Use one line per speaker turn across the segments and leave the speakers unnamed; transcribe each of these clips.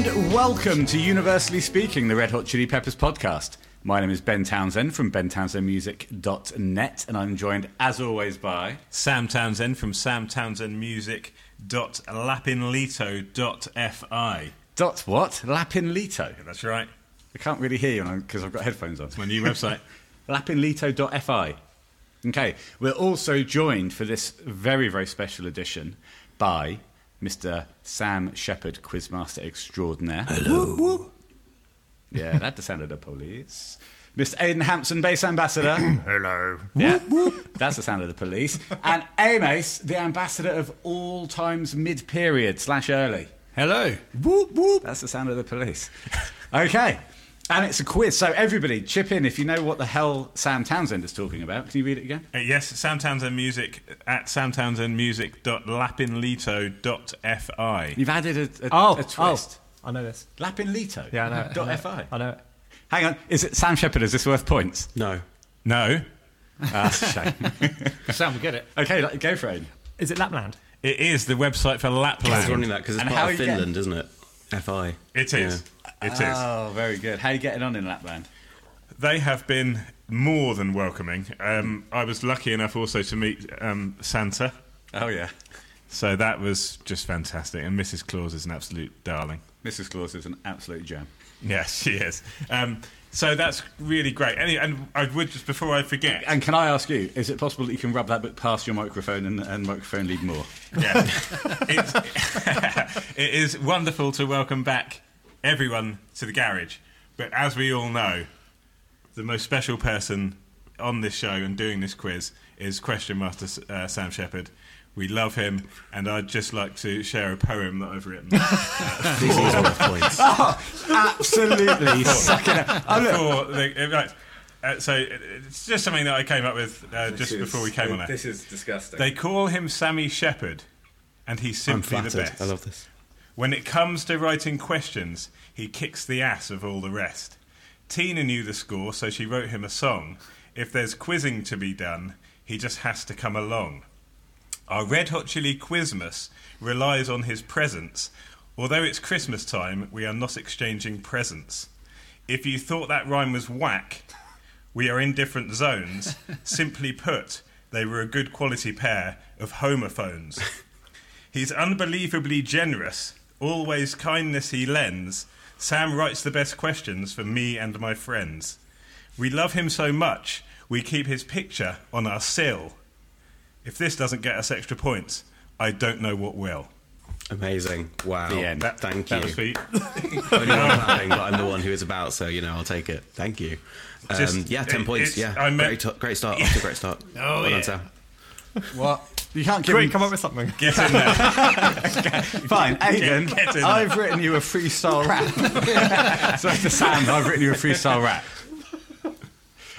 Welcome to Universally Speaking, the Red Hot Chili Peppers podcast. My name is Ben Townsend from bentownsendmusic.net, and I'm joined, as always, by.
Sam Townsend from samtownsendmusic.lapinlito.fi.
Dot what? Lapinlito.
That's right.
I can't really hear you because I've got headphones on.
It's my new website.
lapinlito.fi. Okay, we're also joined for this very, very special edition by Mr. Sam Shepherd, Quizmaster Extraordinaire. Hello. Yeah, that sounded the police. Mr. Aidan Hampson, Bass Ambassador. Hello. Yeah, that's the sound of the police. And Amace, the ambassador of all times mid period slash early.
Hello.
That's the sound of the police. Okay. And it's a quiz. So, everybody, chip in if you know what the hell Sam Townsend is talking about. Can you read it again?
Uh, yes, Sam Townsend Music at samtownsendmusic.lapinlito.fi.
You've added a, a,
Oh,
a twist.
oh, I know this.
Lapin Lito.
Yeah, I know.
Dot
I know.
FI.
I know it.
Hang on. Is it Sam Shepard? Is this worth points?
No.
No,
Ah, that's a shame.
Sam will get it.
okay, like, go for it. Aidan.
Is it Lapland?
it is the website for
I was wondering
Lapland.
that because it's
And how
part of
you get-
Finland, isn't it? FI.
It is. It is.
Ah.
Oh, very good. How are you getting on in Lapland?
They have been more than welcoming. Um, I was lucky enough also to meet um, Santa.
Oh, yeah.
So that was just fantastic. And Mrs. Claus is an absolute darling.
Mrs. Claus is an absolute gem.
Yes, she is. Um, so that's really great. And, and I would just before I forget,
And can I ask you, is it possible that you can rub that book past your microphone and, and microphone lead more?
yeah, it's, it is wonderful to welcome back everyone to the garage. But as we all know, the most special person on this show and doing this quiz is Question Master uh, Sam Shepard. We love him, and I'd just like to share a poem that I've written
These are worth points.
Absolutely. Suck it up. Oh, look.
for the. uh, Right. Uh, so it- it's just something that I came up with uh, just before we came on air.
is disgusting.
They call him Sammy Shepherd, and he's
I'm
simply the
flattered.
best.
I love this.
When it comes to writing questions, he kicks the ass of all the rest. Tina knew the score, so she wrote him a song. If there's quizzing to be done, he just has to come along. Our Red Hot Chili Quizmas relies on his presence. Although it's Christmas time, we are not exchanging presents. If you thought that rhyme was whack, we are in different zones. Simply put, they were a good quality pair of homophones. He's unbelievably generous, always kindness he lends. Sam writes the best questions for me and my friends. We love him so much, we keep his picture on our sill. If this doesn't get us extra points, I don't know what will.
Amazing. Wow.
The end.
That, thank
That
you.
was sweet.
I don't know what's happening, but I'm the one who is about, so, you know, I'll take it. Thank you. Um,
Just-
yeah, 10
it-
points.
it's-
Yeah.
I meant-
great, to- great start. Off to a great start.
Oh, yeah.
well done, Sam.
what? You can't give
Quick,
him-
come up with something.
Get in there.
Fine, Aidan,
Get in there.
I've written you a freestyle rap. so to Sam, I've written you a freestyle rap.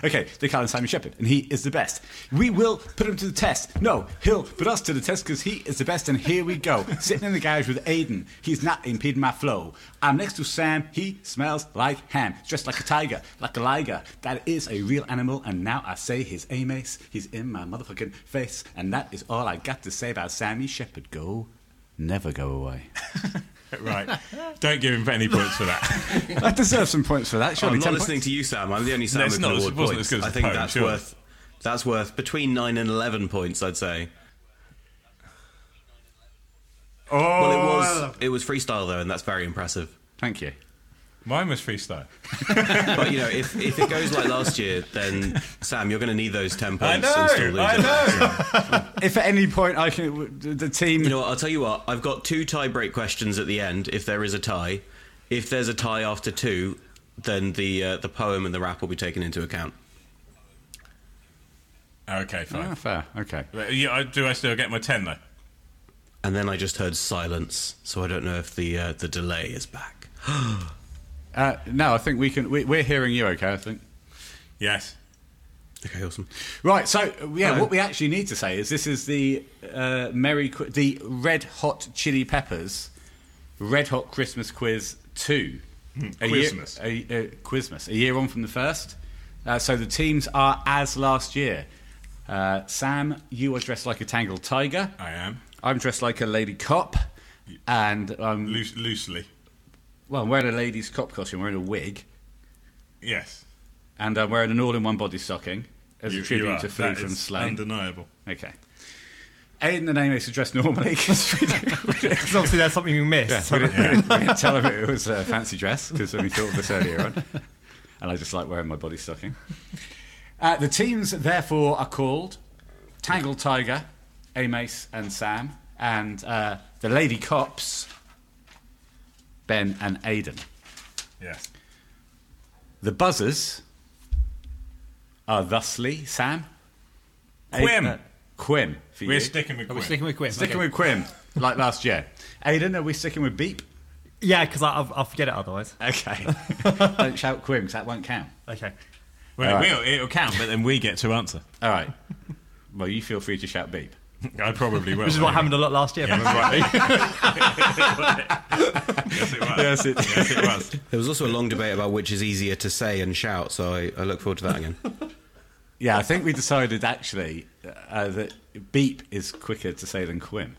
Okay, they call him Simon Shepherd, and he is the best. We will put him to the test. No, he'll put us to the test because he is the best, and here we go. Sitting in the garage with Aiden, he's not impeding my flow. I'm next to Sam, he smells like ham, dressed like a tiger, like a liger. That is a real animal, and now I say his aim ace, he's in my motherfucking face, and that is all I got to say about Sammy Shepherd. Go, never go away.
right. Don't give him any points for that.
I deserve some points for that,
I'm
surely.
not
10
listening
points?
to you, Sam. I'm the only Sam
it's
who
not
can
as-
award
it wasn't
points.
as good as
I
the
think
poem,
that's
sure.
worth that's worth between nine and eleven points. I'd say.
Oh,
Well, it was it was freestyle though, and that's very impressive.
Thank you.
mine was freestyle.
But you know, if, if it goes like last year, then Sam, you're going to need those ten
I
points
know.
and still lose
I
it.
know.
If at any point I can, the team.
You know what? I'll tell you what. I've got two tie break questions at the end. If there is a tie, if there's a tie after two, then the uh, the poem and the rap will be taken into account.
Oh, okay,
Ah,
fine.
fair. Okay.
Right, yeah, I- do I still get my ten though?
And then I just heard silence, so I don't know if the uh, the delay is back.
Uh, no, I think we can. We, we're hearing you, okay? I think.
Yes.
Okay, awesome.
Right. So uh, yeah,
Hello.
what we actually need to say is this is the uh, Merry Qu- the Red Hot Chili Peppers Red Hot Christmas Quiz Two. A year-
Quizmas.
a, a, Quizmas. A year on from the first. Uh, so the teams are as last year. Uh, Sam, you are dressed like a tangled tiger.
I am
I'm dressed like a lady cop, and um,
Loose, loosely.
Well, I'm wearing a ladies' cop costume, wearing a wig,
Yes.
and I'm wearing an all-in-one body stocking as
You-
a
you
tribute
are.
to Flea
That
from
is
Slay.
Undeniable.
okay. Ain't the name is addressed normally 'cause we didn't-
Because obviously there's something you missed.
we didn't, we didn't tell him it was a fancy dress because we thought of this earlier on. And I just like wearing my body stocking. Uh, the teams, therefore, are called Tangled Tiger, Amace, and Sam, and uh, the Lady Cops, Ben and Aidan.
Yes.
The buzzers are thusly Sam,
Quim.
Aiden- Quim. For
We're
you.
sticking with
Are we
Quim.
sticking with Quim?
uh, sticking
Okay.
with Quim, like last year. Aidan, are we sticking with Beep?
Yeah, because I'll, I'll forget it otherwise.
Okay. Don't shout Quim because that won't count.
Okay.
Well,
All right.
it will, it'll count, but then we get to answer.
All right. Well, you feel free to shout Beep.
I probably will.
Which is what happened a lot last year.
Remember what- yes, it was.
Yes, it-
yes, it was.
There was also a long debate about which is easier to say and shout, so I, I look forward to that again.
Yeah, I think we decided actually uh, that Beep is quicker to say than Quim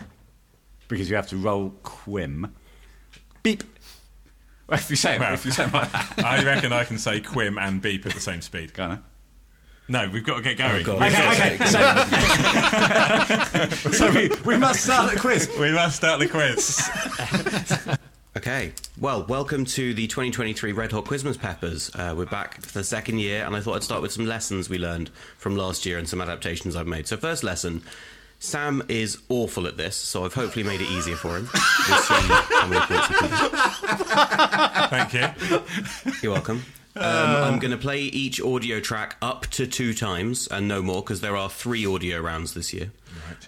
because you have to roll Quim. Beep. Well, if you say it,
Well.
if you say it like that.
I reckon I can say Quim and Beep at the same speed.
Go on. then.
No, we've got to get going.
Oh, God.
We've got to
Okay,
get-
okay. So, so we, we must start the quiz.
We must start the quiz.
Okay. Well, welcome to the 2023 Red Hot Quizmas Peppers. Uh, we're back for the second year, and I thought I'd start with some lessons we learned from last year and some adaptations I've made. So, first lesson Sam is awful at this, so I've hopefully made it easier for him. We'll see how many points he can get.
Thank you.
You're welcome. Um, I'm going to play each audio track up to two times and no more because there are three audio rounds this year.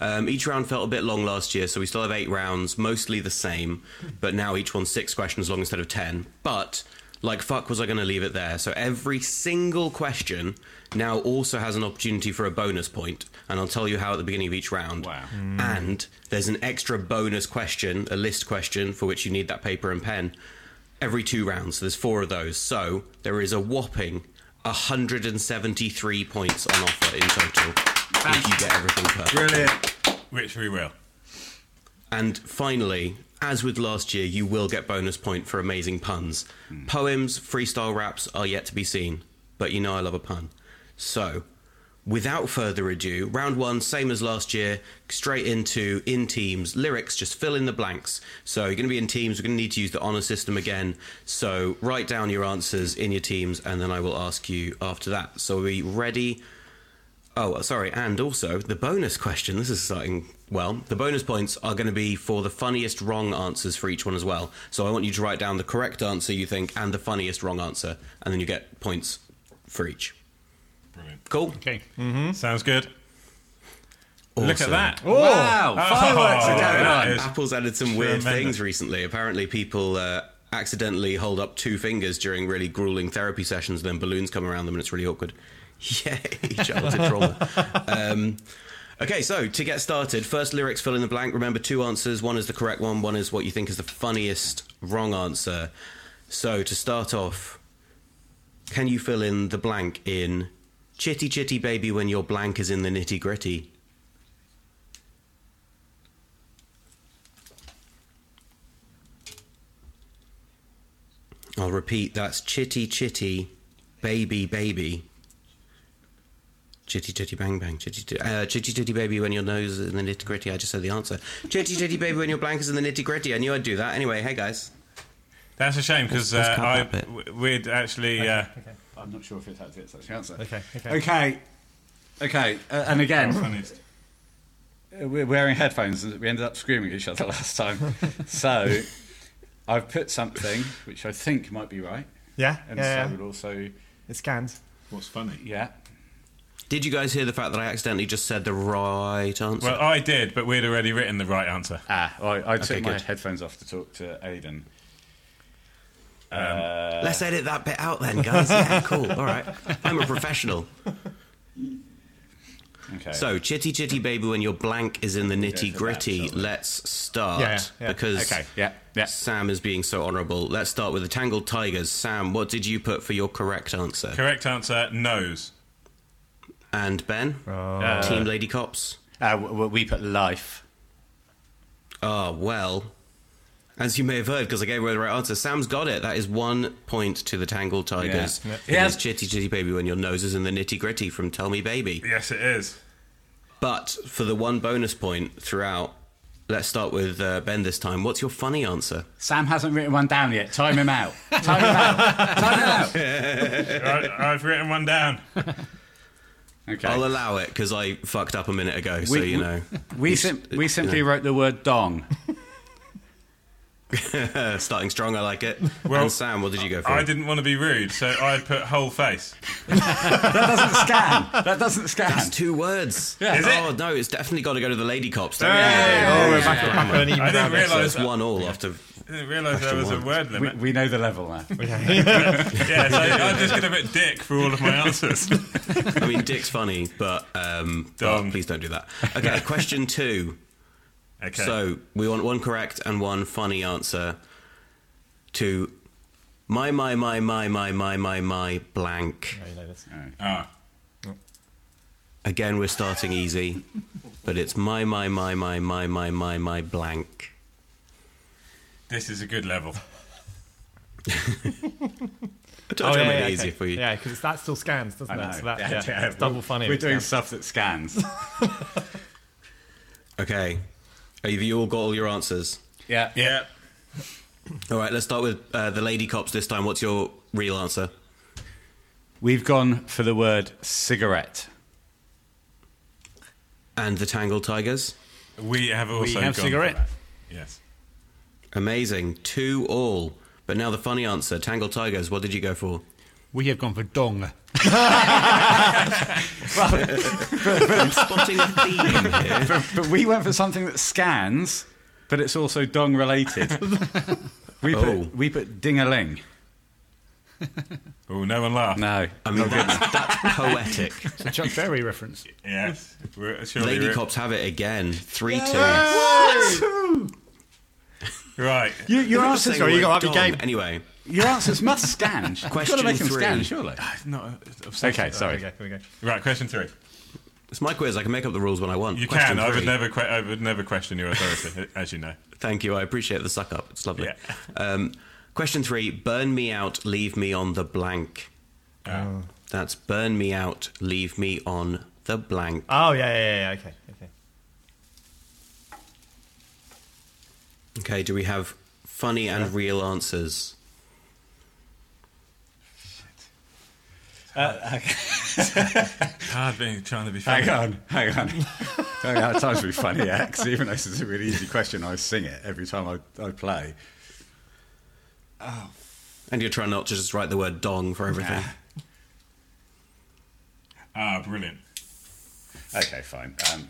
Um, each round felt a bit long last year, so we still have eight rounds, mostly the same, but now each one's six questions long instead of ten. But, like fuck, was I going to leave it there? So every single question now also has an opportunity for a bonus point, and I'll tell you how at the beginning of each round.
Wow.
And there's an extra bonus question, a list question, for which you need that paper and pen every two rounds. So there's four of those. So there is a whopping 173 points on offer in total if you get everything perfect.
Brilliant.
Which we will.
And finally, as with last year, you will get bonus point for amazing puns. Poems, freestyle raps are yet to be seen, but you know I love a pun. So, without further ado, round one, same as last year, straight into in teams, lyrics, just fill in the blanks. So, you're going to be in teams, we're going to need to use the honour system again. So, write down your answers in your teams, and then I will ask you after that. So, are we ready? Oh, sorry. And also, the bonus question. This is starting well. The bonus points are going to be for the funniest wrong answers for each one as well. So I want you to write down the correct answer you think and the funniest wrong answer, and then you get points for each.
Brilliant.
Cool.
Okay.
Sounds good. Look at
Mm-hmm. Awesome. Oh.
that.
Oh!
Oh. Wow. Fireworks are
Oh,
going
that
on.
is-
Apple's added some weird
Tremendous.
things recently. Apparently, people uh, accidentally hold up two fingers during really grueling therapy sessions, and then balloons come around them, and it's really awkward. Yay, childhood trauma. Um, okay, so to get started, first lyrics fill in the blank. Remember two answers. One is the correct one, one is what you think is the funniest wrong answer. So to start off, can you fill in the blank in Chitty Chitty Baby when your blank is in the nitty gritty? I'll repeat that's chitty chitty, baby baby. Chitty chitty bang bang, chitty chitty, uh, chitty chitty baby when your nose is in the nitty gritty. I just said the answer. Chitty chitty baby when your blank is in the nitty gritty. I knew I'd do that. Anyway, hey guys.
That's a shame because
Let's
uh,
cut
I
that bit.
w- we'd actually. Uh,
I'm not sure if it has it. That's the answer.
Okay, okay.
Okay. Okay. Uh, and again,
funniest.
uh, we're wearing headphones and we ended up screaming at each other last time. so I've put something which I think might be right.
Yeah.
And
yeah,
so
yeah.
would also,
It scans.
What's funny?
yeah.
Did you guys hear the fact that I accidentally just said the right answer?
Well, I did, but we'd already written the right answer.
Ah, well, I, I took
Okay,
my
good.
headphones off to talk to Aidan.
Let's edit that bit out then, guys. Yeah, cool. All right. I'm a professional.
Okay.
So, chitty chitty baby when your blank is in the nitty gritty. Let's start
Yeah, yeah.
because
okay. Yeah. Yeah.
Sam is being so honourable. Let's start with the Tangled Tigers. Sam, what did you put for your correct answer?
Correct answer: nose.
and Ben,
Oh. Uh,
Team Lady Cops.
Uh, w- w- we put life.
Ah, well, As you may have heard, because I gave away the right answer, Sam's got it. That is one point to the Tangled Tigers.
Yeah.
Yeah.
Yeah.
Chitty Chitty Baby When Your Nose Is in the Nitty Gritty from Tell Me Baby.
Yes, it is.
But for the one bonus point throughout, let's start with uh, Ben this time. What's your funny answer?
Sam hasn't written one down yet. Time him out. Time him out. Time him out.
I, I've written one down.
Okay.
I'll allow it because I fucked up a minute ago, so you know.
We, sim- we simply wrote the word dong.
Uh, starting strong, I like it.
Well,
and Sam, what did you go for?
I didn't want to be rude, so I put whole face.
That doesn't scan. That doesn't scan.
That's two words.
Yeah.
Is it?
oh no, it's definitely got to go to the lady cops. Don't
Hey!
we?
Oh, we're back
Yeah.
at Papa and Eden
I didn't
Rabbit.
So
realise.
it's one all after.
I didn't realise there
Question
was a
one.
word
we,
limit.
we know the level now.
yeah, so I'm just going to put dick for all of my answers.
I mean, Dick's funny, but um,
Dumb.
oh, please don't do that. Okay, question two.
Okay.
So we want one correct and one funny answer to my my my my my my my my blank.
Oh, you know this.
Ah.
Again, we're starting easy, but it's my my my my my my my my blank.
This is a good level.
I tried to
yeah,
make
yeah,
it easier
okay.
for you.
Yeah, because that still scans, doesn't
I know.
it? So that,
Yeah,
yeah,
yeah.
it's double funny.
We're
if it
doing
scans.
stuff that scans.
Okay. Have you all got all your answers?
Yeah.
Yeah.
All right, let's start with uh, the lady cops this time. What's your real answer?
We've gone for the word cigarette.
And the Tangled Tigers?
We have also
have
gone
cigarette.
For that. Yes.
Amazing. Two all. But now the funny answer Tangled Tigers, what did you go for?
We have gone for dong.
I'm spotting a theme here.
but, but we went for something that scans, but it's also dong related. we, put,
Oh.
we put ding a ling.
Oh, no one laughed.
No.
I mean, that's, that's poetic.
It's a Chuck Berry reference.
Yes. We're, surely
Lady
we're-
cops have it again. 3 2.
Right.
You, your, answers,
Saying
you
we're
gotta up your
dong.
game.
Anyway,
your answers must scan. Ah, You've got to
Question
make them
three.
scan, surely.
No, obsessed
Okay,
with that.
sorry.
Here we go. Here we go.
Right, question three.
it's my quiz. I can make up the rules when I want.
You
Question
can. I would
three.
never. Que- I would never question your authority, as you know.
Thank you. I appreciate the suck up. It's lovely.
Yeah.
Um, question three Burn me out, leave me on the blank.
Oh.
Uh,
That's burn me out, leave me on the blank.
Oh, yeah, yeah, yeah, yeah. Okay. okay.
Okay, do we have funny and real answers?
Hard being trying to be funny.
Hang on, hang on. Hang on, that sounds really funny, yeah, 'cause even though this is a really easy question, I sing it every time I, I play.
And you're trying not to just write the word dong for everything.
Ah, brilliant.
Okay, fine. Um,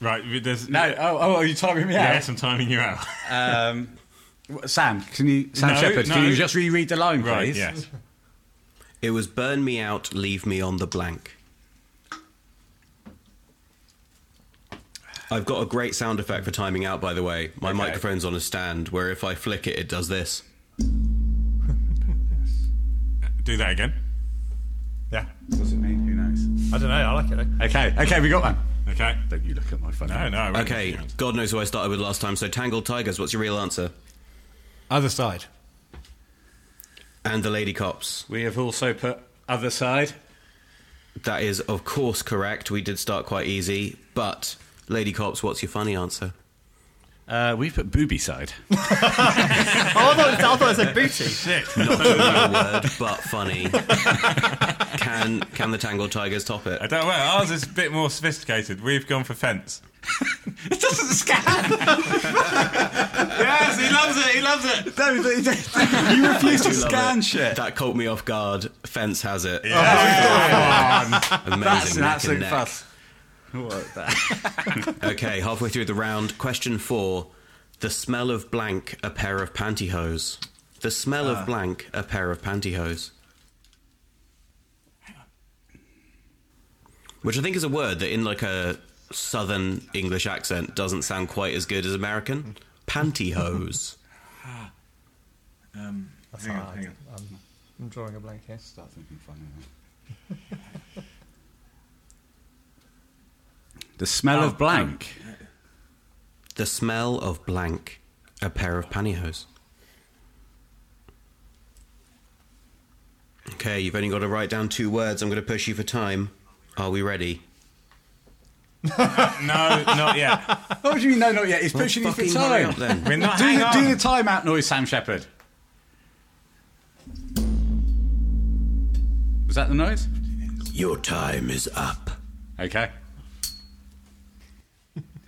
Right. we- There's
no, oh, oh, are you timing me
Yes, I'm timing you out.
out? Um, w- Sam, can you, Sam
No,
Shepherd, can
no.
you just reread the line,
Right.
please?
Yes.
It was burn me out, leave me on the blank. I've got a great sound effect for timing out, by the way. My microphone's on a stand where if I flick it, it does this.
Do that again.
Yeah.
What does it mean? Who knows?
I don't know. I like it, though.
Okay, okay, we got one.
Okay.
Don't you look at my phone.
No, no. I won't.
Okay, God knows who I started with last time. So, Tangled Tigers, what's your real answer?
Other side.
And the Lady Cops.
We have also put other side.
That is, of course, correct. We did start quite easy, but Lady Cops, what's your funny answer?
Uh, we've put booby side.
Oh, I thought, it- I thought it said booty.
Not a real word, but funny. Can can the Tangled Tigers top
I
it?
don't know. Ours is a bit more sophisticated. We've gone for fence.
it doesn't scan.
yes, he loves it. He loves it.
you refuse to
I love
scan
it.
shit.
That caught me off guard. Fence has it. Oh, Amazing.
That's an
neck and
absolute
neck.
fuss. What the-
Okay, halfway through the round, question four. The smell of blank, a pair of pantyhose. The smell of blank, a pair of pantyhose. Which I think is a word that, in like a southern English accent, doesn't sound quite as good as American. Pantyhose.
Um,
That's
hang on,
hard.
hang on.
I'm, I'm drawing a blank here.
The smell of blank. Oh.
the smell of blank, A pair of pantyhose. Okay, you've only got to write down two words. I'm going to push you for time. Are we ready?
No, not yet.
Oh, What do you mean? No, not yet. He's pushing you for
Fucking
time.
hurry up then.
We're not.
Do
hang
the,
on.
do the timeout noise, Sam Shepard. Was that the noise?
Your time is up.
Okay.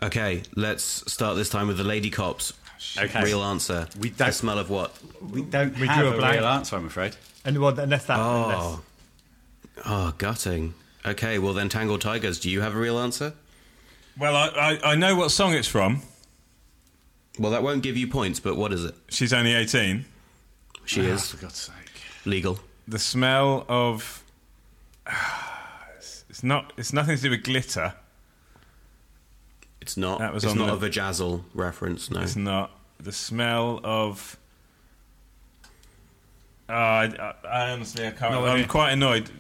Okay, let's start this time with the lady cops.
Okay.
Real answer.
We don't-
The smell of what?
We don't
We
have
drew a
a,
blank.
real answer, I'm afraid.
And well, unless that,
Oh. Oh, gutting. Okay, well then, Tangled Tigers, do you have a real answer?
Well, I, I, I know what song it's from.
Well, that won't give you points, but what is it?
She's only 18.
She is
Ah, For God's sake.
legal.
The smell of. It's- It's not. It's nothing to do with glitter.
It's not.
That was
it's
on
not
the-
a Vajazzle reference. No.
It's not. The smell of. Oh, I, I, I honestly, I can't.
No
I'm
idea.
quite annoyed.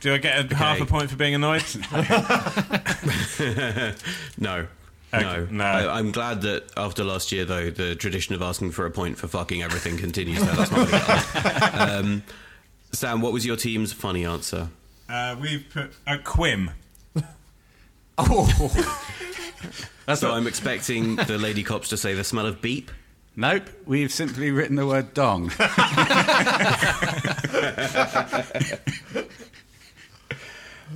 Do I get a half a point for being annoyed?
No.
Okay,
No,
no.
I, I'm glad that after last year, though, the tradition of asking for a point for fucking everything continues. No, that's not gonna happen. um, Sam, what was your team's funny answer?
uh, we've put a quim.
Oh. That's
So
not.
I'm expecting the lady cops to say the smell of beep.
Nope. We've simply written the word dong.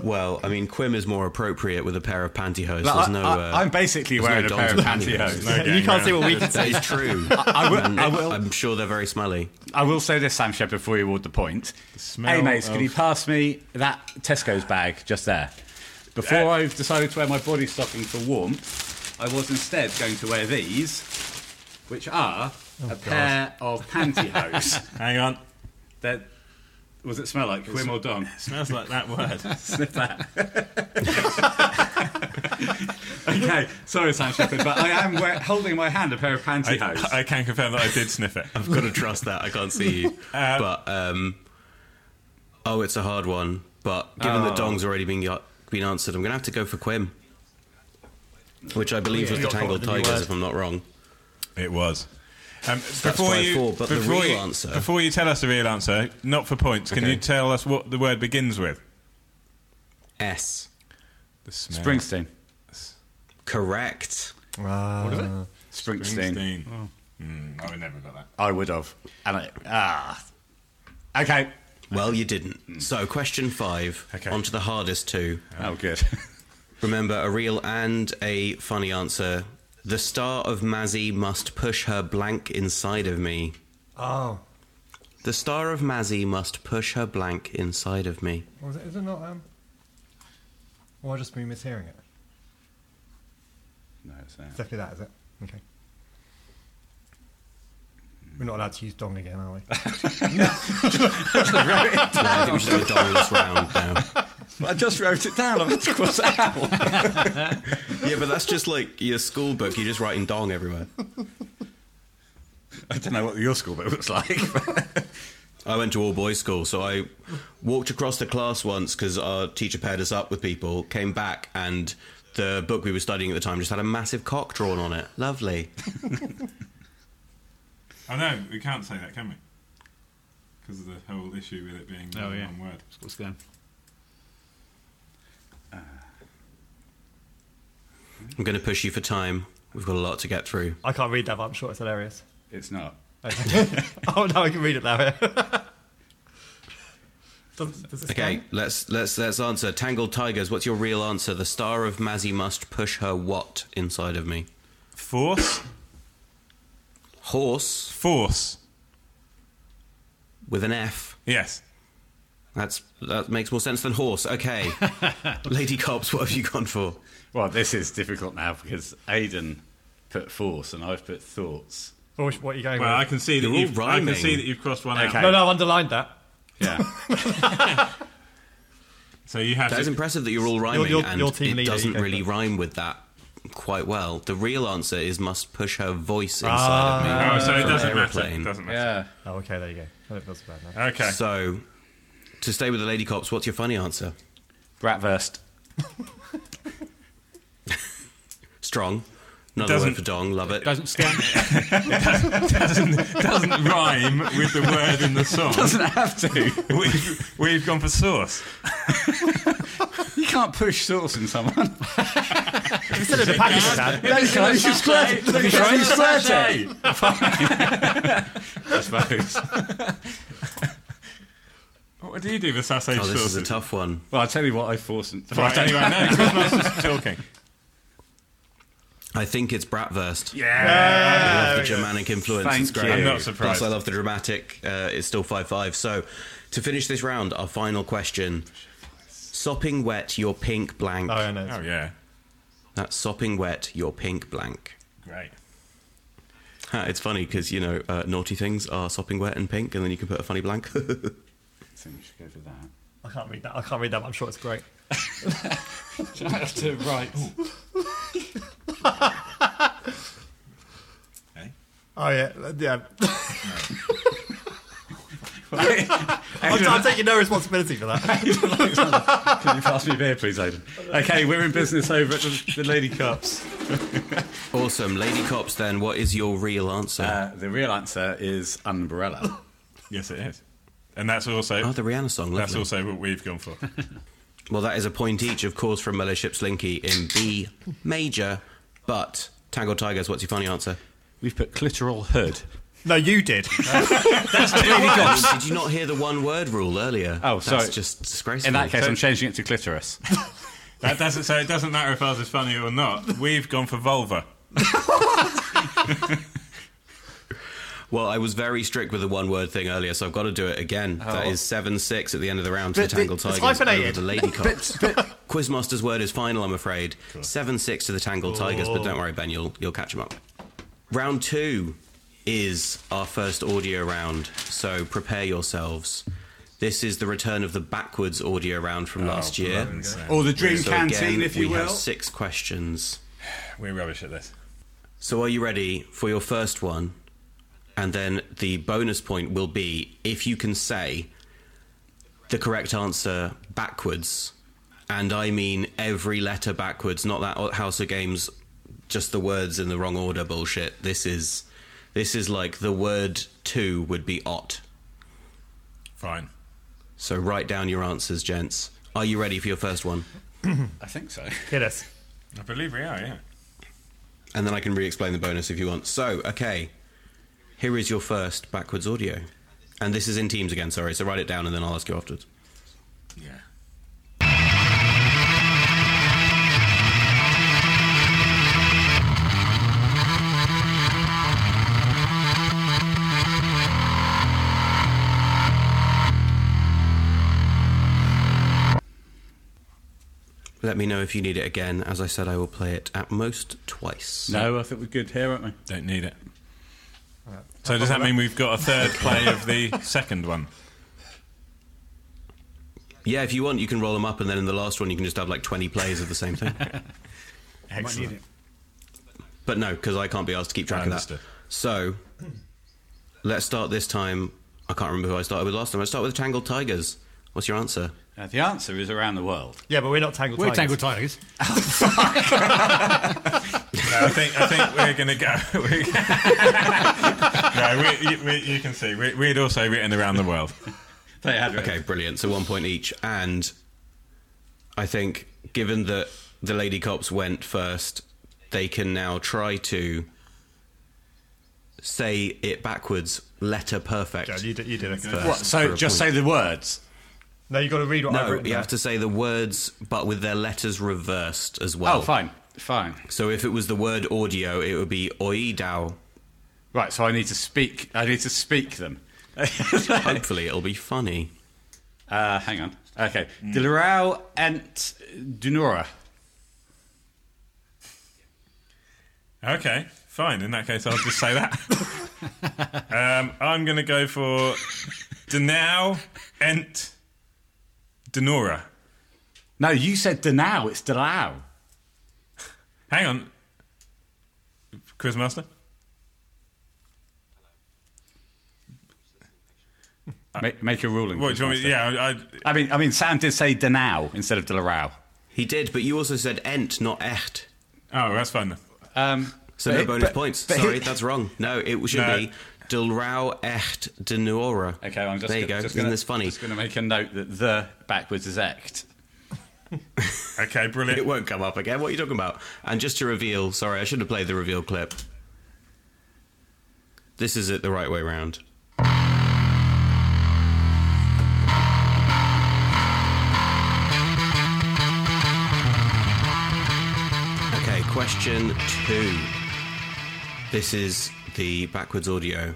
Well, I mean, Quim is more appropriate with a pair of pantyhose.
Like,
There's
I,
no. Uh,
am basically
there's
wearing
no
a pair of
dongs and
pantyhose.
pantyhose.
No
you
getting
can't see
round
what we can
that
say.
is true. Mm.
I will, I, will,
I'm sure they're very smelly.
I will say this, Sam Shepard, before you award the point.
smell
hey, mates,
of-
can you pass me that Tesco's bag just there? Before
Uh,
I've decided to wear my body stocking for warmth, I was instead going to wear these, which are
Oh,
a pair of pantyhose.
Hang on.
that was it smell like Quim or Dong?
Smells like that word.
Sniff that. okay, sorry, Sam Shepard, but I am we- holding in my hand a pair of pantyhose.
I, I can confirm that I did sniff it.
I've got to trust that. I can't see you. but um, oh, it's a hard one. But given that Dong's already been got, been answered, I'm going to have to go for Quim, which I believe was the Tangled Tigers, if I'm not wrong.
It was. Um, before
five
you,
four, but the
before
real
you,
answer-
Before you tell us the real answer, not for points, can
Okay.
you tell us what the word begins with?
S.
The smell.
Springsteen.
Correct.
Ah.
what is it?
Springsteen.
Springsteen. Mm, I would never got that.
I would have. And I, ah. Okay.
Well, you didn't. So, question five.
Okay.
On to the hardest two.
Oh, good.
Remember, a real and a funny answer. The star of Mazzy must push her blank inside of me.
Oh,
The star of Mazzy must push her blank inside of me.
was it, is it not? Um, well, I just been mishearing it.
no, it's
It's definitely that, is it? Okay. We're not allowed to use dong again, are we?
No, I think we should do a dollarless round now.
I just wrote it down. I've crossed it out.
Yeah, but that's just like your school book. You're just writing dong everywhere.
I don't know what your school book looks like.
I went to all boys school, so I walked across the class once because our teacher paired us up with people, came back, and the book we were studying at the time just had a massive cock drawn on it. Lovely.
Oh no, we can't say that, can we? Because of the whole issue with it being
Oh,
one-
yeah.
one word.
What's going?
I'm going to push you for time. We've got a lot to get through.
I can't read that, but I'm sure it's hilarious.
it's not.
Oh no, I can read it now. yeah. does, does this
Okay,
count?
let's let's let's answer. Tangled Tigers, what's your real answer? The star of Mazzy must push her what inside of me?
Force.
Horse
Force.
with an F.
Yes.
That's that makes more sense than horse. Okay, Lady Cops, what have you gone for?
Well, this is difficult now because Aiden put force and I've put thoughts.
Well, which- what are you going
Well, I
with?
can see that
They're all
you've. I can
rhyming.
see that you've crossed one
Okay.
out.
No, no, I've underlined that.
Yeah.
So you have.
That is
to,
impressive that you're all rhyming,
your-
and
your team
it
leader,
doesn't
you go
really
for
rhyme with that quite well. The real answer is must push her voice inside
Ah.
of me.
oh, so it
from
doesn't matter.
aeroplane.
It doesn't matter.
yeah.
Oh, okay, there you go. I don't feel so bad now.
Okay.
So, to stay with the Lady Cops, what's your funny answer?
Bratwurst.
Strong. Another
Doesn't-
word for dong. Love it.
Doesn't stand.
Doesn't rhyme with the word in the song.
Doesn't have to.
We've, we've gone for sauce.
You can't push sauce in someone.
Instead of a Pakistan.
That's kind of squirty. I suppose.
What do you do with sausage
Oh, this
sauce?
is a tough one.
Well, I'll tell you what I forced. Right,
Right, anyway, no, Christmas is talking.
I think it's Bratwurst.
Yeah.
I love the Germanic influence.
Thank
it's great.
you. I'm
not surprised.
Plus, I love the dramatic. Uh, it's still 5 5. So, to finish this round, our final question. Sopping wet your pink blank.
Oh, I know.
Oh, yeah.
That's sopping wet your pink blank.
Great.
Ha, It's funny because, you know, uh, naughty things are sopping wet and pink, and then you can put a funny blank.
think we should go for that.
I can't read that. I can't read that. but I'm sure it's great.
to right.
Oh yeah, yeah. I'm, I'm taking no responsibility for that.
Can you pass me a beer, please, Aidan? Okay, we're in business over at the, the Lady Cups.
awesome. Lady Cops, then, what is your real answer?
Uh, the real answer is umbrella.
Yes, it is. And that's also
oh, the Rihanna song.
that's
lovely.
also what we've gone for.
Well, that is a point each, of course, from Melissa Shipslinky in B major, but Tangled Tigers, what's your funny answer?
We've put clitoral hood.
No, you did.
Oh,
Did you not hear the one word rule earlier?
Oh, sorry.
That's just disgraceful.
In that case, I'm changing it to clitoris.
That doesn't so it doesn't matter if ours is funny or not. We've gone for vulva.
Well, I was very strict with the one word thing earlier, so I've got to do it again.
Oh.
That is 7 6 at the end of the round to the
But
Tangled
the- it's
Tigers. Over
hyphenated.
the Lady Cops. Quizmaster's word is final, I'm afraid. 7 6 to the Tangled Tigers, but
Oh.
don't worry, Ben, you'll, you'll catch them up. Round two is our first audio round, so prepare yourselves. This is the return of the backwards audio round from
Oh,
last year.
Or the Oh, dream
So
canteen,
again,
if you
we
will.
have six questions.
We're rubbish at this.
So, are you ready for your first one? And then the bonus point will be if you can say the correct answer backwards. And I mean every letter backwards, not that House of Games, just the words in the wrong order bullshit. This is, this is like the word two would be ot.
Fine.
So write down your answers, gents. Are you ready for your first one?
I think so.
Hit us.
I believe we are, yeah.
And then I can re explain the bonus if you want. So, okay. Here is your first backwards audio. And this is in Teams again, sorry. So write it down and then I'll ask you afterwards.
Yeah.
Let me know if you need it again. As I said, I will play it at most twice.
No, I think we're good here, aren't we?
Don't need it. So does that mean we've got a third play of the second one?
Yeah, if you want, you can roll them up and then in the last one, you can just have like 20 plays of the same thing.
Excellent.
but no, because I can't be asked to keep track
I
of that.
understood.
So let's start this time. I can't remember who I started with last time. I start with Tangled Tigers. What's your answer?
Uh, the answer is around the world.
Yeah, but we're not tangled.
We're
tigers.
Tangled Tigers.
No, I think I think we're going to go. we're gonna- no, we, you, we, you can see we, we'd also written around the world.
They had
Okay, brilliant. So one point each. And I think, given that the lady cops went first, they can now try to say it backwards, letter perfect.
Yeah, you did, you did it.
first
What,
for
so
a
just
point.
say the words.
No, you got to read what I've
No,
written.
you have
down.
to say the words, but with their letters reversed as well.
Oh, fine, fine.
So if it was the word audio, it would be oidao.
Right, so I need to speak. I need to speak them. Eh.
Hopefully, it'll be funny.
Uh, hang on. Okay, Dilrau ent Dunora.
Okay, fine. In that case, I'll just say that. um, I'm going to go for Danau Ent Denora.
No, you said Danau. It's Dilrau.
Hang on, Quizmaster.
Make, make a ruling.
What do you want me? Yeah, I,
I mean, I mean, Sam did say Danau instead of Dilrau.
He did, but you also said ent, not echt.
I, oh, that's fine. Then.
Um,
So
But
no
it-
bonus
but-
points.
but
Sorry,
it-
that's wrong. No, it should
No.
be Dulrau echt de Nuora.
Okay, I'm just
there you
gonna,
go.
Just
Isn't
gonna,
this funny?
Just going to make a note that the backwards is ect.
Okay,
It
brilliant.
won't come up again. What are you talking about? And just to reveal, sorry, I should have played the reveal clip. This is it the right way round. Okay, question two. This is the backwards audio.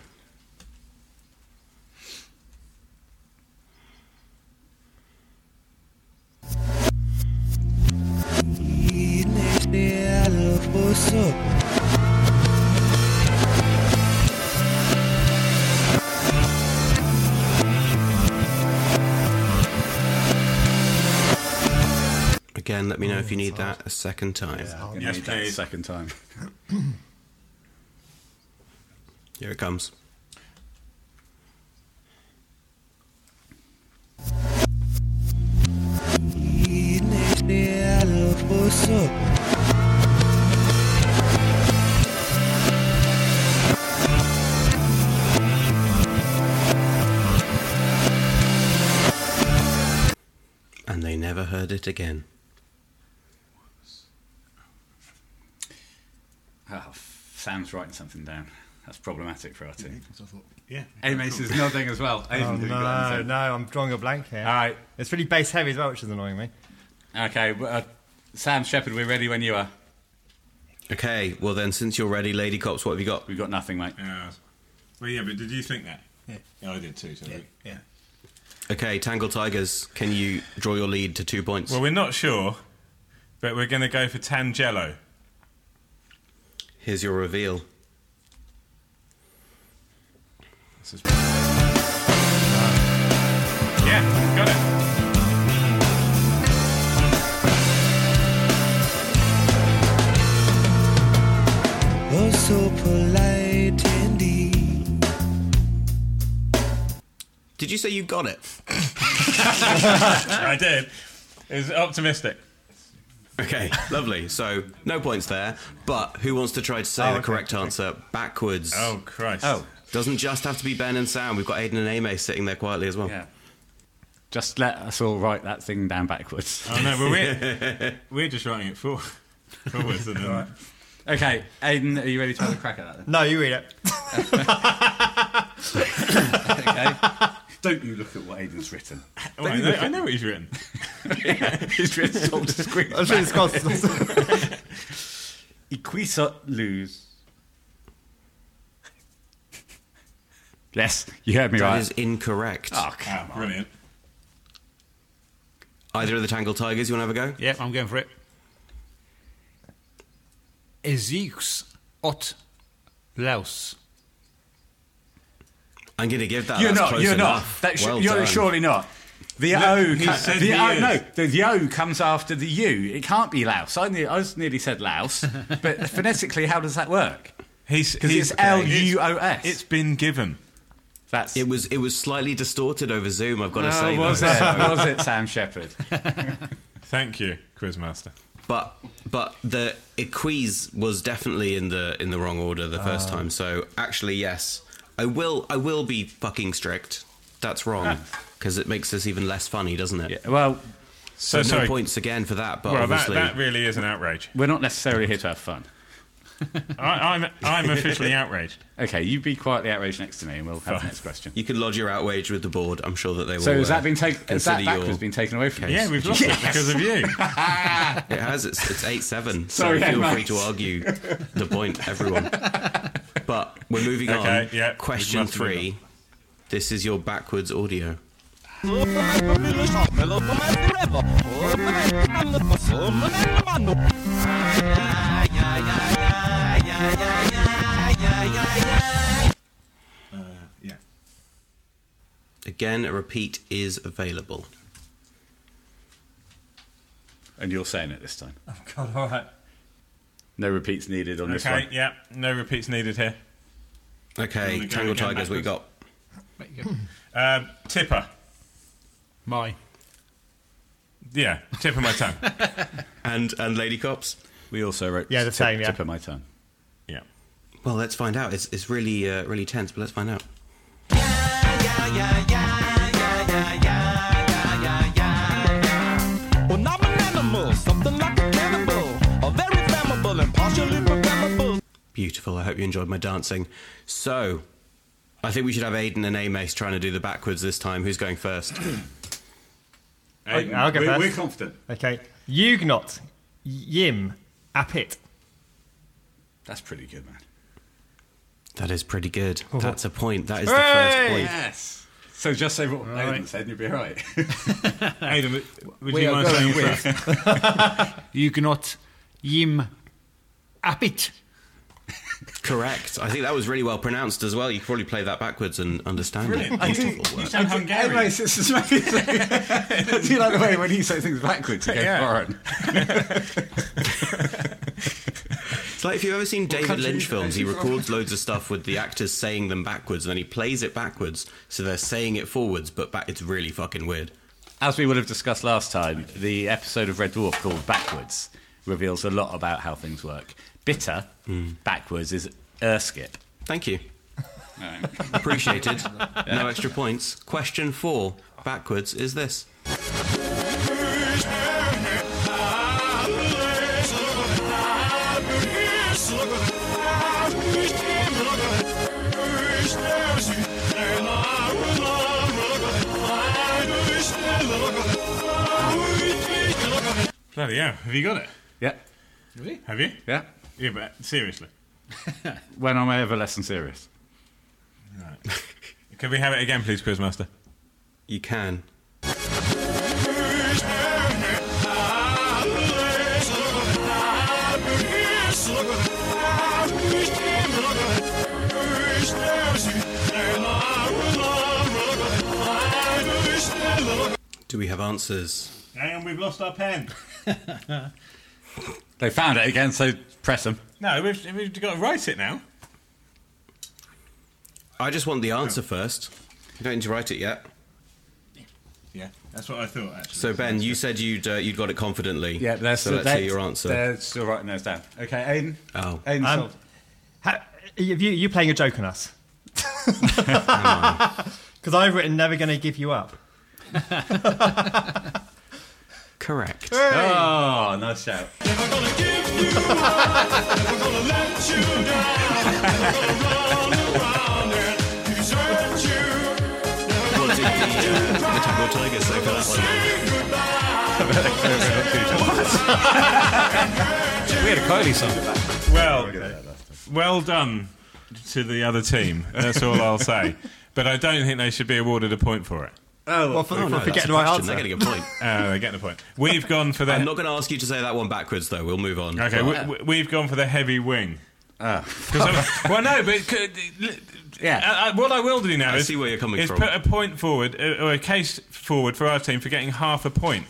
Again, let me know if you need that a second time.
Yes,
Need that
please.
Second time.
Here it comes. And they never heard it again.
Oh, Sam's writing something down. That's problematic for our team.
Yeah.
Amace is nodding as well. Aidan
Oh,
didn't go on, so-
no, no, I'm drawing a blank here.
All right.
It's really bass heavy as well, which is annoying me.
Okay. well, Uh, Sam Shepard, we're ready when you are.
Okay, well then, since you're ready, Lady Cops, what have you got?
We've got nothing, mate.
Yeah. Well, yeah, but did you think that? Yeah. I did too, so we-
Yeah.
Okay, Tangle Tigers, can you draw your lead to two points?
Well, we're not sure, but we're going to go for Tangello.
Here's your reveal.
This is- yeah, got it.
Oh, so polite indeed.
Did you say you got it?
I did. It was optimistic.
Okay, lovely. So no points there. But who wants to try to say the correct answer backwards?
Oh, Christ.
Oh,
Doesn't just have to be Ben and Sam. We've got Aiden and Ame sitting there quietly as well.
yeah. Just let us all write that thing down backwards.
Oh, no, but we're, we're just writing it for, forwards. And then,
Okay, Aidan, are you ready to have a crack at that?
No, you read it.
Then? Okay. Don't you look at what Aidan's written.
Oh, I, know, I know what he's written.
He's written sold to screen.
I'm sure it's constant.
Equisa lose. Yes, you heard me
That
right.
is incorrect.
Oh, come on.
Brilliant.
Either of the Tangle Tigers, you want to have a go?
Yep, I'm going for it. Ezeux ot laus.
I'm going to give that.
You're
That's
not.
close
You're not.
enough.
That sh-
well
you're
done.
surely not. The O.
he
co-
said
the
he
O.
is.
No, the, the O comes after the U. It can't be louse. I, ne- I was nearly said louse, but phonetically, how does that work?
He's,
Because it's L U O
It's
S.
been given.
That's.
It was. It was slightly distorted over Zoom. I've got to say.
Oh, was
though.
it? was it Sam Shepard?
Thank you, Quizmaster.
But but the equis was definitely in the in the wrong order the first
Ah.
time. So actually, yes, I will I will be fucking strict. That's wrong because it makes this even less funny, doesn't it?
Ah. Yeah, well,
So,
no
sorry.
points again for that. But
Well, that,
obviously,
that really is an outrage.
we're not necessarily here to have fun.
I, I'm, I'm officially outraged.
Okay, you be quietly outraged next to me, and we'll have the next question.
you can lodge your outrage with the board. I'm sure that they will.
So has
uh,
that been taken? Has that
consider your-
backwards been taken away from you?
Yeah, we've lost it because of you.
It has. It's, it's eight seven. So
Sorry,
feel
mate.
free to argue the point, everyone. But we're moving on.
Okay, yeah, we
Question
must move
three. This is your backwards audio.
yeah.
Again, a repeat is available.
And you're saying it this time.
oh, God, all right.
No repeats needed on this
Okay,
one.
yeah, no repeats needed here.
Okay,
Wanna go
Tangle
again
Tigers, we
backwards?
got.
Um, tipper.
My.
Yeah, tip of my tongue.
And and Lady Cops.
We also wrote.
Yeah, the
tip,
same, yeah.
Tip of my tongue.
yeah.
Well, let's find out. It's, it's really, uh, really tense, but let's find out.
Well, I'm an animal, something like a cannibal, a very flammable and partially programmable.
Beautiful. I hope you enjoyed my dancing. So, I think we should have Aiden and Amace trying to do the backwards this time. Who's going first?
Aiden,
I'll go
we're,
first.
we're confident.
Okay. Huguenot. Yim. Apit.
That's pretty good, man.
that is pretty good.
Oh.
That's a point. That is the
Hooray!
first point.
Yes. So just say what Aiden said and you'll be all right.
Aiden, would, would
We
you
are
mind
going
saying it first?
You cannot yim apit.
Correct. I think that was really well pronounced as well. You could probably play that backwards and understand it. Beautiful work.
sound Hungarian.
Anyway, it's it's- it's amazing. Do you like the way when he says things backwards again,
Yeah.
foreign?
It's like if you've ever seen David
country
Lynch
is it
films, he
actually from?
records loads of stuff with the actors saying them backwards, and then he plays it backwards, so they're saying it forwards, but back- it's really fucking weird.
As we would have discussed last time, the episode of Red Dwarf called Backwards reveals a lot about how things work. Bitter, backwards, is erskip.
Thank you. Appreciated. No extra points. Question four, backwards, is this.
Bloody hell. Have you got it?
Yeah,
Have you?
yeah.
Yeah, but seriously.
When am I ever less than serious?
Can we have it again, please, Quizmaster?
You can. Do we have answers?
And we've lost our pen.
They found it again, so press them.
No, we've, we've got to write it now.
I just want the answer first. You don't need to write it yet.
Yeah, that's what I thought, actually.
So Ben, you said you'd uh, you'd got it confidently.
Yeah, they're
so
still,
let's
they're,
hear your answer.
They're still writing those down. Okay, Aiden.
Oh.
Aiden,
Um,
so-
ha- you, you you playing a joke on us? Because I've written never going to give you up.
Correct.
Oh, nice shout.
What did the, uh, the Tango Tiger say for that one?
We had a Kylie song.
Well, well done to the other team. That's all I'll say. But I don't think they should be awarded a point for it.
well, for,
Oh, no,
for
that's
forgetting
a
the right
question.
answer.
They're getting a point.
Uh, they're getting a point. We've gone for
I'm
the.
not going to ask you to say that one backwards, though. We'll move on.
Okay,
But-
we, we- we've gone for the heavy wing. Ah. well, no, but could,
Yeah.
I, I, uh, what I will do now
I
is,
see where you're coming
is
from.
put a point forward uh, or a case forward for our team for getting half a point.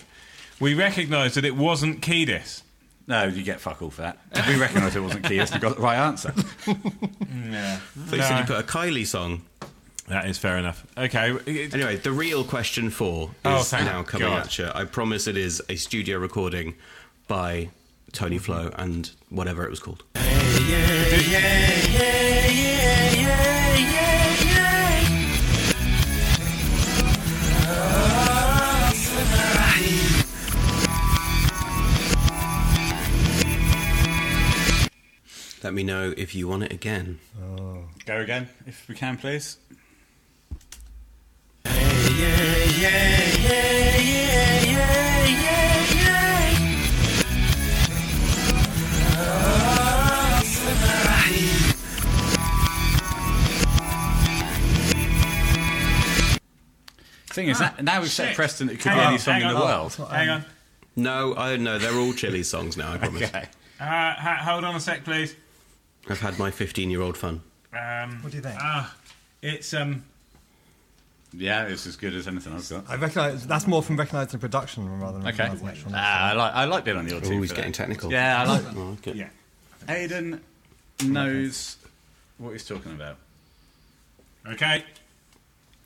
We recognise that it wasn't Kedis.
No, you get fuck all for that. We recognised it wasn't Keys and got the right answer.
So you said you put a Kylie song.
That is fair enough. Okay, it-
Anyway, the real question four
Oh,
is
thank
now coming
God.
at you. I promise it is a studio recording by Tony Flo and whatever it was called. Let me know if you want it again.
Go again, if we can, please. Thing is, that, now we've set
Ah, shit.
precedent, it could
Hang
be
on,
any song
hang
in the
on.
world.
hang
Um,
on.
No, I no, they're all Chili songs now. I promise.
Okay.
Uh, h- hold on a sec, please.
I've had my 15-year-old fun.
Um,
What do you think?
ah, it's um.
Yeah, it's as good as anything I've got.
I recognise that's more from recognising the production rather than
Okay.
recognising the actual. name.
Ah, I like I like being on the odd
We're
team.
always
for that.
getting technical.
Yeah, I like.
Oh, okay.
Yeah.
Aiden knows what he's talking about.
Okay.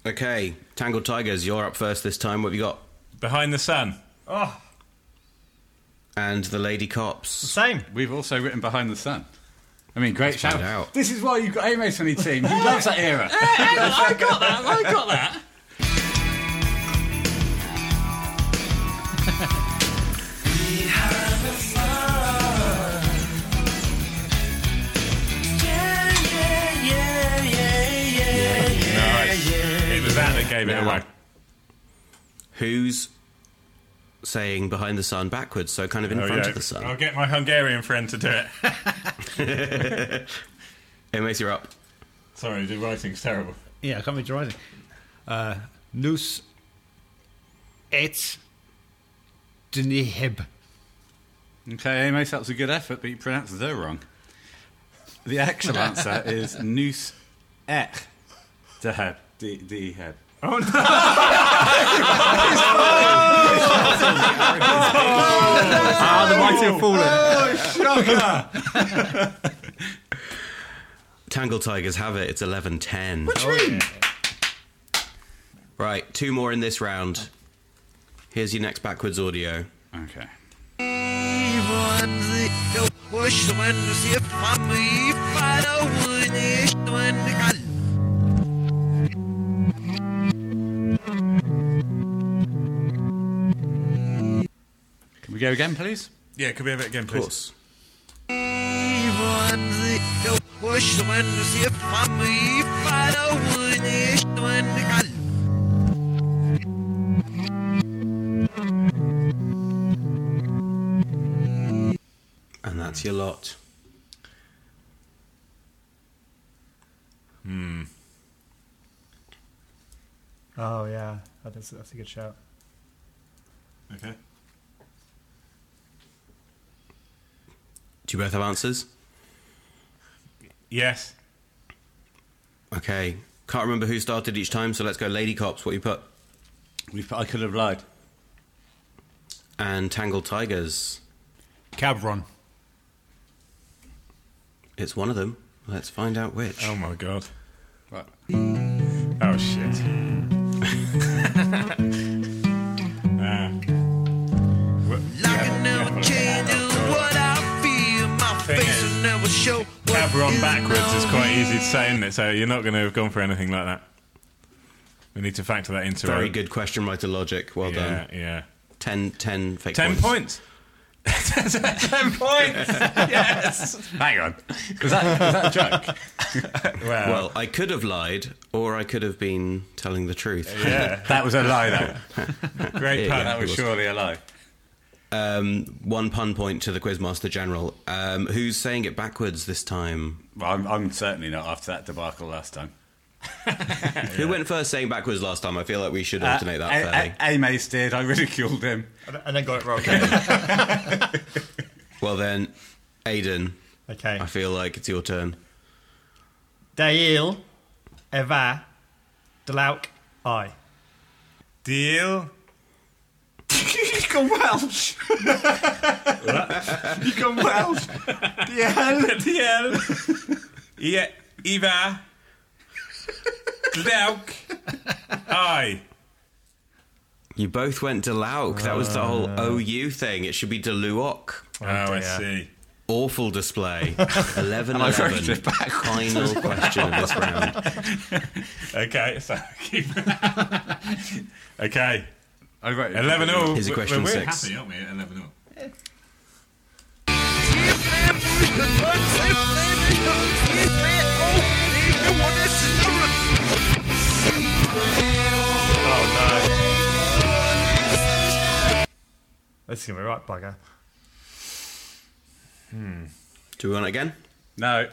Okay, Tangled Tigers, you're up first this time. What have you got?
Behind the sun.
Oh,
And the Lady Cops.
same.
We've also written behind the sun. I mean, great shout.
find out.
This is why you've got Amos on your team. He loves that era.
I got that. I got that.
Nice. It was that that gave it away.
Who's saying behind the sun backwards? So kind of in
Oh,
front
yeah.
of the sun.
I'll get my Hungarian friend to do it.
It makes you up.
Sorry, the writing's terrible.
Yeah, I can't be driving. Uh, nous et dniheb.
Okay, Amos, that was a good effort, but you pronounced the wrong. The actual answer is nous et de heb. De, de heb.
Oh, no. Oh,
Ah, the mighty have fallen.
Tangle Tigers have it. It's eleven ten.
Oh,
Right, two more in this round. Here's your next backwards audio.
Okay. Can we go again, please?
Yeah, could we have it again,
Of
please?
course. And that's your lot.
Oh yeah, that is, that's a good shout.
Okay.
Do you both have answers?
Yes.
Okay. Can't remember who started each time, so let's go Lady Cops, what you put.
We, I could have lied.
And Tangled Tigers.
Cabron.
It's one of them. Let's find out which.
Oh my god.
Right.
Oh shit. Ah. Well, yeah, yeah, Thing is, Cabron backwards is quite easy to say, isn't it? So you're not going to have gone for anything like that. We need to factor that into
Very
our,
good question writer logic. Well
Yeah,
done.
yeah.
10, 10 fake
Ten points.
points.
Ten points. yes.
Hang on. Was that, was that a joke?
Well,
Well, I could have lied, or I could have been telling the truth.
yeah.
That was a lie, though.
Great
Yeah,
pun.
yeah,
That was surely a lie.
One pun point to the Quizmaster General. Um, who's saying it backwards this time?
Well, I'm, I'm certainly not after that debacle last time.
Who went first saying backwards last time? I feel like we should alternate that
Uh,
fairly.
A- A- Amos did. I ridiculed him.
And- And then got it wrong.
well, then, Aiden,
Okay.
I feel like it's your turn.
Dail, Eva, Dlauk, I.
Deal.
You've gone Welsh. You've gone Welsh. Yeah.
Deal. yeah. Eva. Glauk. I.
You both went to Lauk. That was the whole
Uh.
OU thing. It should be de Luoc.
Oh, I
dear.
see.
Awful display. 11
I wrote
11.
it backwards.
Final question of this round.
Okay, so keep. okay,
I wrote it.
eleven all.
Here's a question
we're, we're
six.
happy, aren't we? At eleven all.
This is gonna be right, bugger.
Do we want it again?
No.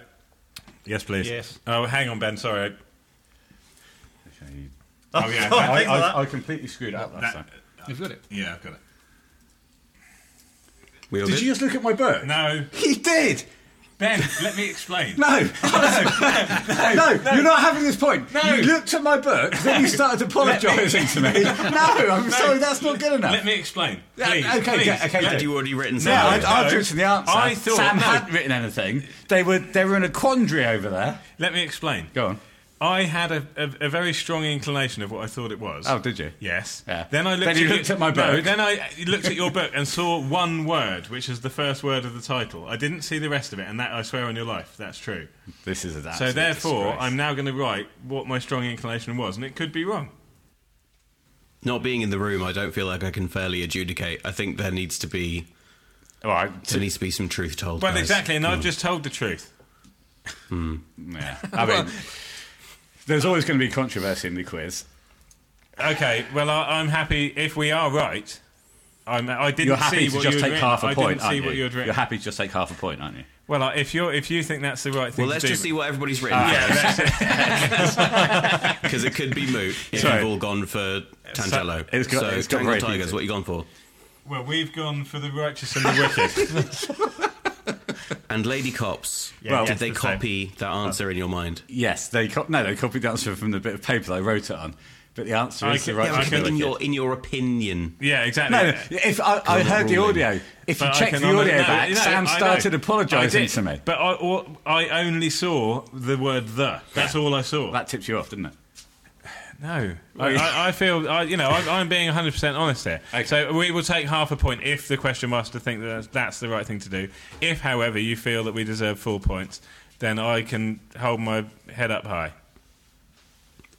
Yes, please.
Yes.
Oh, hang on, Ben. Sorry. Oh yeah.
I,
Thanks for that.
I, I completely screwed up last
That-
time.
You've got it.
yeah, I've got it.
We all
Did
good?
you just look at my book?
No,
He did.
Ben. let me explain.
No, no, no, you're not having this point.
No.
You looked at my book, then you started apologising to me. No, I'm sorry, that's not good enough.
Let me explain.
Yeah,
Please,
okay,
please.
okay, okay,
Had
do.
you already written
No, I,
something?
I
no.
drew it to the answer.
I thought-
Sam
no.
hadn't written anything. They were they were in a quandary over there.
Let me explain.
Go on.
I had a, a, a very strong inclination of what I thought it was.
Oh, did you?
Yes.
Yeah.
Then I
Then
looked,
you
at,
looked at my
No,
book.
then I looked at your book and saw one word, which is the first word of the title. I didn't see the rest of it, and that I swear on your life, that's true.
This is an
So
absolute
therefore,
disgrace.
I'm now going to write what my strong inclination was, and it could be wrong.
Not being in the room, I don't feel like I can fairly adjudicate. I think there needs to be
All right.
there needs to be some truth told.
Well,
guys.
exactly, and I've
Mm.
just told the truth.
Yeah. I mean, there's always going to be controversy in the quiz.
Okay, well, I, I'm happy if we are right. I'm, I didn't
You're happy
see
to
what
just
you'd
take
written.
half a
I
point,
didn't see
aren't
what
you?
you'd
You're
written.
happy to just take half a point, aren't you?
Well, uh, if you if you think that's the right thing
Well,
to
let's
do, Ah,
just see what everybody's written because it could be moot if
Sorry.
you've all gone for Tantello.
it's got-
so,
it's got
Tangled
very
Tigers,
heated.
what you gone for?
well, we've gone for the righteous and the wicked.
And Lady Cops,
Well,
did they
the
copy that
Uh,
answer in your mind?
Yes, they co- no, they copied the answer from the bit of paper that I wrote it on. But the answer
I
is
can-
the right
yeah, I
answer.
can-
in your in your opinion,
yeah, exactly.
No, no, if I, I heard the audio, if you
But I
check
can
the
under-
audio
no,
back,
no, I
Sam
know.
started
I
apologising
did,
to me.
But I, or, I only saw the word "the." That's all I saw.
That tips you off, didn't it?
no, I, I, I feel I, you know I'm, I'm being 100 percent honest here. So we will take half a point if the question master think that that's, that's the right thing to do. If, however, you feel that we deserve full points, then I can hold my head up high.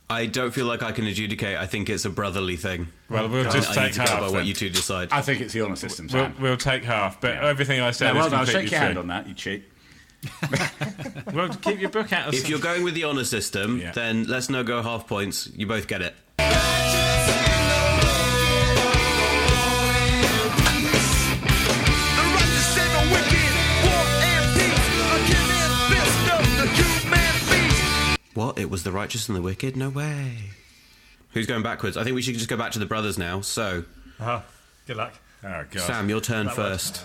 I don't feel like I can adjudicate. I think it's a brotherly thing.
Well, we'll just
I
take
need to go
half.
by
then.
what you two decide.
I think it's the honour system,
We'll,
Sam.
we'll take half, but everything I said
No, well
is
done.
completely
Shake your hand
true.
on that, you cheat.
Well, keep your book out of
If you're going with the honor system,
Yeah.
then let's no go half points. You both get it. What? It was the righteous and the wicked? No way. Who's going backwards? I think we should just go back to the brothers now. So,
Uh-huh. Good luck.
Oh god.
Sam, your turn first.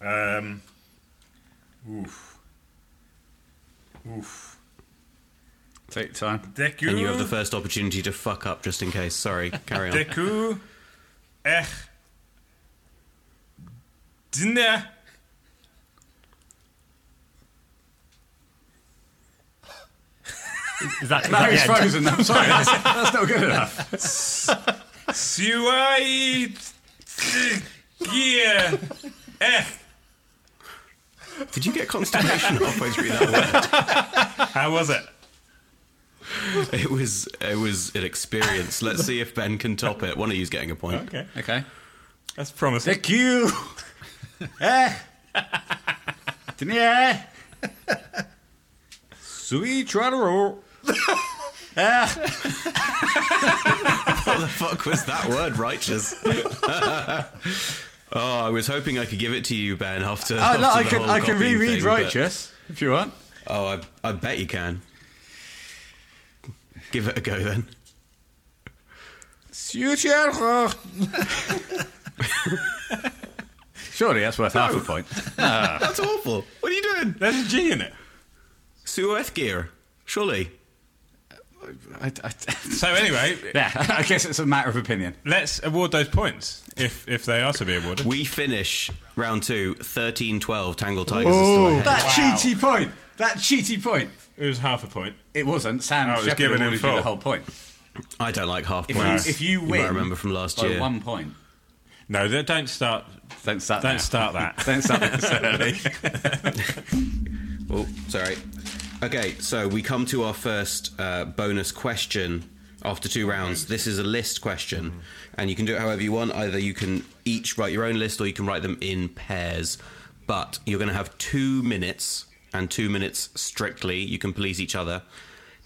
Um, oof. Oof.
Take your time.
Deku.
And you have the first opportunity to fuck up just in case. Sorry, carry on.
Deku. eh. Ech. Dinner.
Is that, is
No,
that
he's
the end?
frozen. I'm sorry. That's, that's not good enough.
Siwai. Gear. Ech.
Did you get constipation halfway through that
How was it?
word? It was it was an experience. Let's see if Ben can top it. One of you's getting a point.
Okay.
Okay.
That's promising.
Thank you. Eh? Didn't you, eh? Sweet Trotteroo.
What the fuck was that word, righteous? oh, I was hoping I could give it to you, Ben, after.
Oh,
after
no, I
the
can,
whole
I can
copying
reread
thing, but-
Righteous if you want.
Oh, I, I bet you can. Give it a go then.
Sweet Trotteroo. Surely that's worth half a point.
That's awful. What are you doing?
There's a G in it.
Sueth gear, surely.
I, I,
So anyway,
yeah, I guess it's a matter of opinion.
let's award those points if if they are to be awarded.
We finish round two, 13 12. Tangle Tigers is still ahead.
That cheaty point. That cheaty point.
It was half a point.
It wasn't. Sam
Oh, it was
Shepard
given in
awarded you the
full.
whole point.
I don't like half
If,
points.
you, if you
You
win
might remember from last
by
year.
one point,
No, th- don't start.
don't start
Don't
now.
start that.
Don't start this early.
Oh, sorry. Okay, so we come to our first uh, bonus question after two rounds. This is a list question, and you can do it however you want. Either you can each write your own list, or you can write them in pairs. But you're going to have two minutes, and two minutes strictly. You can please each other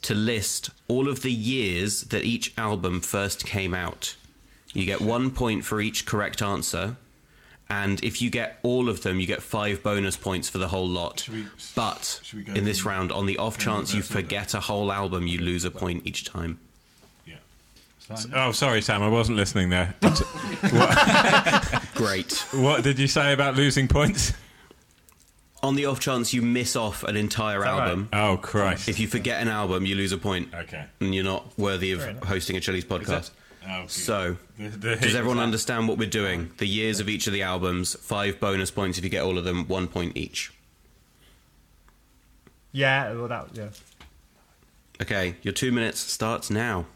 to list all of the years that each album first came out. You get one point for each correct answer. And if you get all of them, you get five bonus points for the whole lot. but
should we go
in this
from-
round, on the off chance you
reverse order?
forget a whole album, you lose a point each time.
Yeah. Oh, sorry, Sam. I wasn't listening there.
Great.
What did you say about losing points?
on the off chance you miss off an entire album,
Oh Christ!
if you forget an album, you lose a point.
Okay.
And you're not worthy of hosting a Chili's podcast.
Oh,
So,
the- the heat
does everyone
clap.
understand what we're doing? The years of each of the albums, five bonus points if you get all of them, one point each.
Yeah, well, that, yeah.
Okay, your two minutes starts now.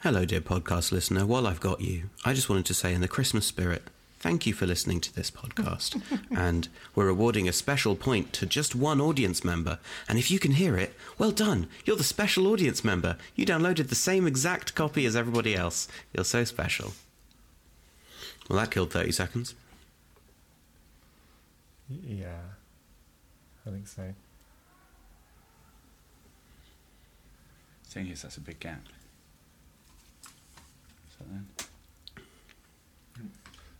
Hello, dear podcast listener. While I've got you, I just wanted to say, in the Christmas spirit, thank you for listening to this podcast. and we're awarding a special point to just one audience member. And if you can hear it, well done. You're the special audience member. You downloaded the same exact copy as everybody else. You're so special. Well, that killed 30 seconds.
Yeah. I think so.
Thing is, that's a big gap. So then,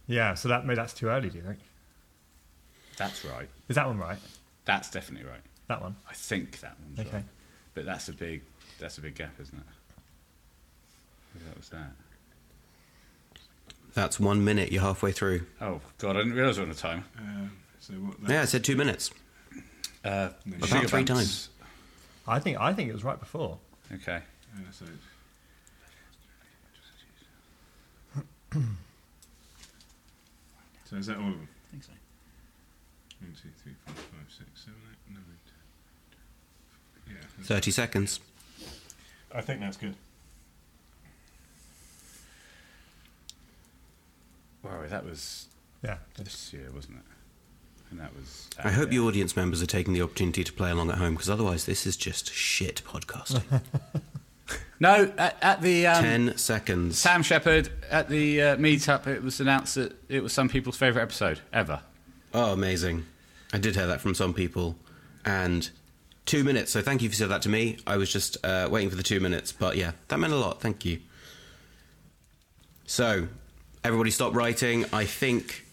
Yeah, so that maybe that's too early, do you think?
that's right.
Is that one right?
That's definitely right.
That one?
I think that one's
Okay.
right. But that's a big that's a big gap, isn't it? Maybe that was that.
That's one minute. You're halfway through.
Oh god, I didn't realise we were on a time.
Um, so what?
Yeah, I said two minutes.
Uh,
About
Sugar
three
Bumps.
I think I think it was right before.
Okay.
Uh, so it's- so is that all of them?
I think so.
One, two, three, four, five, six, seven, eight, nine, ten. Yeah. that's-
30 seconds.
I think that's good.
Wow, that was
Yeah.
this year, wasn't it? And that was
I hope
yeah.
you audience members are taking the opportunity to play along at home because otherwise this is just shit podcasting.
No, at, at the um,
10 seconds.
Sam Shepard at the uh, meetup it was announced that it was some people's favourite episode ever.
Oh, amazing. I did hear that from some people. And two minutes. So thank you for saying that to me. I was just uh, waiting for the two minutes. But yeah, that meant a lot. Thank you. So, everybody stop writing. I think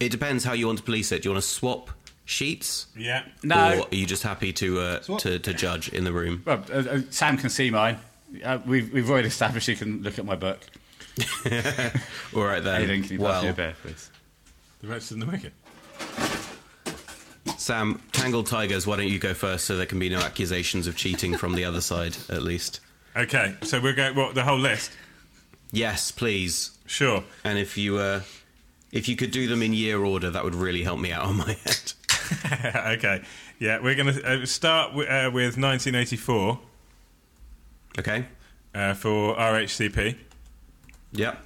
it depends how you want to police it. Do you want to swap sheets?
Yeah.
No.
Or are you just happy to, uh, to, to judge in the room?
Well, uh, uh, Sam can see mine. Uh, we've, we've already established he can look at my book.
All right, then.
Aidan, can you pass
Oh, well,
me a beer, please?
The rest in the wicket.
Sam, Tangled Tigers, why don't you go first so there can be no accusations of cheating from the other side, at least?
Okay, so we're going. What the whole list?
Yes, please.
Sure.
And if you uh, if you could do them in year order, that would really help me out on my end.
okay. Yeah, we're going to uh, start w- uh, with 1984
Okay.
uh, for RHCP.
Yep.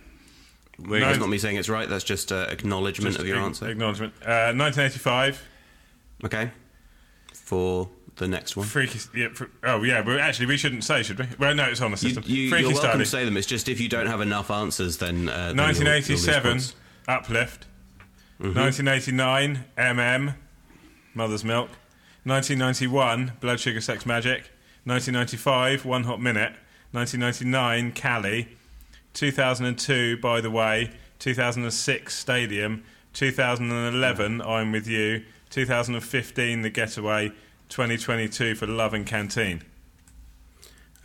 We're
No.
That's not me saying it's right. That's just uh, acknowledgement of your
Ag-
answer.
Acknowledgement. Uh, 1985.
Okay. For the next one.
Freaky. Yeah, fr- oh, yeah. But actually, we shouldn't say, should we? Well, no, it's on the
You,
system.
you,
Freaky
you're welcome
Starly.
to say them. It's just if you don't have enough answers, then. Uh, then you'll- you'll lose
1987.
points.
Uplift. Mm-hmm. 1989. MM. Mother's Milk. 1991. Blood Sugar Sex Magic. 1995. One Hot Minute. 1999. Cali. 2002. By the Way. 2006. Stadium. 2011. I'm with You. 2015. The Getaway. 2022 for Love and Canteen.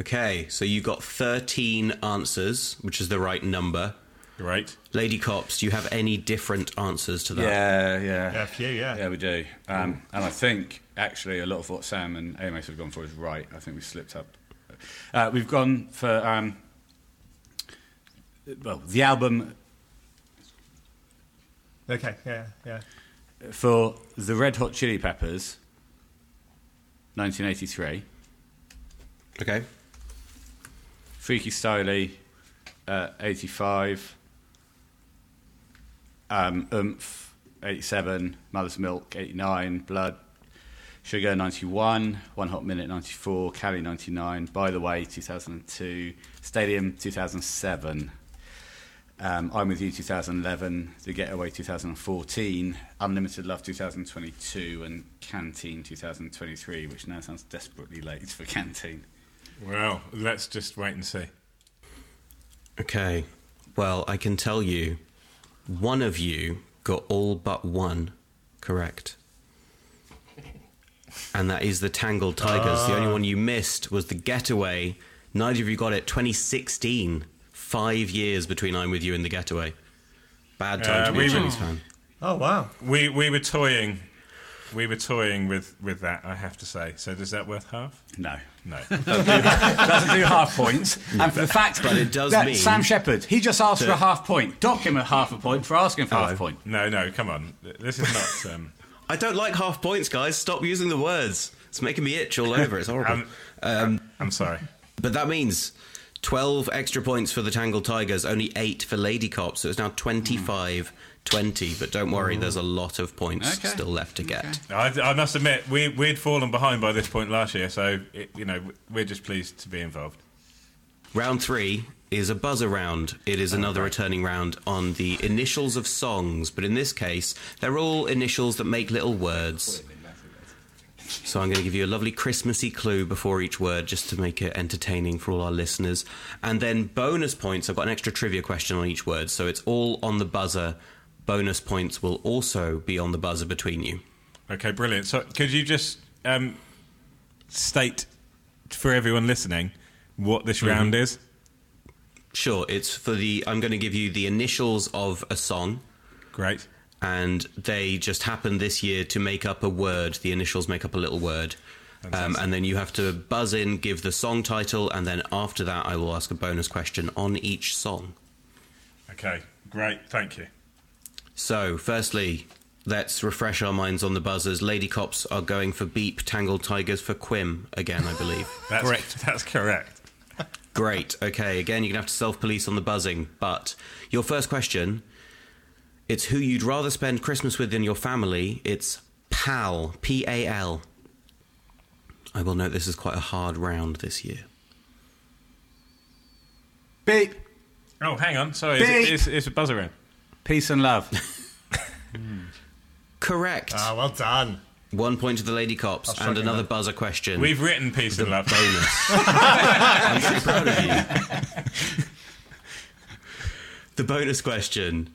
Okay, so you got 13 answers, which is the right number.
Great.
Lady Cops, do you have any different answers to that?
Yeah, yeah.
Yeah, a few, yeah.
Yeah, we do. Um, and I think actually a lot of what Sam and Amos have gone for is right. I think we slipped up. Uh, we've gone for um, well the album
Okay, yeah, yeah.
for the Red Hot Chili Peppers, 1983.
Okay.
Freaky Styley, uh, 85. Um, oomph, 87. Mother's Milk, 89. Blood, Sugar, 91. One Hot Minute, 94. Cali, 99. By the Way, 2002. Stadium, 2007. Um, I'm With You, 2011. The Getaway, 2014. Unlimited Love, 2022. And Canteen, 2023, which now sounds desperately late for Canteen.
Well, let's just wait and see.
Okay. Well, I can tell you, one of you got all but one correct. And that is the Tangled Tigers. The
Ah.
only one you missed was the Getaway. Neither of you got it. 2016. Five years between I'm With You and the Getaway. Bad time
Uh,
to be
we
a
were-
Chinese fan.
Oh wow.
We we were toying We were toying with, with that, I have to say. So is that worth half?
No.
No.
Doesn't do half points. And for the fact
But it does
that
mean-
Sam Shepard, he just asked for a half point. Dock him a half a point for asking for half point.
no, no, come on. This is not. Um,
I don't like half points, guys. Stop using the words. It's making me itch all over. It's horrible.
Um, I'm sorry.
But that means 12 extra points for the Tangled Tigers, only 8 for Lady Cop. So it's now 25 20. But don't worry, there's a lot of points
Okay.
still left to get.
I, I must admit, we, we'd fallen behind by this point last year, so, it, you know, we're just pleased to be involved.
Round 3 is a buzzer round. It is another returning round on the initials of songs. But in this case, they're all initials that make little words. So I'm going to give you a lovely Christmassy clue before each word just to make it entertaining for all our listeners. And then bonus points. I've got an extra trivia question on each word, so it's all on the buzzer. Bonus points will also be on the buzzer between you.
Okay, brilliant. So, could you just um, state for everyone listening what this round is?
Sure, it's for the I'm going to give you the initials of a song
Great.
and they just happened this year to make up a word. The initials make up a little word. Um, and then you have to buzz in, give the song title, and then after that, I will ask a bonus question on each song.
Okay, great. Thank you.
So, firstly, let's refresh our minds on the buzzers. Lady Cops are going for Beep, Tangled Tigers for Quim again, I believe.
That's correct. That's correct.
Great. Okay, again, you're going to have to self police on the buzzing. But your first question it's who you'd rather spend Christmas with than your family. It's PAL. P A L. I will note this is quite a hard round this year.
Beep.
Oh, hang on. Sorry, is it,
Beep.
is, is a buzzer round.
Peace and love.
Correct.
Ah, well done.
One point to the Lady Cops and another buzzer question.
We've written peace and love.
bonus. I'm so proud of you. the bonus question.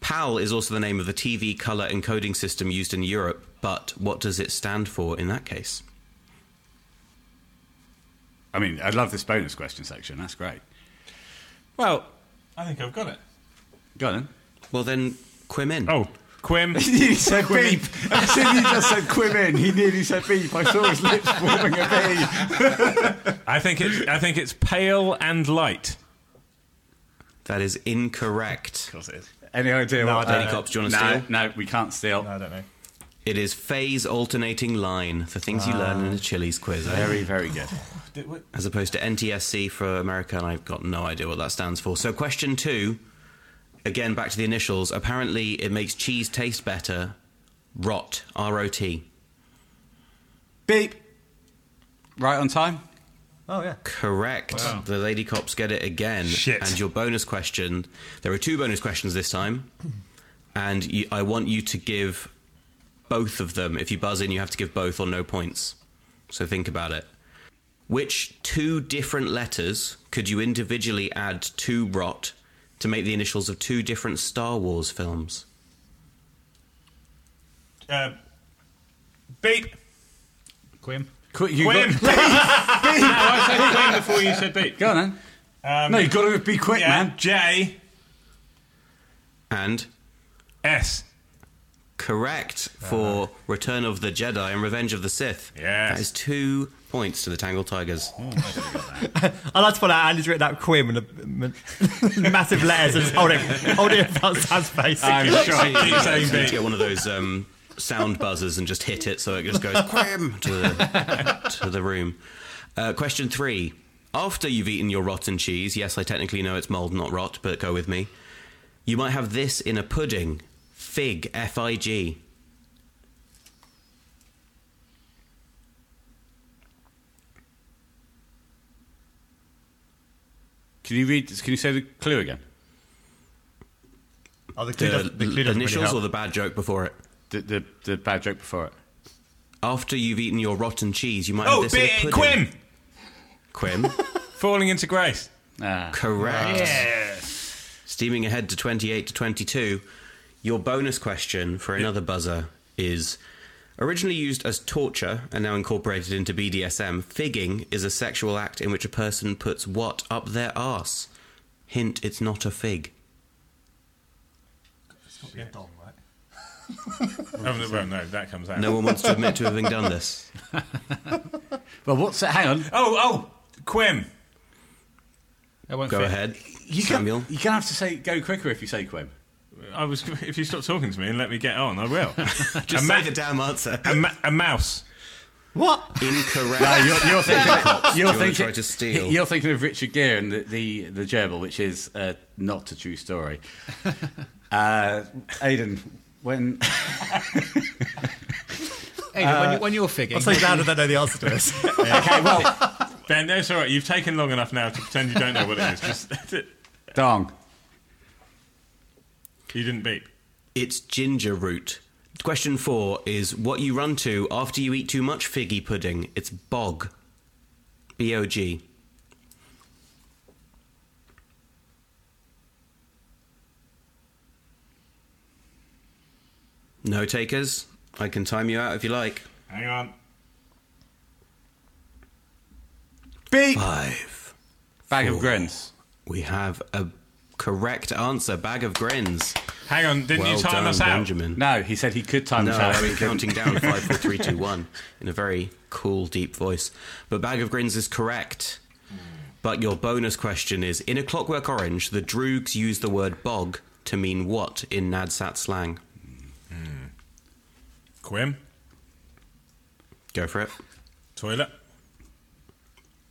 PAL is also the name of the TV color encoding system used in Europe, but what does it stand for in that case?
I mean, I love this bonus question section. That's great.
Well, I think I've got it.
Go on then.
Well, then, Quim in.
Oh, Quim.
He said beep. As soon as he just said quim in, he nearly said beep. I saw his lips forming a V.
I think it's I think it's pale and light.
That is incorrect.
Any idea what
Lady Cops, do you want to
No,
steal?
no, we can't steal.
I don't know.
It is phase alternating line, the things you learn in a Chili's quiz, eh?
Very, very good.
as opposed to NTSC for America, and I've got no idea what that stands for. So, question two, again, back to the initials. Apparently, it makes cheese taste better. Rot, R O T.
Beep. Right on time?
Oh yeah.
Correct. The lady cops get it again.
Shit.
And your bonus question. There are two bonus questions this time, and you, I want you to give both of them. If you buzz in, you have to give both or no points. So think about it. Which two different letters could you individually add to rot to make the initials of two different Star Wars films?
Uh, beep.
Quim.
Quick, you
Quim.
Got,
I said Quim before you said beep.
go on then. no, you've got to be quick,
Yeah,
man.
J
And
S.
correct for Return of the Jedi and Revenge of the Sith.
Uh-huh. Yes.
That is two points to the Tangle Tigers.
I like to point out Andy's written out Quim in a, m- massive letters and just holding holding it in front of Sam's face.
I'm sure I keep
You need
saying
to
beep.
get one of those um, sound buzzers and just hit it so it just goes quam to the, to the room. Uh, question three. After you've eaten your rotten cheese, yes, I technically know it's mold, not rot, but go with me. You might have this in a pudding. Fig, F I G.
Can you read? Can you say the clue again?
Oh, the clue
The,
doesn't- the clue doesn't really
initials
help.
or the bad joke before it?
The, the, the bad joke before it.
After you've eaten your rotten cheese, you might
Oh,
have this
beep.
in a pudding.
Quim.
Quim. Quim.
Falling into grace.
Ah.
Correct. Steaming ahead to 28 to 22, your bonus question for another buzzer is originally used as torture and now incorporated into BDSM, figging is a sexual act in which a person puts what up their arse? Hint, it's not a fig.
Oh, no, well, no, that comes out.
No one wants to admit to having done this.
But what's it? Hang on.
Oh, oh, Quim.
It won't
Go
fit.
ahead,
You can,
Samuel.
you're going to have to say go quicker if you say Quim.
I was. If you stop talking to me and let me get on, I will.
Just
a,
say
ma-
the damn answer.
a, ma- a mouse.
What?
Incorrect.
you're, you're thinking, you're
wanna
thinking,
try to steal?
you're thinking of Richard Gere and the, the, the gerbil, which is uh, not a true story. Uh, Aidan, when
Hey, when, you, when you're figging,
I'm so glad I don't know the answer to this.
okay, well,
Ben, no, it's all right. You've taken long enough now to pretend you don't know what it is. Just
dong.
you didn't beep.
It's ginger root. Question four is what you run to after you eat too much figgy pudding. It's bog. B O G. No takers? I can time you out if you like.
Hang on.
Beep.
Five.
Bag of
Four.
grins.
We have a correct answer. Bag of grins.
Hang on. Didn't
well
you time
done,
us out?
Benjamin.
No, he said he could time
No,
us out.
I've been counting down five, four, three, two, one in a very cool, deep voice. But Bag of Grins is correct. But your bonus question is In A Clockwork Orange, the Droogs use the word bog to mean what in Nadsat slang?
Quim.
Go for it.
Toilet.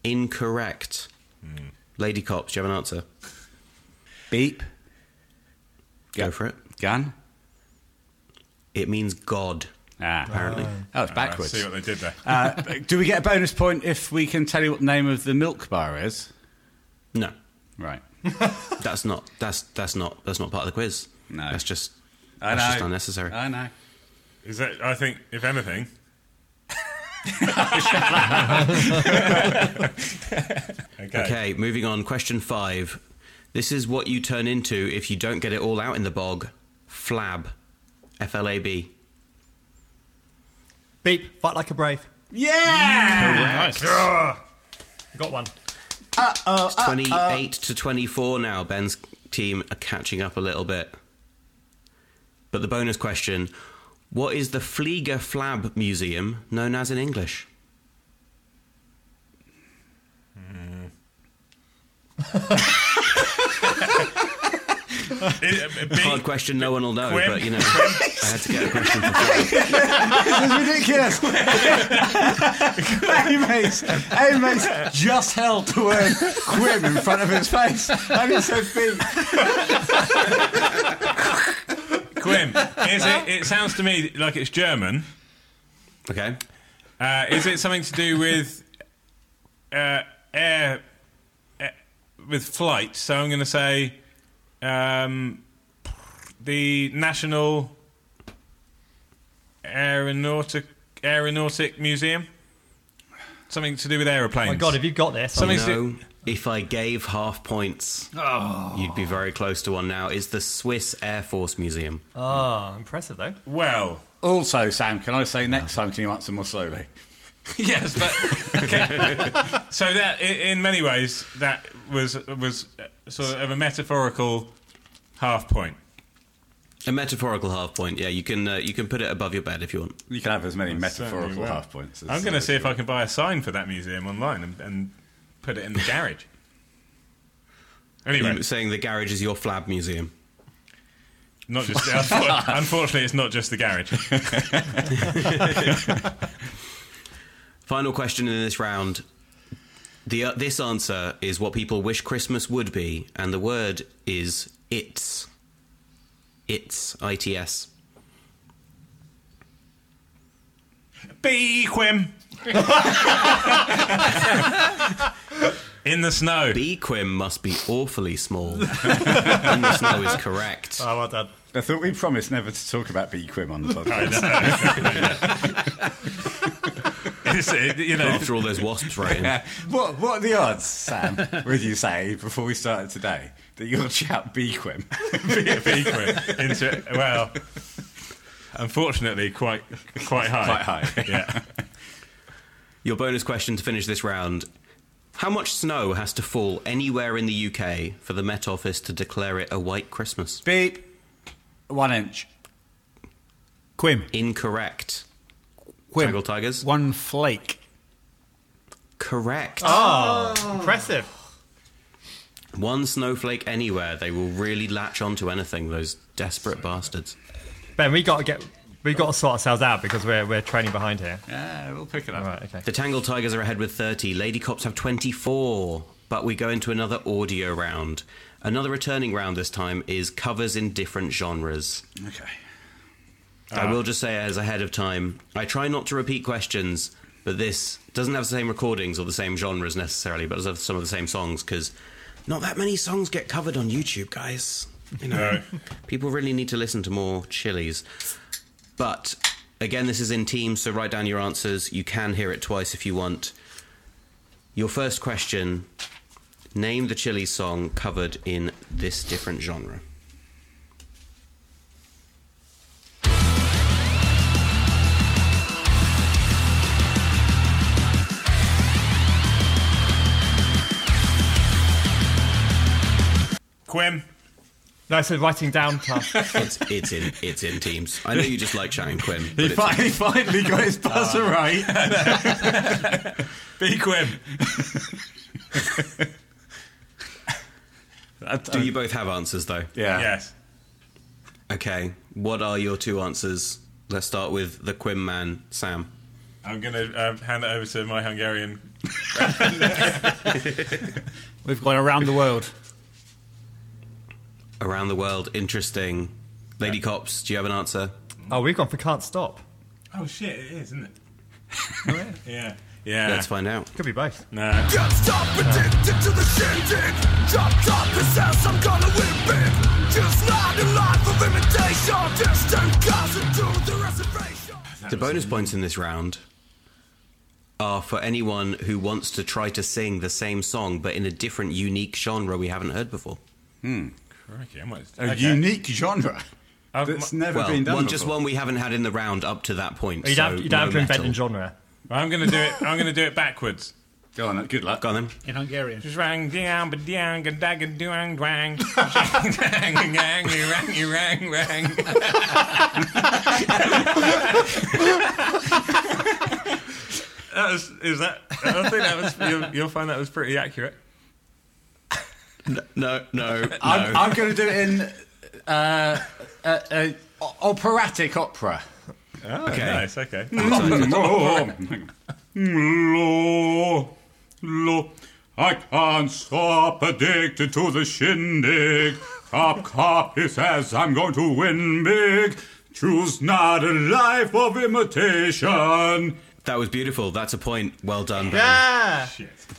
Incorrect.
Hmm.
Lady Cops, do you have an answer?
Beep.
Go
Yeah.
for it.
Gun.
It means God.
Ah, apparently. Oh, it's
I
backwards.
see what they did there.
Uh, do we get a bonus point if we can tell you what the name of the milk bar is?
No,
Right.
that's not. That's that's not. That's not part of the quiz.
No.
that's just.
I
that's
know.
just unnecessary.
I know.
Is that? I think if anything, okay.
Okay, moving on. Question five. This is what you turn into if you don't get it all out in the bog. Flab. F L A B.
Beep. Fight like a brave.
nice.
I got one.
Oh,
It's
uh,
28 to 24 now. Ben's team are catching up a little bit. But the bonus question What is the Flieger Flab Museum known as in English?
It- uh, beep.
Hard question, no one will know,
Quim.
but you know, I had to get a question for Flab.
This is ridiculous.
Oh
Amy's, Amy's just held the word quim in front of his face. And he said beep.
Quim. Is it? It sounds to me like it's German.
Okay.
Uh, is it something to do with uh, air, eh, with flight? So I'm going to say um, the National Aeronautic Aeronautic Museum. Something to do with aeroplanes.
Oh My God, have you got this?
Something- Is
No, if I gave half points,
Oh.
you'd be very close to one now. It's the Swiss Air Force Museum.
Ah, impressive though.
well,
Also, Sam, can I say next time, can you answer more slowly?
yes, but okay. so that i- in many ways that was was uh, sort of a metaphorical half point.
A metaphorical half point. Yeah, you can uh, you can put it above your bed if you want.
You can have as many
Certainly
metaphorical
will.
half points. As,
I'm going to see if I can buy a sign for that museum online and, and put it in the garage. Anyway,
You were saying the garage is your flab museum.
not just unfor- unfortunately, it's not just the garage.
Final question in this round. The uh, this answer is what people wish Christmas would be, and the word is its. Its I T S.
Bee Quim in the snow.
Bequim must be awfully small. and the snow is correct.
Oh, well done.
I thought we promised never to talk about beat quim on the podcast.
It's, uh, you know,
After all, those wasps right in.
what, what are the odds, Sam, would you say before we started today that you'll shout bequim?
Bee Quim into well. Unfortunately, quite quite high.
Quite high.
Yeah.
Your bonus question to finish this round. How much snow has to fall anywhere in the UK for the Met Office to declare it a white Christmas?
Beep. One inch.
Quim.
Incorrect.
Quim.
Tangle Tigers.
One flake.
Correct.
Oh, impressive.
One snowflake anywhere, they will really latch onto anything. Those desperate bastards.
Ben, we got to get. We got to sort ourselves out because we're we're trailing behind here.
Yeah, we'll pick it up.
All right. Okay.
The Tangle Tigers are ahead with 30. Lady Cops have 24. But we go into another audio round. Another returning round this time is covers in different genres.
Okay.
I will just say as ahead of time, I try not to repeat questions, but this doesn't have the same recordings or the same genres necessarily, but does have some of the same songs because not that many songs get covered on YouTube, guys. You know, people really need to listen to more chilies. But again, this is in teams, so write down your answers. You can hear it twice if you want. Your first question: Name the chili song covered in this different genre.
Quim.
No, so writing down task.
It's it's in it's in teams. I know you just like shouting Quim. but
He,
it's-
fi- he finally got his buzzer right.
Be Quim.
That-
Do you both have answers though?
Yeah.
Yes.
Okay. What are your two answers? Let's start with the Quim man, Sam.
I'm going to um, hand it over to my Hungarian.
We've gone around the world.
Around the world, interesting. Lady cops, do you have an answer?
Oh, we've gone for can't stop.
Oh, shit, it is, isn't it?
Oh,
yeah. Yeah.
Let's find out.
Could be both.
No.
Can't stop addicted to the shindig. Drop top possess, I'm gonna win big. Just not a life of imitation. Distant cousin to the reservation.
The bonus points in this round are for anyone who wants to try to sing the same song but in a different, unique genre we haven't heard before.
Crikey, I might.
A unique genre
I've-
that's never
well,
been done
one,
before.
just one we haven't had in the round up to that point.
Oh, You
so
don't, have, you don't
no
have to invent
metal.
a genre.
I'm going to do it. I'm going to do it backwards.
Go on, good luck.
Go on then.
In Hungarian.
Just rang down, but down, ga da ga doang dwang. Dang, dang, dang, you rang, you rang, rang. That was, is that, I think that was, you'll, you'll find that was pretty accurate.
No, no, no.
I'm, I'm going to do it in uh, uh, uh, o- operatic opera. Hmm.
Oh, okay. nice, okay.
Lo, lo, Oh, I can't stop addicted to the shindig. Cop, cop, he says I'm going to win big. Choose not a life of imitation.
That was beautiful. That's a point. Well done. Ben.
Yeah.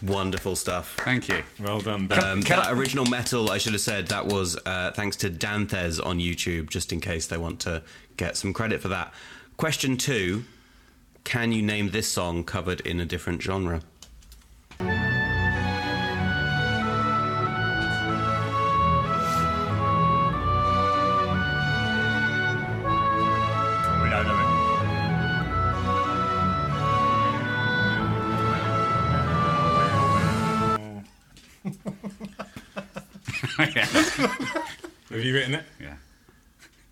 Wonderful stuff.
Thank you.
Well done, Ben.
Um, that original metal, I should have said, that was uh, thanks to Danthez on YouTube, just in case they want to get some credit for that. Question two Can you name this song covered in a different genre?
We don't know
Have you written it?
Yeah.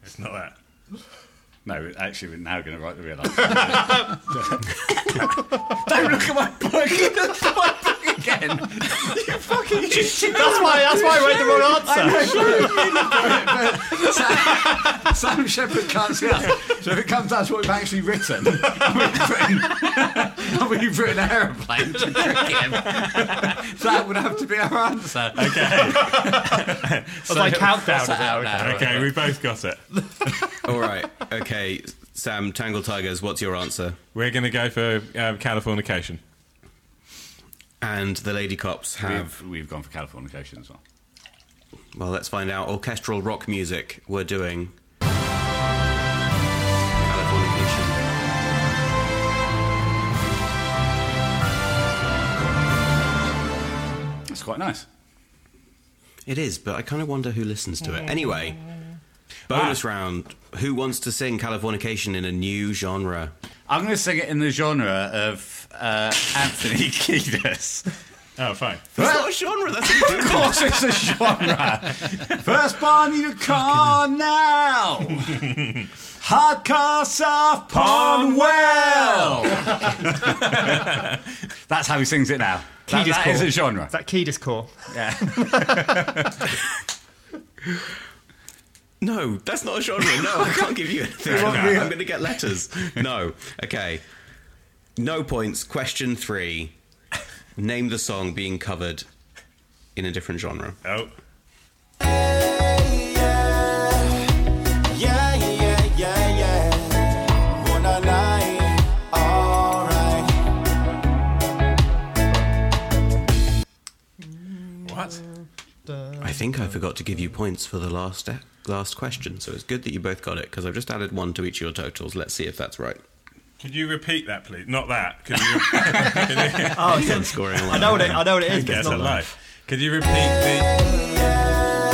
It's not that.
No, actually, we're now going to write the real answer. Don't look at my book. Look at my book again. You fucking
it. That's why. That's why I wrote the wrong
Sam,
answer.
Sam Shepard can't see us. So if it comes down to what we've actually written, we've written, we've written an aeroplane to trick him. That would have to be our answer. Okay.
It's like countdown.
That's
Is it?
out now.
Okay, we both got it.
All right. Okay. Sam, Tangle Tigers, what's your answer?
We're going to go for um, Californication.
And the Lady Cops have,
We've, we've gone for Californication as well.
well, let's find out. Orchestral rock music. We're doing. Californication.
That's quite nice.
It is, but I kind of wonder who listens to it. Anyway, bonus round. Who wants to sing Californication in a new genre?
I'm going to sing it in the genre of uh, Anthony Kiedis.
Oh, fine.
That's not a genre. That's a
Of course, it's a genre. First porn you can now. Hardcore soft porn well. That's how he sings it now. That,
Key
that
discord.
is a genre.
Is that key discord?
No, that's not a genre. No, I can't give you anything. for that. I'm going to get letters. No. Okay. No points. Question three. Name the song being covered in a different genre.
Oh, what?
I think I forgot to give you points for the last uh, last question, so it's good that you both got it because I've just added one to each of your totals. Let's see if that's right.
Could you repeat that, please? Not that. Could you?
Oh, it's-
Someone's scoring a
I know what it, I know what it is, but
Yes,
it's
a
not live.
life. Could you repeat the?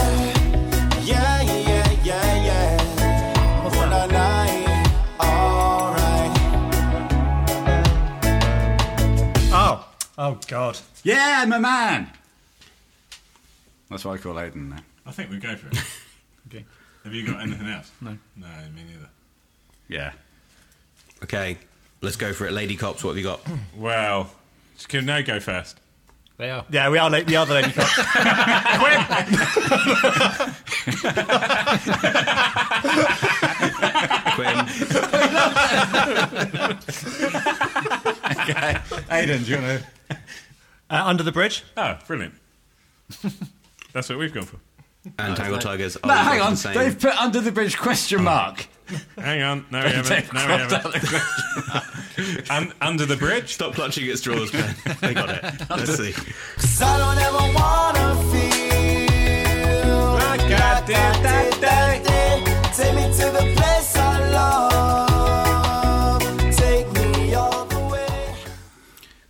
Oh. Oh, God.
Yeah, my man. That's what I call Aiden now.
I think we go for it.
Okay.
Have you got anything else? No. No, me neither.
Yeah.
Okay, let's go for it. Lady cops, what have you got?
Well, can no go first?
They are.
Yeah, we are like the other lady. cop.
Quinn.
Aiden, do you want to?
Uh, under the bridge.
Oh, brilliant. That's what we've gone for.
and Tangle Tigers.
No,
Oh,
hang on.
the same.
They've put under the bridge question mark.
Hang on. No, we haven't. No, we haven't. Un- under the bridge?
Stop clutching at straws, Ben. they got it. Let's see.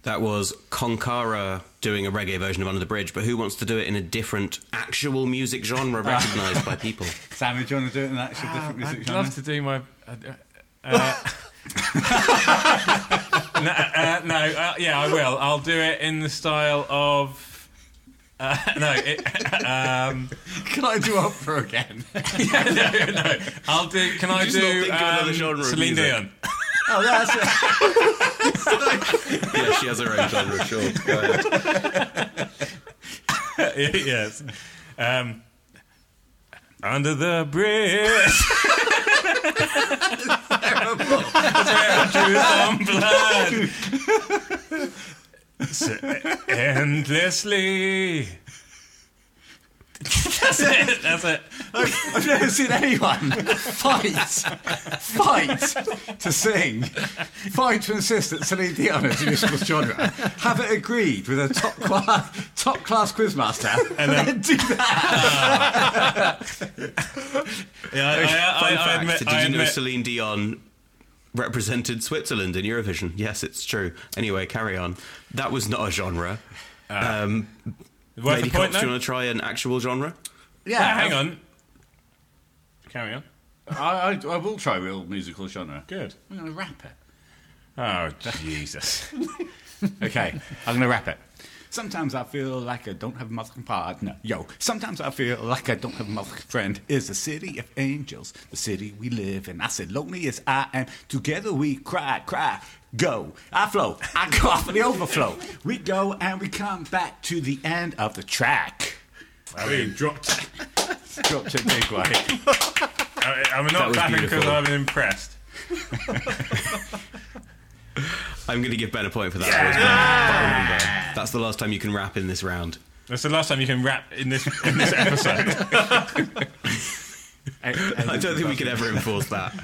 That was Konkara doing a reggae version of Under the Bridge, but who wants to do it in a different actual music genre recognised by people?
Sammy, do you want to do it in an actual different music
I'd
genre?
love to do my. Uh, uh, no, uh, no uh, yeah, I will. I'll do it in the style of. Uh, no, it, um,
Can I do opera again?
I'll do. Can I
just not think
do
of another
um,
genre of
Celine
music.
Dion?
oh, that's it.
yeah, she has her own genre, sure. Go ahead.
yes. Um, under the bridge. Terrible. blood. So, endlessly. That's it. That's it.
I've never seen anyone fight, fight to sing, fight to insist that Celine Dion is a musical genre, have it agreed with a top class, top class quizmaster, and then, do that.
Yeah, I, I, I, I
Fun fact,
admit.
did
I
you know
admit
Celine Dion represented Switzerland in Eurovision? Yes, it's true. Anyway, carry on. That was not a genre. um,
Ah. worth
Lady
a point
Cops, do you
now?
want to try an actual genre?
Yeah,
Ah, hang on. Carry on.
I, I, I will try real musical genre.
Good.
I'm going to rap it.
Oh, Jesus.
Okay, I'm going to wrap it. Sometimes I feel like I don't have a mother partner. Yo, sometimes I feel like I don't have a mother friend. Is the city of angels, the city we live in. I said, lonely as I am, together we cry, cry, go. I flow, I go off of the overflow. We go and we come back to the end of the track.
I mean, dropped.
Dropped it big way.
I, I'm
That
not
was
clapping because
beautiful.
I'm impressed.
I'm going to give Ben a point for that. But remember, that's the last time you can rap in this round.
That's the last time you can rap in this in this episode.
I don't think we could ever enforce that.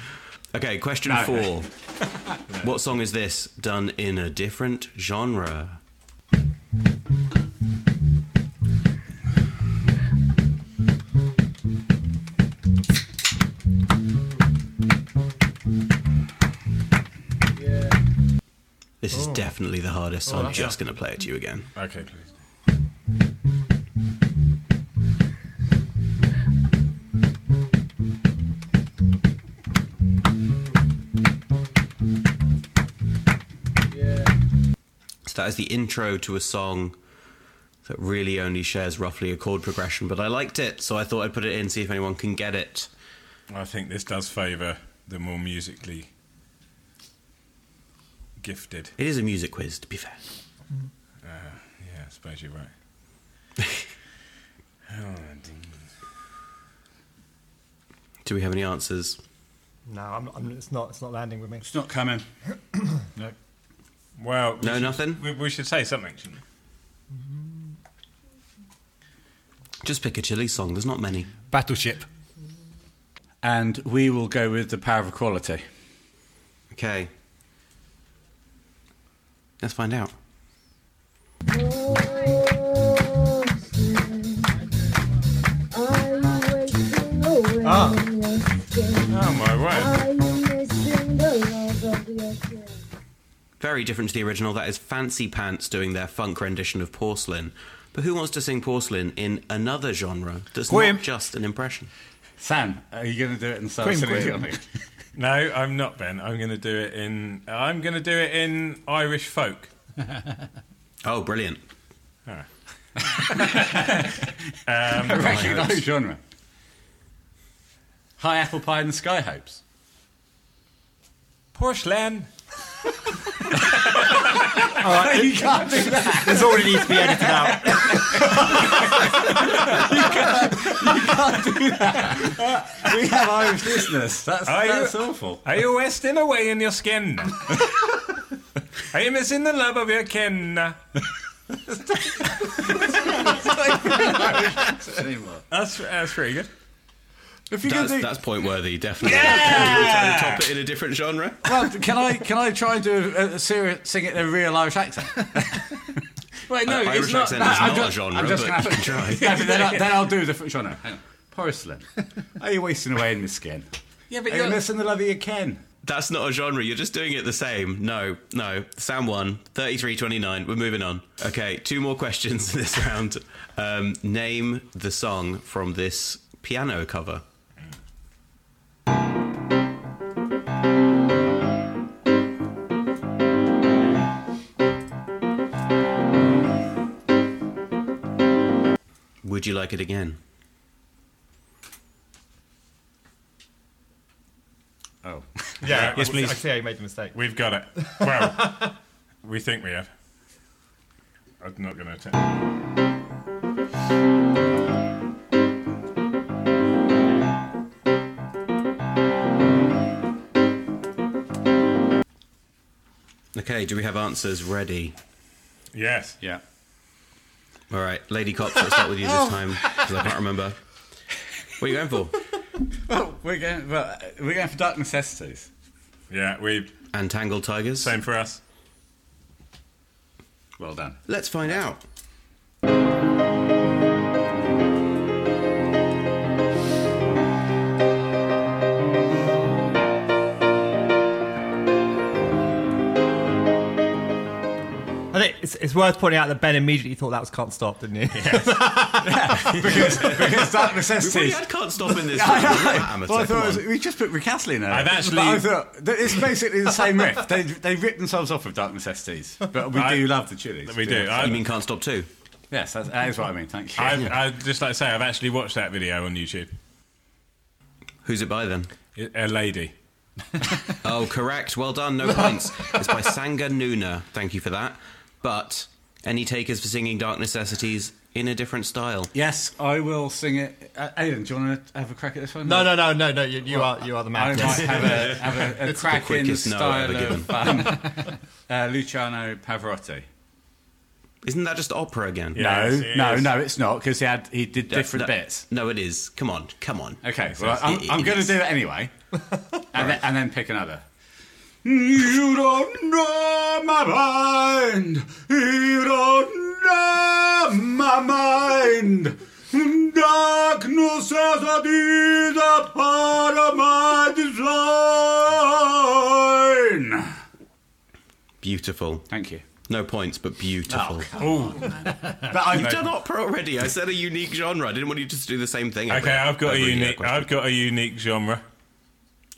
Okay, question four. What song is this done in a different genre? This is definitely the hardest, so I'm just going to play it to you again.
okay, please.
So that is the intro to a song So it really only shares roughly a chord progression, but I liked it, so I thought I'd put it in, see if anyone can get it.
I think this does favour the more musically gifted.
It is a music quiz, to be fair.
Uh, yeah, I suppose you're right. oh, ding.
Do we have any answers?
No, I'm, I'm, it's not. It's not landing with me.
It's not coming. no.
Well, we
No,
should-
nothing?
We, we should say something, shouldn't we?
Just pick a Chili song, there's not many.
Battleship. And we will go with the power of equality.
Okay. Let's find out.
Ah.
Oh my word!
Very different to the original, that is Fancy Pants doing their funk rendition of Porcelain. But who wants to sing Porcelain in another genre that's
Graham.
not just an impression?
Sam, are you going to do it in South
Queen,
Sydney?
Queen.
No, I'm not Ben. I'm going to do it in. I'm going to do it in Irish folk.
Oh, brilliant.
A recognised genre. High apple pie and the sky hopes.
Porcelain.
you can't do that.
This already needs to be edited out.
We have Irish listeners. That's,
Are you-
that's awful.
Are you wasting away in your skin? Are you missing the love of your kin? That's that's pretty good.
If you can
That's,
do,
that's point worthy, definitely. Yeah! We were trying to top it in a different genre.
well, can I can I try and do a, a serious sing it in a real Irish accent? Wait, no,
Uh,
it's
Irish
not,
accent
no,
is
I'm
not
just,
a genre,
I'm just
but
gonna
you
have
can try.
Yeah, but then, I, then I'll do the f- genre. Hang on. Porcelain. Are you wasting away in the skin? Yeah, but you're missing the love of your Ken.
That's not a genre. You're just doing it the same. No, no. Sam won. 33-29. We're moving on. Okay, two more questions in this round. Um, name the song from this piano cover. Would you like it again?
Oh,
Yeah,
Yes, please. I see how you made the mistake.
We've got it. Well, we think we have. I'm not going to attempt.
Okay, do we have answers ready?
Yes.
yeah.
All right, Lady Cops, let's start with you this time because I can't remember. What are you going for?
Well, we're going. Well, uh, we're going for dark necessities.
Yeah, we
And Tangled Tigers?
same for us.
Well done.
Let's find out.
I think it's, it's worth pointing out that Ben immediately thought that was Can't Stop, didn't he?
because dark
Well,
necessities.
yeah, I can't stop in this.
Well, I
Amateur.
thought it was,
come on.
we just put Rick Astley in there.
I've actually-
But I thought that it's basically the same riff. They they ripped themselves off of Dark Necessities, but we
I-
do love the chilies.
We do.
You
I,
mean can't stop too?
Yes, that's, that is what I mean. Thank you.
I, I just like to say I've actually watched that video on YouTube.
Who's it by then?
A lady.
Oh, correct. Well done. No points. It's by Sanga Nuna. Thank you for that. But any takers for singing Dark Necessities in a different style?
yes, I will sing it. Uh, Aidan, do you want to have a crack at this one?
No, no, no, no, no. You, you are you are the
I
man.
might
Yes.
have a, have a, a crack in the
quickest no I've
style
ever
of um, uh, Luciano Pavarotti.
Isn't that just opera again?
Yes,
no,
it
no,
is.
no, it's not because he had he did
No,
different
no,
bits.
No, it is. Come on, come on.
Okay,
So
well,
it's-
I'm,
it- it
I'm going to
is.
do it anyway, and, then, and then pick another. You don't know my mind. You don't know my mind. Darkness as it is a part of my design.
Beautiful.
Thank you.
No points, but beautiful.
But I,
You've done opera already. I said a unique genre. I didn't want you just to do the same thing. every-
Okay, I've got a
every
unique.
question.
I've got a unique genre.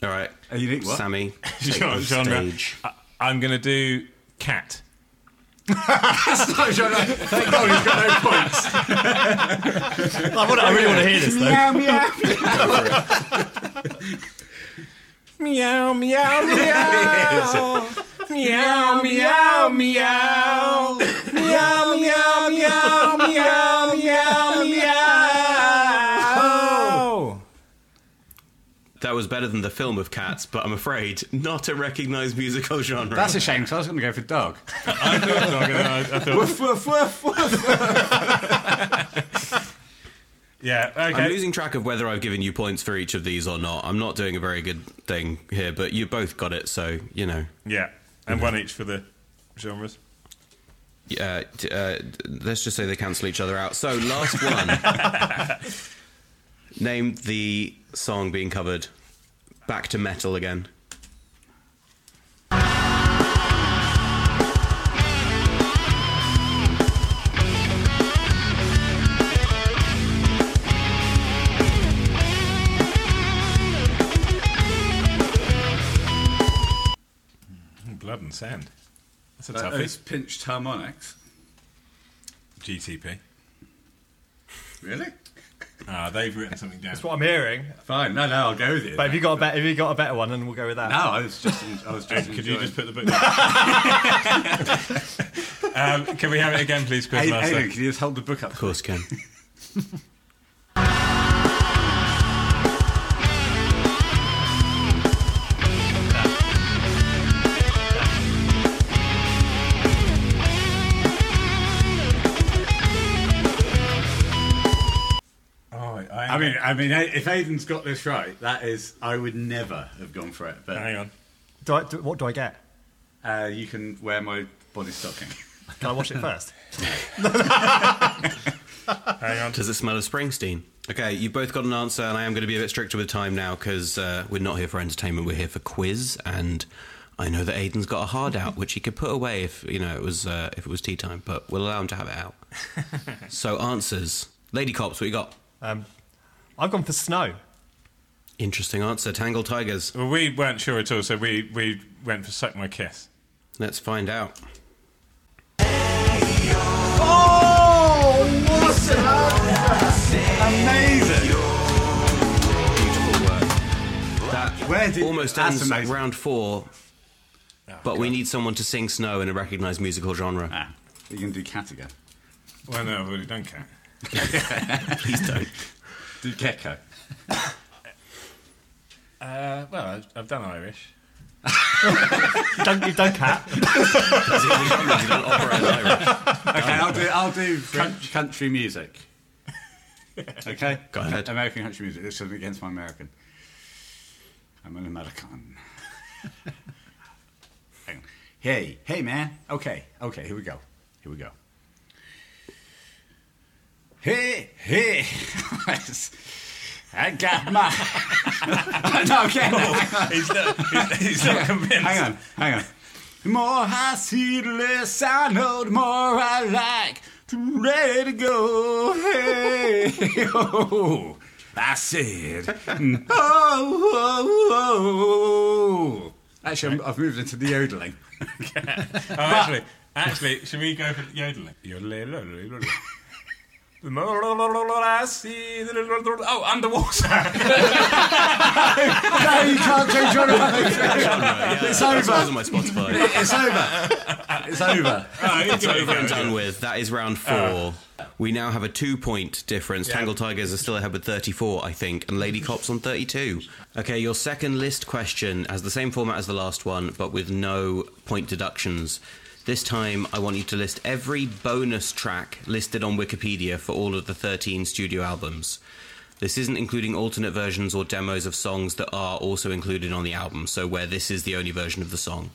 All right.
a unique what?
Sammy, take
Genre.
the stage.
I, I'm going to do cat.
Sorry, John, I- Thank God he's got no points.
I, wanna, I really want to hear this though.
Meow, meow. meow, meow, meow. Meow, meow, meow. Meow, meow, meow, meow, meow, meow.
That was better than the film of Cats, but I'm afraid not a recognised musical genre.
That's a shame because I was going to go for dog.
I thought, dog, and I, I thought
Woof, woof, woof, woof.
yeah, okay.
I'm losing track of whether I've given you points for each of these or not. I'm not doing a very good thing here, but you both got it, so you know.
yeah, and one each for the genres.
Uh, t- uh, d- let's just say they cancel each other out. So last one. Name the song being covered. Back to metal again.
Blood and sand. That's a
Those
toughie.
pinched harmonics.
GTP.
Really?
Ah, they've written something down.
That's what I'm hearing.
Fine. No, no, I'll go with it.
But if you got a better, if you got a better one, then we'll go with that.
no, I was just. I was just.
Could you
enjoying-
just put the book down? um, can we have it again, please,
Hey,
Quizmaster?
Aidan, can you just hold the book up?
Of course, Ken.
Oh, I,
I mean, I mean, if Aiden's got this right, that is, I would never have gone for it. But
hang on.
Do I, do, what do I get?
Uh, you can wear my body stocking.
Can I watch it first?
Hang on.
Does it smell of Springsteen? Okay, you both got an answer, and I am going to be a bit stricter with time now because uh, we're not here for entertainment. We're here for quiz, and I know that Aiden's got a hard out, which he could put away if you know it was uh, if it was tea time. But we'll allow him to have it out. so answers, Lady Cops, what you got?
Um, I've gone for snow.
Interesting answer, Tangle Tigers.
Oh.
Well, we weren't sure at all, so we, we went for Suck My Kiss.
Let's find out.
Amazing!
That
Where did-
almost
that's
ends
amazing. Oh,
round four, but we need someone to sing "Snow" in a recognised musical genre.
Ah, you can do cat again.
Well, no, I've already done Cat.
Please don't.
Do gecko.
Uh, well, I've, I've done Irish.
You've done, you've done cat.
You've done opera and Irish.
Okay, I'll do. I'll do country, country music. Okay,
Go ahead.
American country music. This is against my American. I'm an American. Hang on. Hey, hey, man. Okay, okay. Here we go. Here we go. Hey, hey. I got my. no, okay. No.
He's not, he's, he's not convinced.
Hang on, hang on. The more I see, the less I know, the more I like to let it go. Hey, oh, I said, oh, oh, oh. Actually, I'm, I've moved into the yodeling.
Oh, actually, actually, should we go for yodeling? Yodeling. The more I see, the little- oh, underwater.
no, you can't change your Oh,
Yeah,
It's
that's what
over.
was on my Spotify.
It's over. It's over.
Oh,
it's over and done with. That is round four. we now have a two point difference. Tangle Tigers are still ahead with 34, I think, and Lady Cops on 32. Okay, your second list question has the same format as the last one, but with no point deductions. This time, I want you to list every bonus track listed on Wikipedia for all of the 13 studio albums. This isn't including alternate versions or demos of songs that are also included on the album, so where this is the only version of the song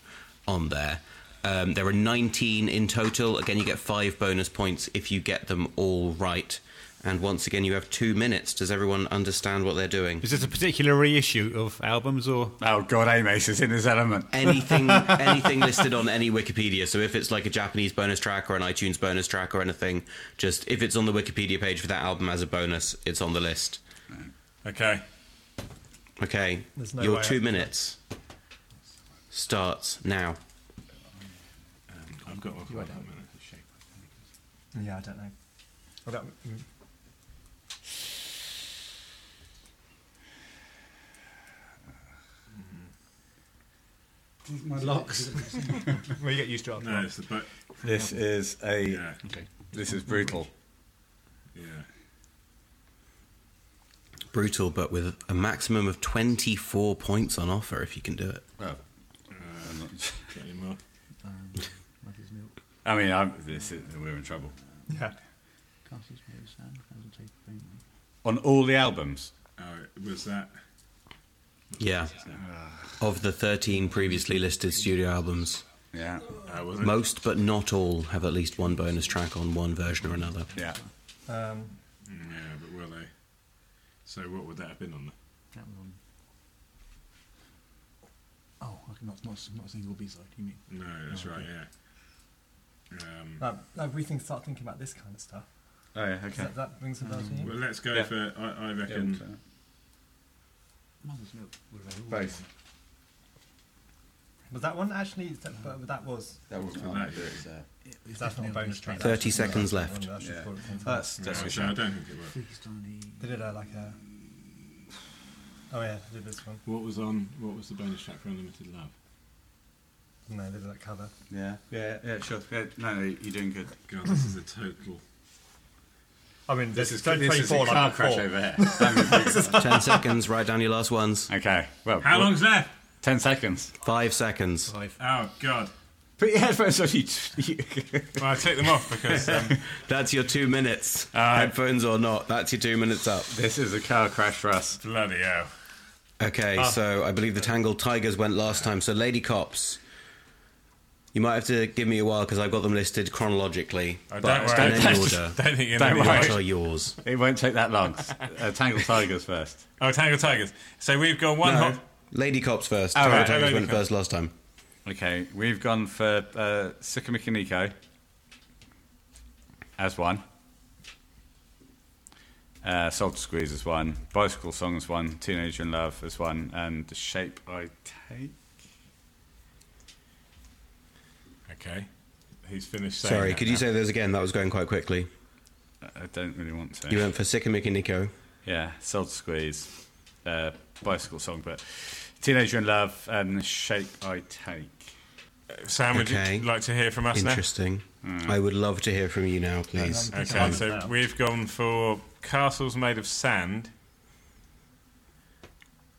on there. Um, there are 19 in total. Again, you get five bonus points if you get them all right. And once again, you have two minutes. Does everyone understand what they're doing?
Is this a particular reissue of albums or?
Oh, God, Amos is in his element.
Anything, anything listed on any Wikipedia. So if it's like a Japanese bonus track or an iTunes bonus track or anything, just if it's on the Wikipedia page for that album as a bonus, it's on the list.
Okay.
Okay.
There's no
Your
way
two
out.
minutes starts now.
I've got one.
Yeah, I don't know. I don't, mm. Mm-hmm.
My locks.
Well, you get used to it. after a
No,
while.
Uh, it's the book.
This is a.
Yeah,
This is brutal.
yeah.
Brutal, but with a maximum of 24 points on offer if you can do it.
Well, uh,
Got any more? Um,
Mother's milk.
I mean, I'm, this is, we're in trouble.
Yeah.
Castles made of sand. Castles take green.
On all the albums.
Oh, was that?
Yeah.
Ah.
Of the 13 previously listed studio albums,
Yeah.
I wasn't.
most but not all have at least one bonus track on one version or another.
Yeah.
Um,
Mm, yeah, but were they? So what would that have been on?
That was on. Oh, okay, not, not, not a single B side, you mean?
No, that's
Oh,
right.
okay.
Yeah. Um,
like, like we think start thinking about this kind of stuff.
Oh, yeah, Mm-hmm.
Does That, that rings a bell to
well,
you.
let's go
Yeah.
for. I, I
Yeah,
reckon.
we'll-
Mother's milk. What about all
Both.
Was that one actually? is That, but that was.
That was
one I
do.
did,
Is
That's not a bonus track.
30 seconds
That's
left.
one that should
Yeah.
call it something.
That's,
no,
that's a
so I
shame.
don't think it worked.
Feast on the.
They did a, like a. Oh yeah, they did this one.
What was on? What was the bonus track for Unlimited Love?
No, they did that cover.
Yeah. Yeah, yeah, sure. Yeah, no, no, you're doing good.
God, this is a total.
I mean, this, is
this is a
24
car
like
crash
before.
over here.
10 seconds, write down your last ones.
okay. Well,
How
well,
long's left?
Ten seconds.
Five seconds.
Oh God!
Put your headphones on. You. you
Well, I take them off because um,
That's your two minutes. Headphones or not, that's your two minutes up.
this is a car crash for us.
bloody hell.
Okay,
Ah.
so I believe the Tangled Tigers went last time. So Lady Cops, you might have to give me a while because I've got them listed chronologically,
Oh,
but
don't worry.
in any order.
Don't think you
Don't
know.
worry.
Which are yours?
It won't take that long. uh, Tangled Tigers first.
Oh, Tangle Tigers. So we've got one
No,
hot.
Lady Cops first.
Oh,
Tangled
right,
Tigers
Lady
went
Cops.
first last time.
Okay, we've gone for uh, Sukumikiniko as one. Uh, Salt to Squeeze as one. Bicycle Song as one. Teenager in Love as one. And The Shape I Take.
Okay, he's finished. Saying
Sorry,
that
could you
now.
say those again? That was going quite quickly.
I don't really want to.
You went for Sikamiki Nico.
Yeah, Salt to Squeeze. Uh, bicycle Song, but Teenager in Love and The Shape I Take.
Sam? Would
Okay.
you like to hear from us now?
Interesting.
Hmm.
I would love to hear from you now, please. Um,
Okay, so we've gone for castles made of sand,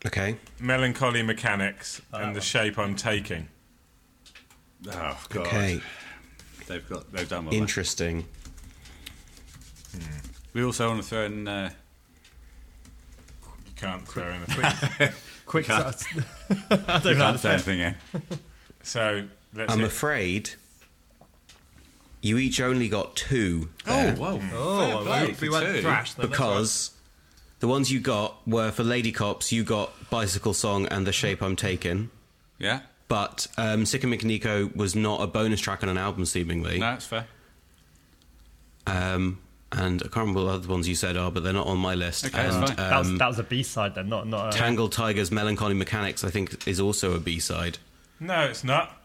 Okay.
melancholy mechanics,
that
and the
one.
shape I'm taking.
Oh, God.
Okay.
They've, got, they've done well. there.
Interesting.
We also want to throw in. Uh,
You can't throw in a
Quick
Cut.
cuts.
I don't know. anything in. eh?
So let's.
I'm
hear-
afraid you each only got two
Oh,
there.
Oh,
play
we,
for
we went
two.
thrashed. then, that's
because the ones you got were for Lady Cops. You got Bicycle Song and The Shape I'm Taken,
Yeah?
but um, Sick and Nico was not a bonus track on an album, seemingly.
No, that's fair.
Um, and I can't remember what other ones you said are, but they're not on my list.
Okay, that's
and
fine.
uh,
That was, that was a B side then, not not. A,
Tangled Tiger's Melancholy Mechanics, I think, is also a B side.
no, it's not.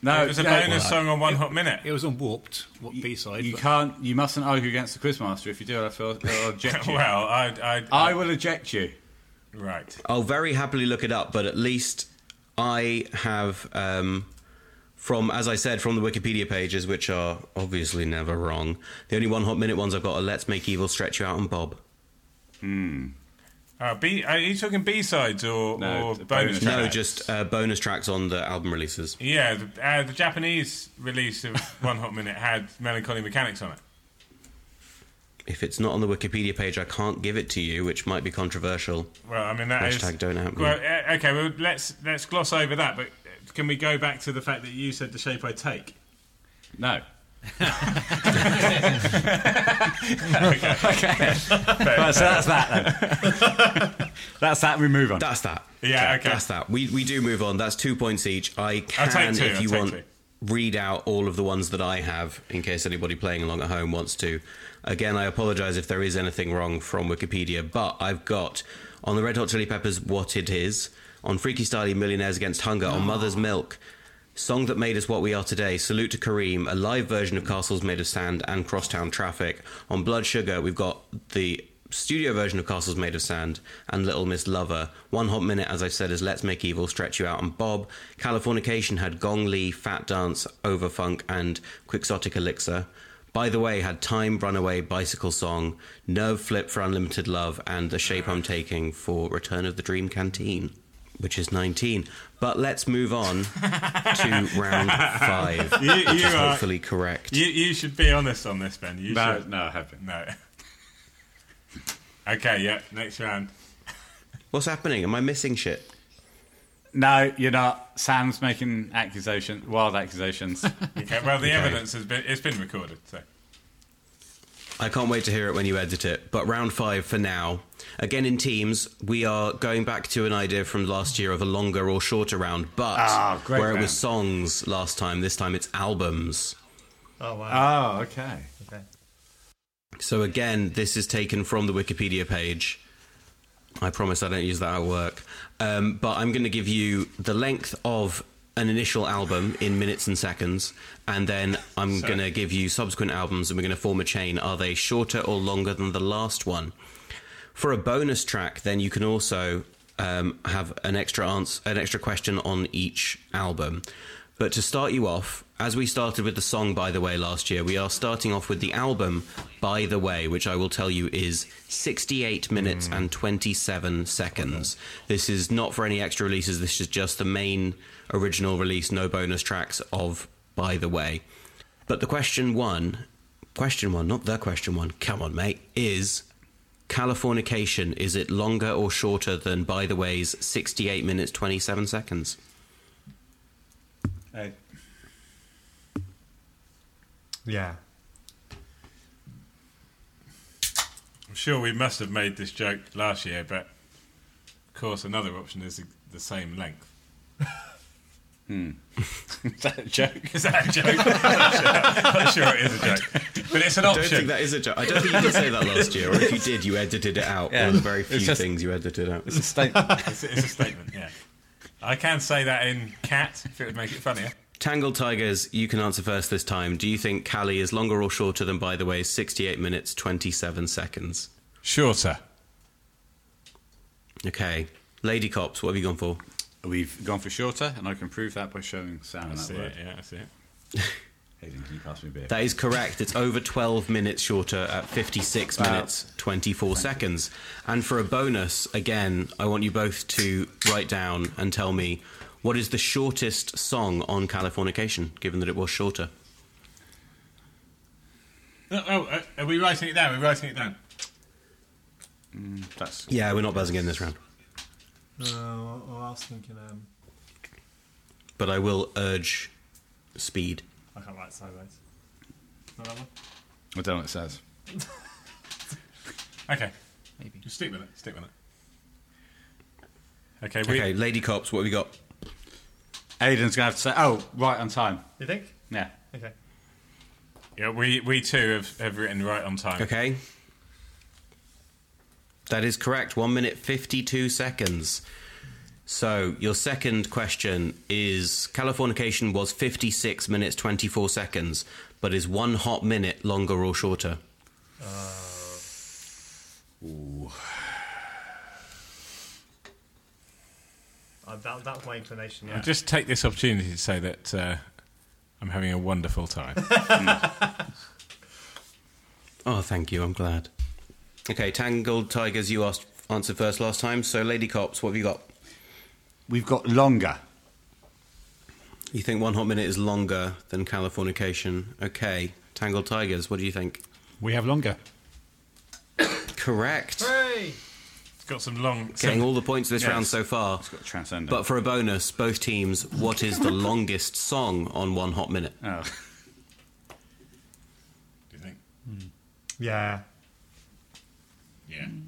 No,
It was a
no,
bonus song on One Hot Minute.
It was on Warped, what B side?
You can't. You mustn't argue against the quizmaster. If you do, I feel I'll eject you.
well, I, I,
I will eject you.
right.
I'll very happily look it up, but at least I have, um, from as I said, from the Wikipedia pages, which are obviously never wrong. The only one hot minute ones I've got are "Let's Make Evil Stretch You Out" and "Bob."
Uh, B, are you talking B sides or,
No,
or
the
bonus?
bonus
tracks?
No, just uh, bonus tracks on the album releases.
yeah. The, uh, the Japanese release of One Hot Minute had melancholy mechanics on it.
If it's not on the Wikipedia page, I can't give it to you, which might be controversial.
Well, I mean that is-
Hashtag don't out me.
Well,
eh,
uh, okay. Well, let's let's gloss over that. But uh, can we go back to the fact that you said the shape I take?
No.
But-
so that's that. that's that. We move on.
That's that.
Yeah, okay.
That's that. We we do move on. That's two points each. I can,
take two,
if
I'll
you
take
want,
two.
read out all of the ones that I have in case anybody playing along at home wants to. Again, I apologise if there is anything wrong from Wikipedia, but I've got on
Oh.
the Red Hot Chili Peppers "What It Is," on Freaky Styley "Millionaires Against Hunger," on Mother's Milk. Song that made us what we are today, Salute to Kareem, a live version of Castles Made of Sand and Crosstown Traffic. On Blood Sugar, we've got the studio version of Castles Made of Sand and Little Miss Lover. One Hot Minute, as I said, is Let's Make Evil, Stretch You Out, and Bob. Californication had Gong Lee, Fat Dance, Overfunk, and Quixotic Elixir. By the Way had Time, Runaway, Bicycle Song, Nerve Flip for Unlimited Love, and The Shape I'm Taking for Return of the Dream Canteen, which is 19. But let's move on to round five,
You-
which
you
is
are-
hopefully correct.
You, you should be honest on this, Ben. You
No,
should.
no, I haven't.
No. okay, yeah, next round.
What's happening? Am I missing shit?
No, you're not. Sam's making accusations, wild accusations.
Okay, well, the evidence has been, it's been recorded, so.
I can't wait to hear it when you edit it. But round five for now. Again, in teams, we are going back to an idea from last year of a longer or shorter round, but
Ah, great
where it
round.
was songs last time, this time it's albums.
Oh wow.
oh, okay.
okay.
So again, this is taken from the Wikipedia page. I promise I don't use that at work. Um, but I'm going to give you the length of an initial album in minutes and seconds, and then I'm going to give you subsequent albums, and we're going to form a chain. Are they shorter or longer than the last one? For a bonus track, then you can also um, have an extra answer, an extra question on each album. But to start you off, as we started with the song "By the Way" last year, we are starting off with the album "By the Way," which I will tell you is 68 minutes and 27 seconds. This is not for any extra releases. This is just the main original release, no bonus tracks of "By the Way." But the question one, question one, not the question one. Come on, mate, is Californication, is it longer or shorter than By the Way's 68 minutes 27 seconds?
Hey,
Yeah.
I'm sure we must have made this joke last year, but of course, another option is the, the same length.
is that a joke?
Is that a joke? I'm sure it is a joke, but it's an
I
Oh,
don't think
option.
that is a joke. I don't think you did say that last year, or if you did, you edited it out. One of the very few
just-
things you edited out.
It's a statement.
It's, it's a statement. Yeah, I can say that in cat if it would make it funnier.
Tangled Tigers, you can answer first this time. Do you think Cali is longer or shorter than By the Way's 68 minutes 27 seconds?
Shorter.
Okay. Lady Cops, what have you gone for?
We've gone for shorter, and I can prove that by showing Sam
That's
that
it.
word.
Yeah, that's it.
Hayden, can you pass me a beer?
That is correct. It's over 12 minutes shorter at 56 minutes 24 seconds. And for a bonus, again, I want you both to write down and tell me what is the shortest song on Californication, given that it was shorter.
No, oh, uh, are we writing it down? We're writing it down.
That's
Yeah, we're not buzzing in this round.
Uh,
No, I I was thinking. Um,
But I will urge speed.
I can't write sideways. Not that one.
I don't know what it says.
Okay,
Maybe.
just stick with it. Stick with it. Okay, we,
Okay, Lady Cops, what have we got?
Aiden's gonna have to say, "Oh, right on time."
You think?
Yeah.
Okay.
Yeah, we we too have, have written right on time.
Okay. That is correct. One minute, 52 seconds. So, your second question is Californication was 56 minutes, 24 seconds, but is one hot minute longer or shorter?
Uh, that, that's my inclination. Yeah.
I'll just take this opportunity to say that uh, I'm having a wonderful time.
Oh, thank you. I'm glad. Okay, Tangled Tigers, you asked answered first last time. So, Lady Cops, what have you got?
We've got longer.
You think one hot minute is longer than Californication? Okay. Tangled Tigers, what do you think?
We have longer.
Correct.
Hooray!
Got some long.
Getting
some-
all the points this
Yes.
round so far.
It's got to transcend.
But for a bonus, both teams, what is the longest song on One Hot Minute?
it. Oh.
do you think?
Yeah.
Yeah.
Mm.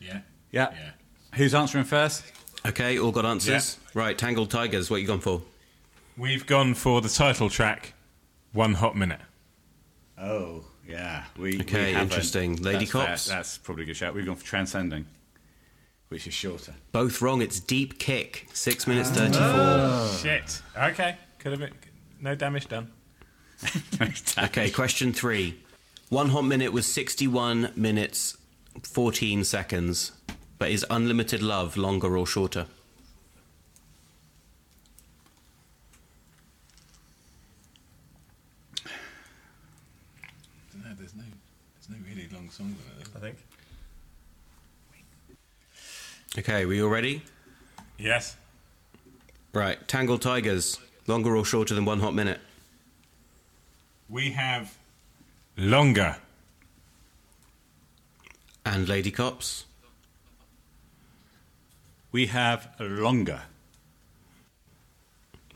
Yeah.
Yeah.
Yeah.
Who's answering first?
Okay, all got answers. Right, Tangled Tigers, what you gone for?
We've gone for the title track, One Hot Minute.
Oh, yeah. We
Okay,
we haven't.
interesting. Lady
That's fair.
Cops?
That's probably a good shout. We've gone for transcending, which is shorter.
Both wrong. It's Deep Kick. Six minutes
Ah.
thirty-four.
Shit. Okay. Could have been. No damage done.
Okay, question three. One hot minute was 61 minutes, 14 seconds. But is unlimited love longer or shorter?
No, there's no, there's no really long song there.
I think.
Okay, were you all ready?
Yes.
Right, Tangled Tigers, longer or shorter than one hot minute?
We have longer.
And Lady Cops?
We have longer.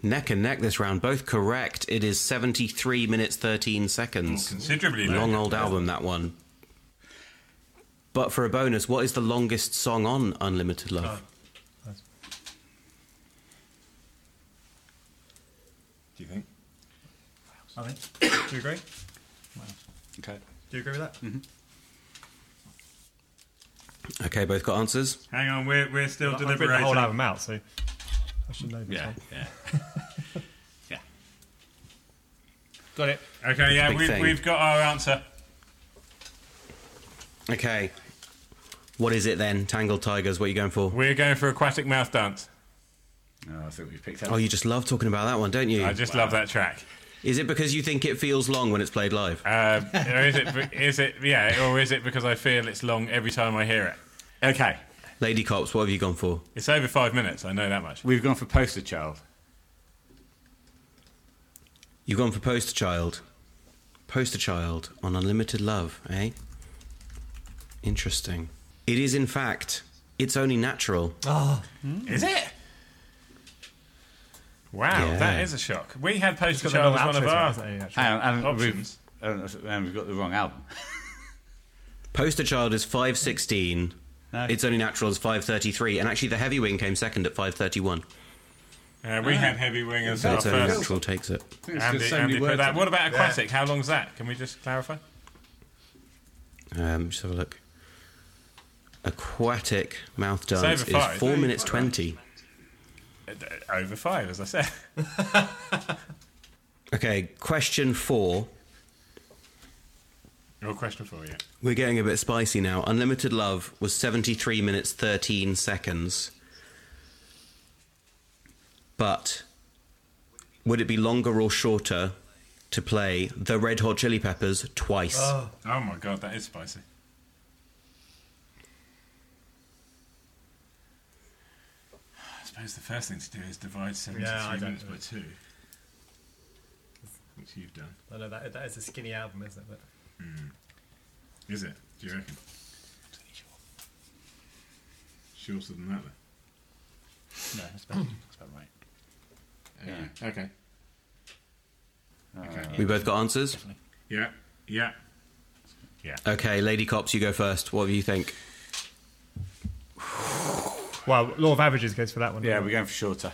Neck and neck this round, both correct. It is 73 minutes, 13 seconds.
Considerably
Long
longer.
old album, that one. But for a bonus, what is the longest song on Unlimited Love?
Do you think?
I think. Do you agree?
Okay.
Do you agree with that?
Uh.
Okay, both got answers.
Hang on, we're, we're still
I've written the
deliberating.
whole album out, so I should know this
Yeah.
one.
Yeah. yeah.
Got it.
Okay, yeah,
big
we've,
thing.
we've got our answer.
Okay. What is it then, Tangled Tigers? What are you going for?
We're going for Aquatic Mouth Dance.
Oh, I think we've picked up.
Oh, you just love talking about that one, don't you?
I just love that track.
Is it because you think it feels long when it's played live?
Uh, or is it? Is it? Yeah. Or is it because I feel it's long every time I hear it?
Okay.
Lady Cops, what have you gone for?
It's over five minutes. I know that much.
We've gone for Poster Child.
You've gone for Poster Child. Poster Child on Unlimited Love, eh? Interesting. It is, in fact, it's only natural.
Is it? Wow,
Yeah.
that is a shock. We had Poster
It's got
Child
the long
as one of
outro to it,
our
hasn't it, actually?
And, and we've,
options.
and, and we've got the wrong album.
Poster Child is 516. It's only natural is 533. And actually, the Heavy Wing came second at 531.
Uh, we had Heavy Wing as
So
our
it's only
first.
natural takes it.
I think it's
Andy,
just so many
Andy put
words
that.
in
What about Aquatic? How long's that? Can we just clarify?
Um, just have a look. Aquatic mouth dance
over
is
five.
four minutes twenty.
Uh, d- Over five, as I said.
Okay, question four.
Your question for you.
We're getting a bit spicy now. Unlimited Love was 73 minutes 13 seconds. But would it be longer or shorter to play the Red Hot Chili Peppers twice?
Oh my god, that is spicy. I suppose the first thing to do is divide seventy-three
Yeah, I don't
minutes
do
by
it.
two, which you've done.
I know that, that is a skinny album, isn't it? But
Is it? Do you reckon? Shorter than that, then.
No, that's about, that's about right.
Yeah. Okay. Okay.
we both got answers?
Yeah. Yeah. Yeah.
Okay, Lady Cops, you go first. What do you think?
well, law of averages goes for that one.
Yeah, we're going for shorter.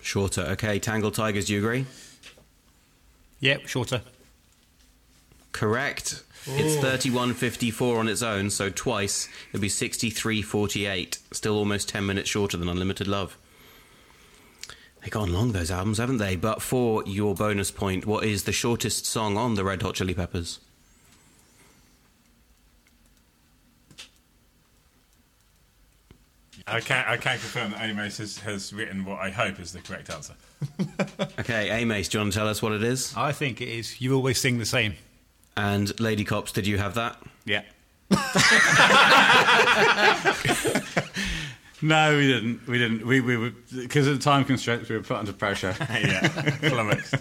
Shorter. Okay, Tangled Tigers, do you agree?
Yep, shorter.
Correct. It's 31.54 on its own, so twice it'd be 63.48. Still almost 10 minutes shorter than Unlimited Love. They've gone long, those albums, haven't they? But for your bonus point, what is the shortest song on the Red Hot Chili Peppers?
I can I can confirm that Amos has, has written what I hope is the correct answer.
Okay, Amace, do you want to tell us what it is?
I think it is. You always sing the same.
And Lady Cops, did you have that?
Yeah. no, we didn't. We didn't. We, we were, because of the time constraints, we were put under pressure.
yeah. Flummoxed.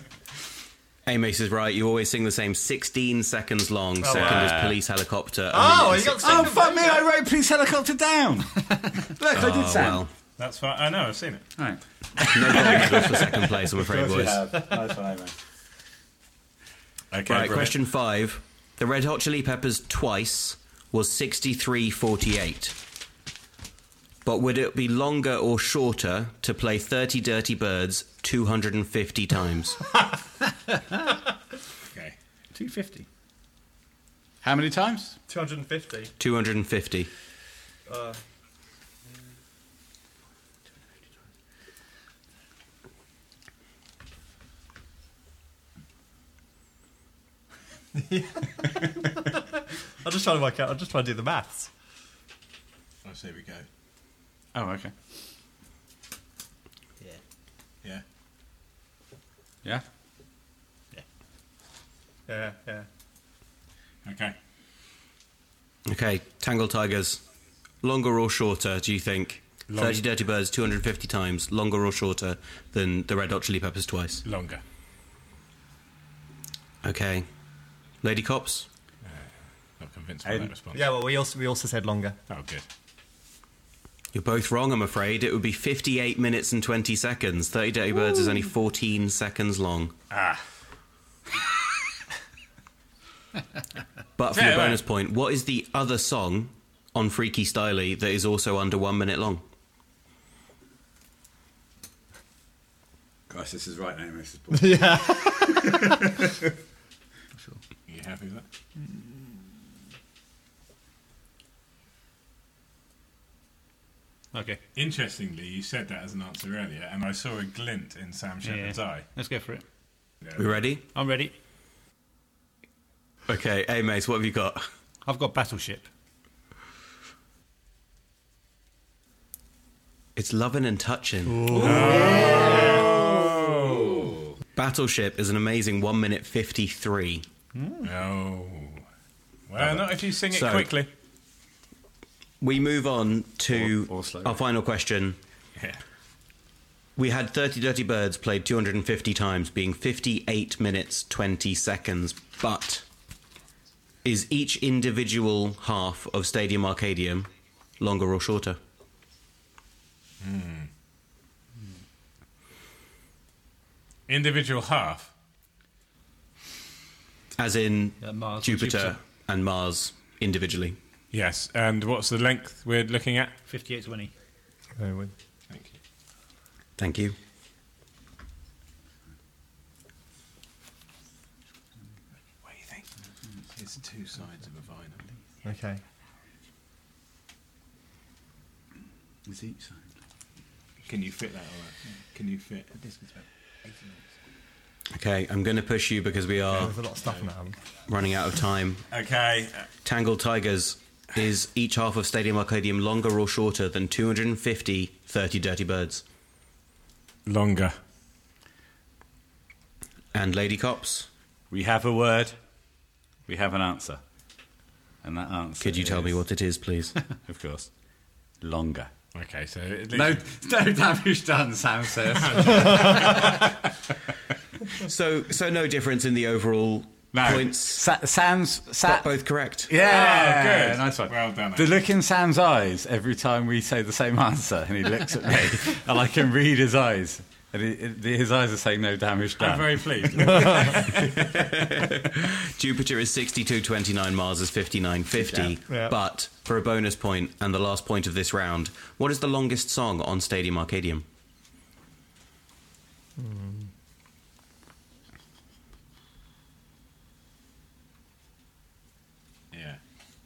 Amace is right, you always sing the same 16 seconds long.
Oh,
Second is Police Helicopter. a
Oh,
minute
you got
and six-
the same.
fuck me, I wrote Police Helicopter down. Look, I did
Oh,
sound.
well,
That's fine. I know. I've seen it.
Right.
no bonus for second place, I'm afraid, boys.
Nice one, Amos.
Okay.
Right,
brilliant.
question five. The Red Hot Chili Peppers twice was 63.48. But would it be longer or shorter to play 30 Dirty Birds 250 times?
Okay.
250. How many times?
250.
250. Uh,
I'm just trying to work out. I'm just trying to do the maths.
Oh, so here we go.
Oh, okay.
Yeah.
Yeah.
Yeah.
Yeah. Yeah.
Okay.
Okay, Tangle Tigers. Longer or shorter, do you think?
Long.
30 Dirty Birds 250 times, longer or shorter than the Red Hot Chili Peppers twice.
Longer.
Okay. Lady Cops?
Not convinced by
Aiden.
that response.
Yeah. Well, we also we also said longer.
Oh, good.
You're both wrong, I'm afraid. It would be 58 minutes and 20 seconds. 30 Dirty Birds is only 14 seconds long. Ah. but for your
Yeah, right.
bonus point, what is the other song on Freaky Styley that is also under one minute long?
Gosh, this is right now, Mrs.
Are you happy with that?
Okay,
Interestingly, you said that as an answer earlier, and I saw a glint in Sam Shepard's eye.
let's go for it.
We ready?
I'm ready.
Okay, hey, Mace, what have you got?
I've got Battleship.
It's loving and touching.
Oh.
Battleship is an amazing one minute fifty three.
No. Well, Uh, not if you sing it
So-
quickly.
We move on to
Or- or slow.
our final question.
Yeah.
We had 30 Dirty Birds played 250 times, being 58 minutes 20 seconds. But is each individual half of Stadium Arcadium longer or shorter?
Individual half.
As in
Yeah, Mars or
Jupiter
Jupiter.
and Mars individually.
Yes. And what's the length we're looking at?
58 20.
Very well.
Thank you.
Thank you.
What do you think? It's two sides of a vinyl.
Okay.
Is each side?
Can you fit that all Can you fit?
Okay, I'm going to push you because we are
There's a lot of stuff in that album.
running out of time.
Okay.
Tangled Tigers is each half of Stadium Arcadium longer or shorter than 250 30 Dirty Birds.
Longer.
And Lady Cops,
We have a word. We have an answer. And that answer.
could you tell me
is-
what it is, please?
Of course. Longer.
Okay, so at least
No, no damage done, Sam says.
so, so no difference in the overall
No.
points.
Sa- Sam's. Sa-
But both correct.
Yeah,
Oh, good.
Nice one.
Well done,
The
Ash.
look in Sam's eyes every time we say the same answer, and he looks at me, and I can read his eyes, and he, he- his eyes are saying no damage done.
I'm very pleased.
Jupiter is 62.29, Mars is 59.50.
Yeah.
But for a bonus point and the last point of this round, what is the longest song on Stadium Arcadium?
yeah.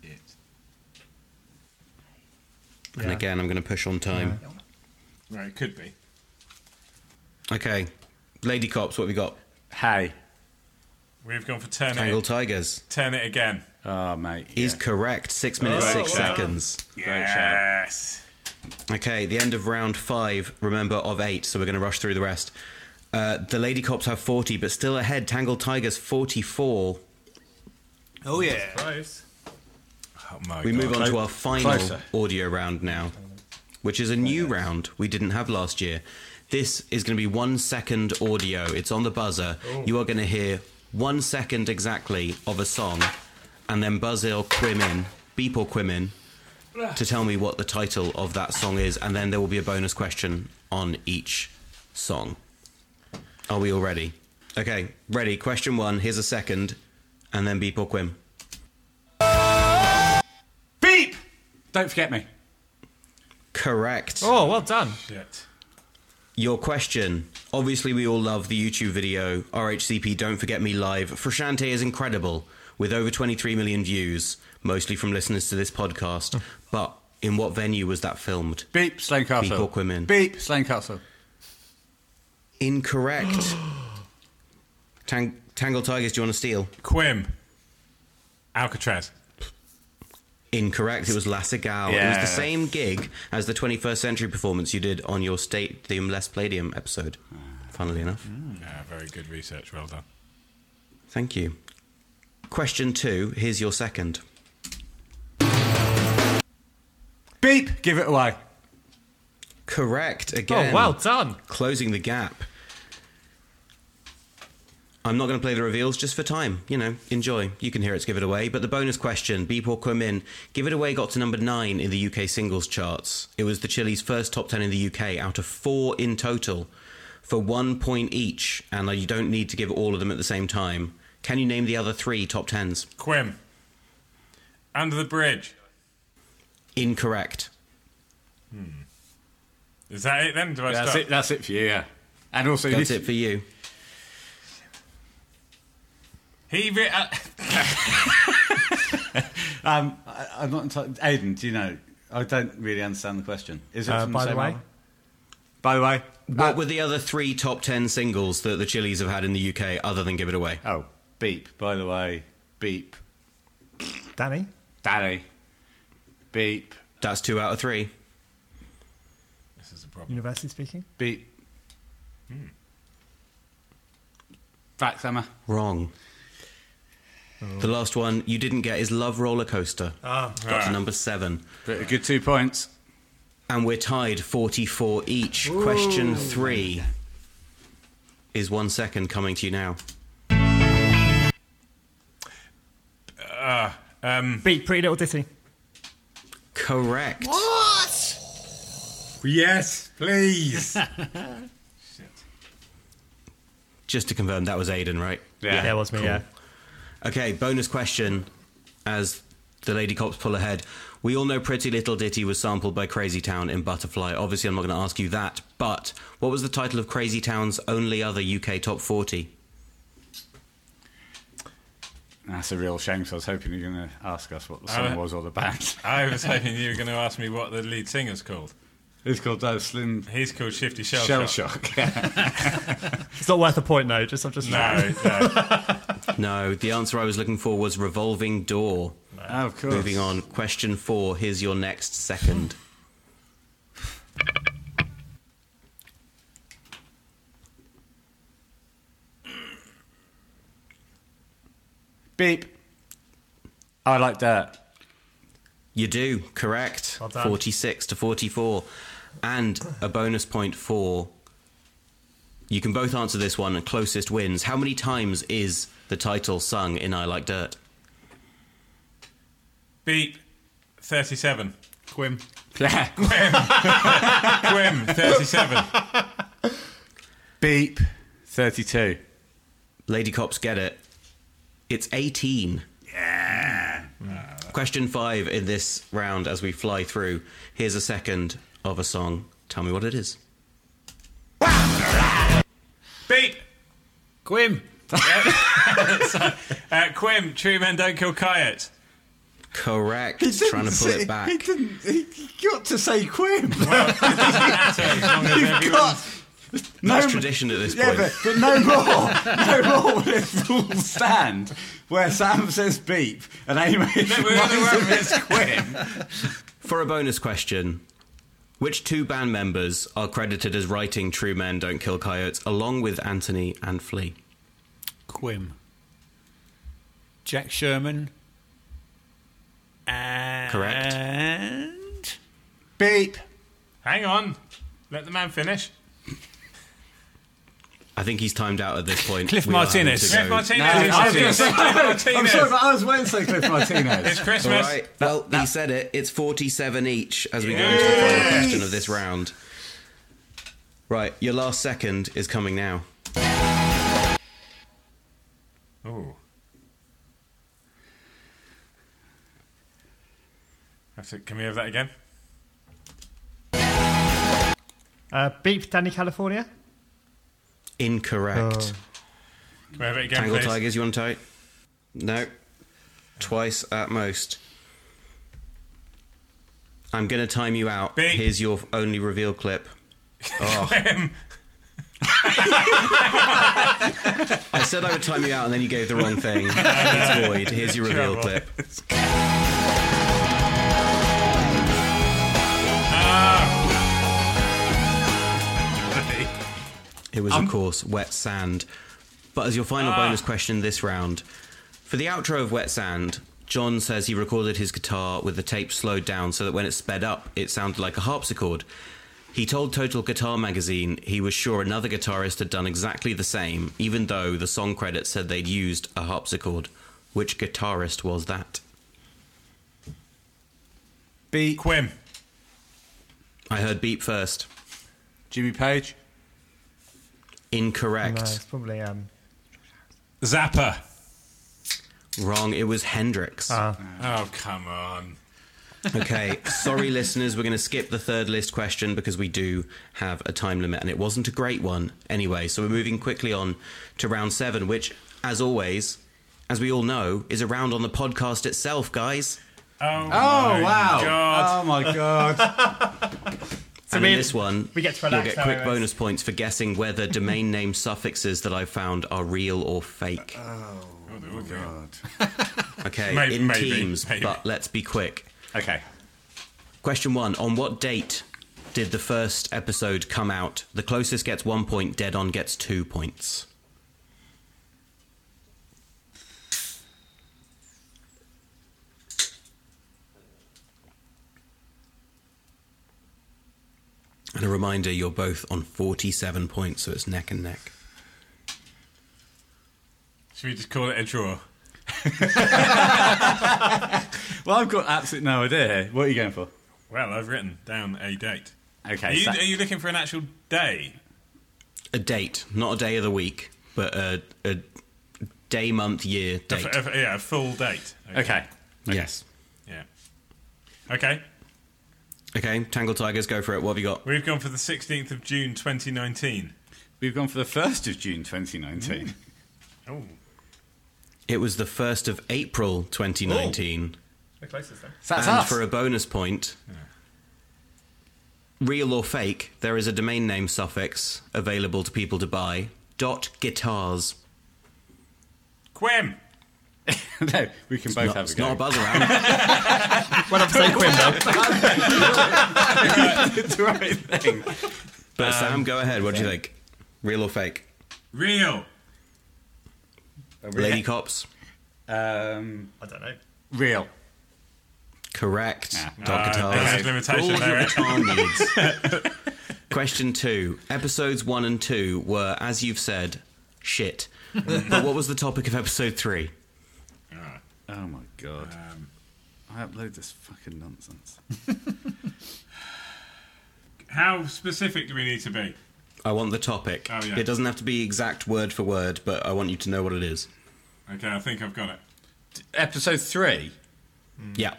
It.
And again, I'm going to push on time.
Well, it could be.
Okay, Lady Cops, what have we got?
Hey,
We've gone for turn
Tangled
it.
Tigers.
Turn it again.
oh mate,
is correct. Six
Oh,
minutes, six seconds.
Yes.
Okay, the end of round five, remember, of eight, so we're going to rush through the rest. Uh, the Lady Cops have 40, but still ahead, Tangled Tigers 44.
Oh, yeah.
Close. Oh my
We
God.
move on to our final
Closer.
audio round now, which is a new round we didn't have last year. This is going to be one second audio. It's on the buzzer. You are going to hear one second exactly of a song, and then buzz in or quim in, beep or quim in, to tell me what the title of that song is, and then there will be a bonus question on each song. Are we all ready? Okay, ready. Question one. Here's a second, and then beep or quim.
beep! Don't forget me.
Correct.
Oh, well done.
Shit.
your question. Obviously, we all love the YouTube video RHCP Don't Forget Me Live. Frashante is incredible with over 23 million views, mostly from listeners to this podcast. but In what venue was that filmed?
Beep, Slane Castle.
Beep or Quimin?
Beep, Slane Castle.
Incorrect. Tang- Tangle Tigers, do you want to steal?
Quim. Alcatraz.
Incorrect. It was Lassigal. It was
Yeah.
the same gig as the 21st Century performance you did on your State the Less Palladium episode. Funnily enough.
Yeah, very good research. Well done.
Thank you. Question two. Here's your second.
Beep, give it away.
Correct again.
Oh, well done.
Closing the gap. I'm not going to play the reveals just for time. You know, enjoy. You can hear it's Give It Away. But the bonus question, Beep or Quim In, Give It Away got to number nine in the UK singles charts. It was the Chili's first top 10 in the UK out of four in total for one point each. And uh, you don't need to give all of them at the same time. Can you name the other three top 10s?
Quim. Under the bridge.
Incorrect.
Is that it then? Do I
That's
start?
it. That's it for you. Yeah. And also, you
That's
need-
it for you.
He re- uh,
Um, I, I'm not entirely. Aiden, do you know? I don't really understand the question. Is it
Uh,
from
by the
same
way?
album? By the way. Uh,
What were the other three top 10 singles that the Chili's have had in the UK other than Give It Away?
Oh, beep. By the way, beep.
Danny?
Danny, beep,
That's two out of three.
this is a problem.
University speaking?
beep. Facts, Emma.
Wrong. The last one you didn't get is Love Roller Coaster. Got to number seven.
But a good two points.
And we're tied 44 each. Question three is one second coming to you now.
Beat Pretty Little Ditty.
Correct.
Yes, please.
Just to confirm, that was Aiden, right?
Yeah.
There was me, yeah.
Okay, bonus question as the lady cops pull ahead. We all know Pretty Little Ditty was sampled by Crazy Town in Butterfly. Obviously, I'm not going to ask you that, but what was the title of Crazy Town's only other UK top 40?
That's a real shame. So I was hoping you were going to ask us what the song
Uh,
was or the band.
I was hoping you were going to ask me what the lead singer's called.
It's called uh, Slim
He's called Shifty Shell,
Shell
Shock.
Shock.
It's not worth a point, though. Just, I'm just
No, no.
No, the answer I was looking for was Revolving Door.
Oh, of course.
Moving on, question four. Here's your next second.
Beep. I like that.
You do, correct.
Well done.
46 to 44. And a bonus point for. You can both answer this one, and closest wins. How many times is the title sung in I Like Dirt?
Beep. 37.
Quim.
Quim, 37.
Beep. Thirty-two.
Lady Cops get it. It's 18. Yeah. Question five in this round as we fly through. Here's a second of a song. Tell me what it is.
Beep.
Quim.
Uh, Quim, True Men Don't Kill Coyotes.
Correct. Trying to pull it back.
He didn't. He he got to say Quim.
So as long as
You've
everyone-
got no
That's tradition at this
Yeah,
point.
but, but no more, no more will this rule stand where Sam says beep and Amy
No, we're on the
reminds him
road.
it's Quim.
For a bonus question, which two band members are credited as writing True Men Don't Kill Coyotes along with Anthony and Flea?
Quim. Jack Sherman. And
Correct.
Uh,
Beep.
Hang on. Let the man finish.
I think he's timed out at this point.
Cliff
We are having to
Martinez.
Cliff
go.
Martinez.
I was
is it?
going to say
Cliff
I'm
Martinez.
sorry, but I was waiting to say Cliff Martinez.
It's
All
Christmas.
right. Well, he said it. It's 47 each as we go into the final question of this round. Right, your last second is coming now.
Oh. That's it. Can we have that again?
Uh, Beep Danny California?
Incorrect.
Can we have it again,
Tangle
please?
Tigers, you want to tie? No. Twice at most. I'm going to time you out.
Bing.
Here's your only reveal clip. Oh. I said I would time you out, and then you gave the wrong thing. It's void. Here's your reveal
Trouble. Ah.
clip. It was,
Um.
of course, Wet Sand. But as your final
Ah.
bonus question this round, for the outro of Wet Sand, John says he recorded his guitar with the tape slowed down so that when it sped up, it sounded like a harpsichord. He told Total Guitar magazine he was sure another guitarist had done exactly the same, even though the song credits said they'd used a harpsichord. Which guitarist was that?
B.
Quim.
I heard beep first.
Jimmy Page.
Incorrect.
No, it's probably um.
Zappa.
Wrong. It was Hendrix.
uh,
Oh, come on.
Okay, sorry, listeners, we're going to skip the third list question because we do have a time limit, and it wasn't a great one anyway. So we're moving quickly on to round seven, which, as always, as we all know, is a round on the podcast itself, guys.
Oh,
Oh,
my
wow.
God.
Oh, my God.
and
we-
in this one,
we get to
you'll
relax
get
now,
quick
guys.
bonus points for guessing whether domain name suffixes that I've found are real or fake.
Oh, God.
Okay,
Maybe-
in
maybe,
teams,
maybe.
but let's be quick.
okay.
Question one On what date did the first episode come out? The closest gets one point, dead on gets two points. And a reminder, you're both on 47 points, so it's neck and neck.
Should we just call it a draw?
Well, I've got absolutely no idea. What are you going for?
Well, I've written down a date.
Okay.
Are you,
so-
are you looking for an actual day?
A date, not a day of the week, but a, a day, month, year
A
date. Uh,
f- a f- yeah, a full date.
okay.
Yes.
Yeah. Okay.
Okay, Tangle Tigers, go for it. What have you got?
We've gone for the 16th of June 2019.
We've gone for the 1st of June 2019.
Oh,
It was the 1st of April 2019.
We're closest then.
So Oh, that's
and
us.
for a bonus point, real or fake, there is a domain name suffix available to people to buy. Dot guitars.
Quim.
no, we can both
Not,
have a
it's
go.
not a buzz around.
Well, I'm saying Quim though.
it's the right thing.
But Sam, go ahead. What do you think? Real or fake?
Real.
Lady Cops.
Um,
I don't know.
real.
Correct.
Uh,
Dot
they
guitars.
had limitation
All
there,
your
eh?
guitar needs. Question two. Episodes one and two were, as you've said, shit. but what was the topic of episode three?
Oh my god. I upload this fucking nonsense.
How specific do we need to be?
I want the topic.
Oh, yeah.
It doesn't have to be exact word for word, but I want you to know what it is.
Okay, I think I've got it.
Episode three.
Mm.
Yeah.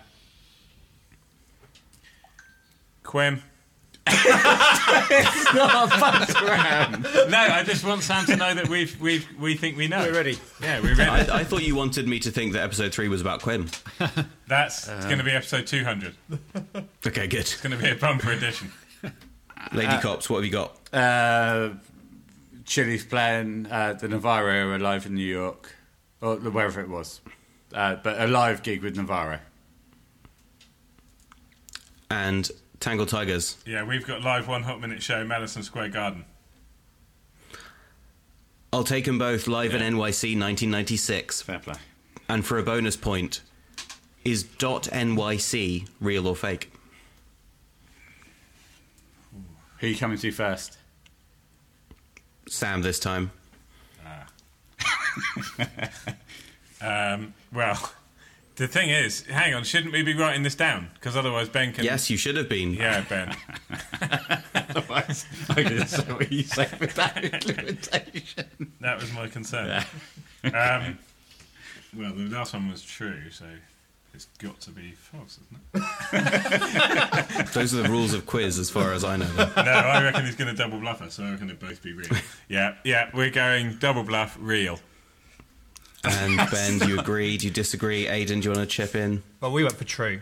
Quim. no, I just want Sam to know that we've, we've, we think we know. We're ready. Yeah, we're ready.
I, I thought you wanted me to think that episode three was about Quim.
That's going to be episode 200. It's
Okay, good.
going to be a bumper edition.
Lady Cops, what have you got?
Uh, Chili's playing uh, the Navarro are alive in New York, or wherever it was. Uh, but a live gig with Navarro.
And Tangle Tigers.
Yeah, we've got live one hot minute show, Madison Square Garden.
I'll take them both live in NYC 1996.
Fair play.
And for a bonus point, is dot .nyc real or fake?
Who you coming to first?
Sam this time.
Um, well, the thing is, hang on, shouldn't we be writing this down? Because otherwise Ben can...
Yes, you should have been.
Yeah, Ben.
Otherwise, I didn't say what you say without limitation.
That was my concern. um, well, the last one was true, so it's got to be false, isn't it?
Those are the rules of quiz as far as I know.
No, I reckon he's going to double bluff us, so I reckon they both be real. Yeah, yeah, we're going double bluff, real.
And Ben, do you agree? Do you disagree? Aidan, do you want to chip in?
Well, we went for true.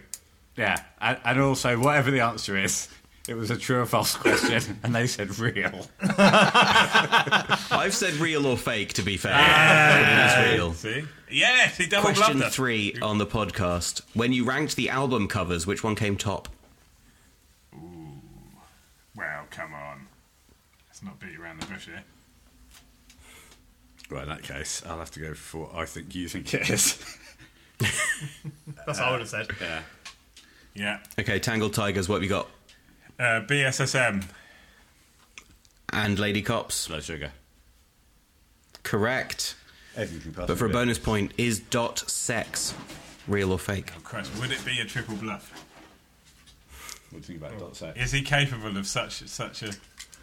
Yeah, and, and also whatever the answer is, it was a true or false question, and they said real.
I've said real or fake, to be fair. But it is real.
See? Yes, he double
Question
blubbed us.
three on the podcast. When you ranked the album covers, which one came top?
Wow, come on. Let's not beat around the bush here.
Well, in that case, I'll have to go for what I think you think it is.
That's what I would have said.
Yeah.
Okay, Tangled Tigers, what have you got?
Uh, BSSM.
And Lady Cops.
Blood sugar.
Correct.
Everything past
But for a
me.
bonus point, is dot sex real or fake?
Christ, would it be a triple bluff?
What do you think about dot sex?
Is he capable of such such a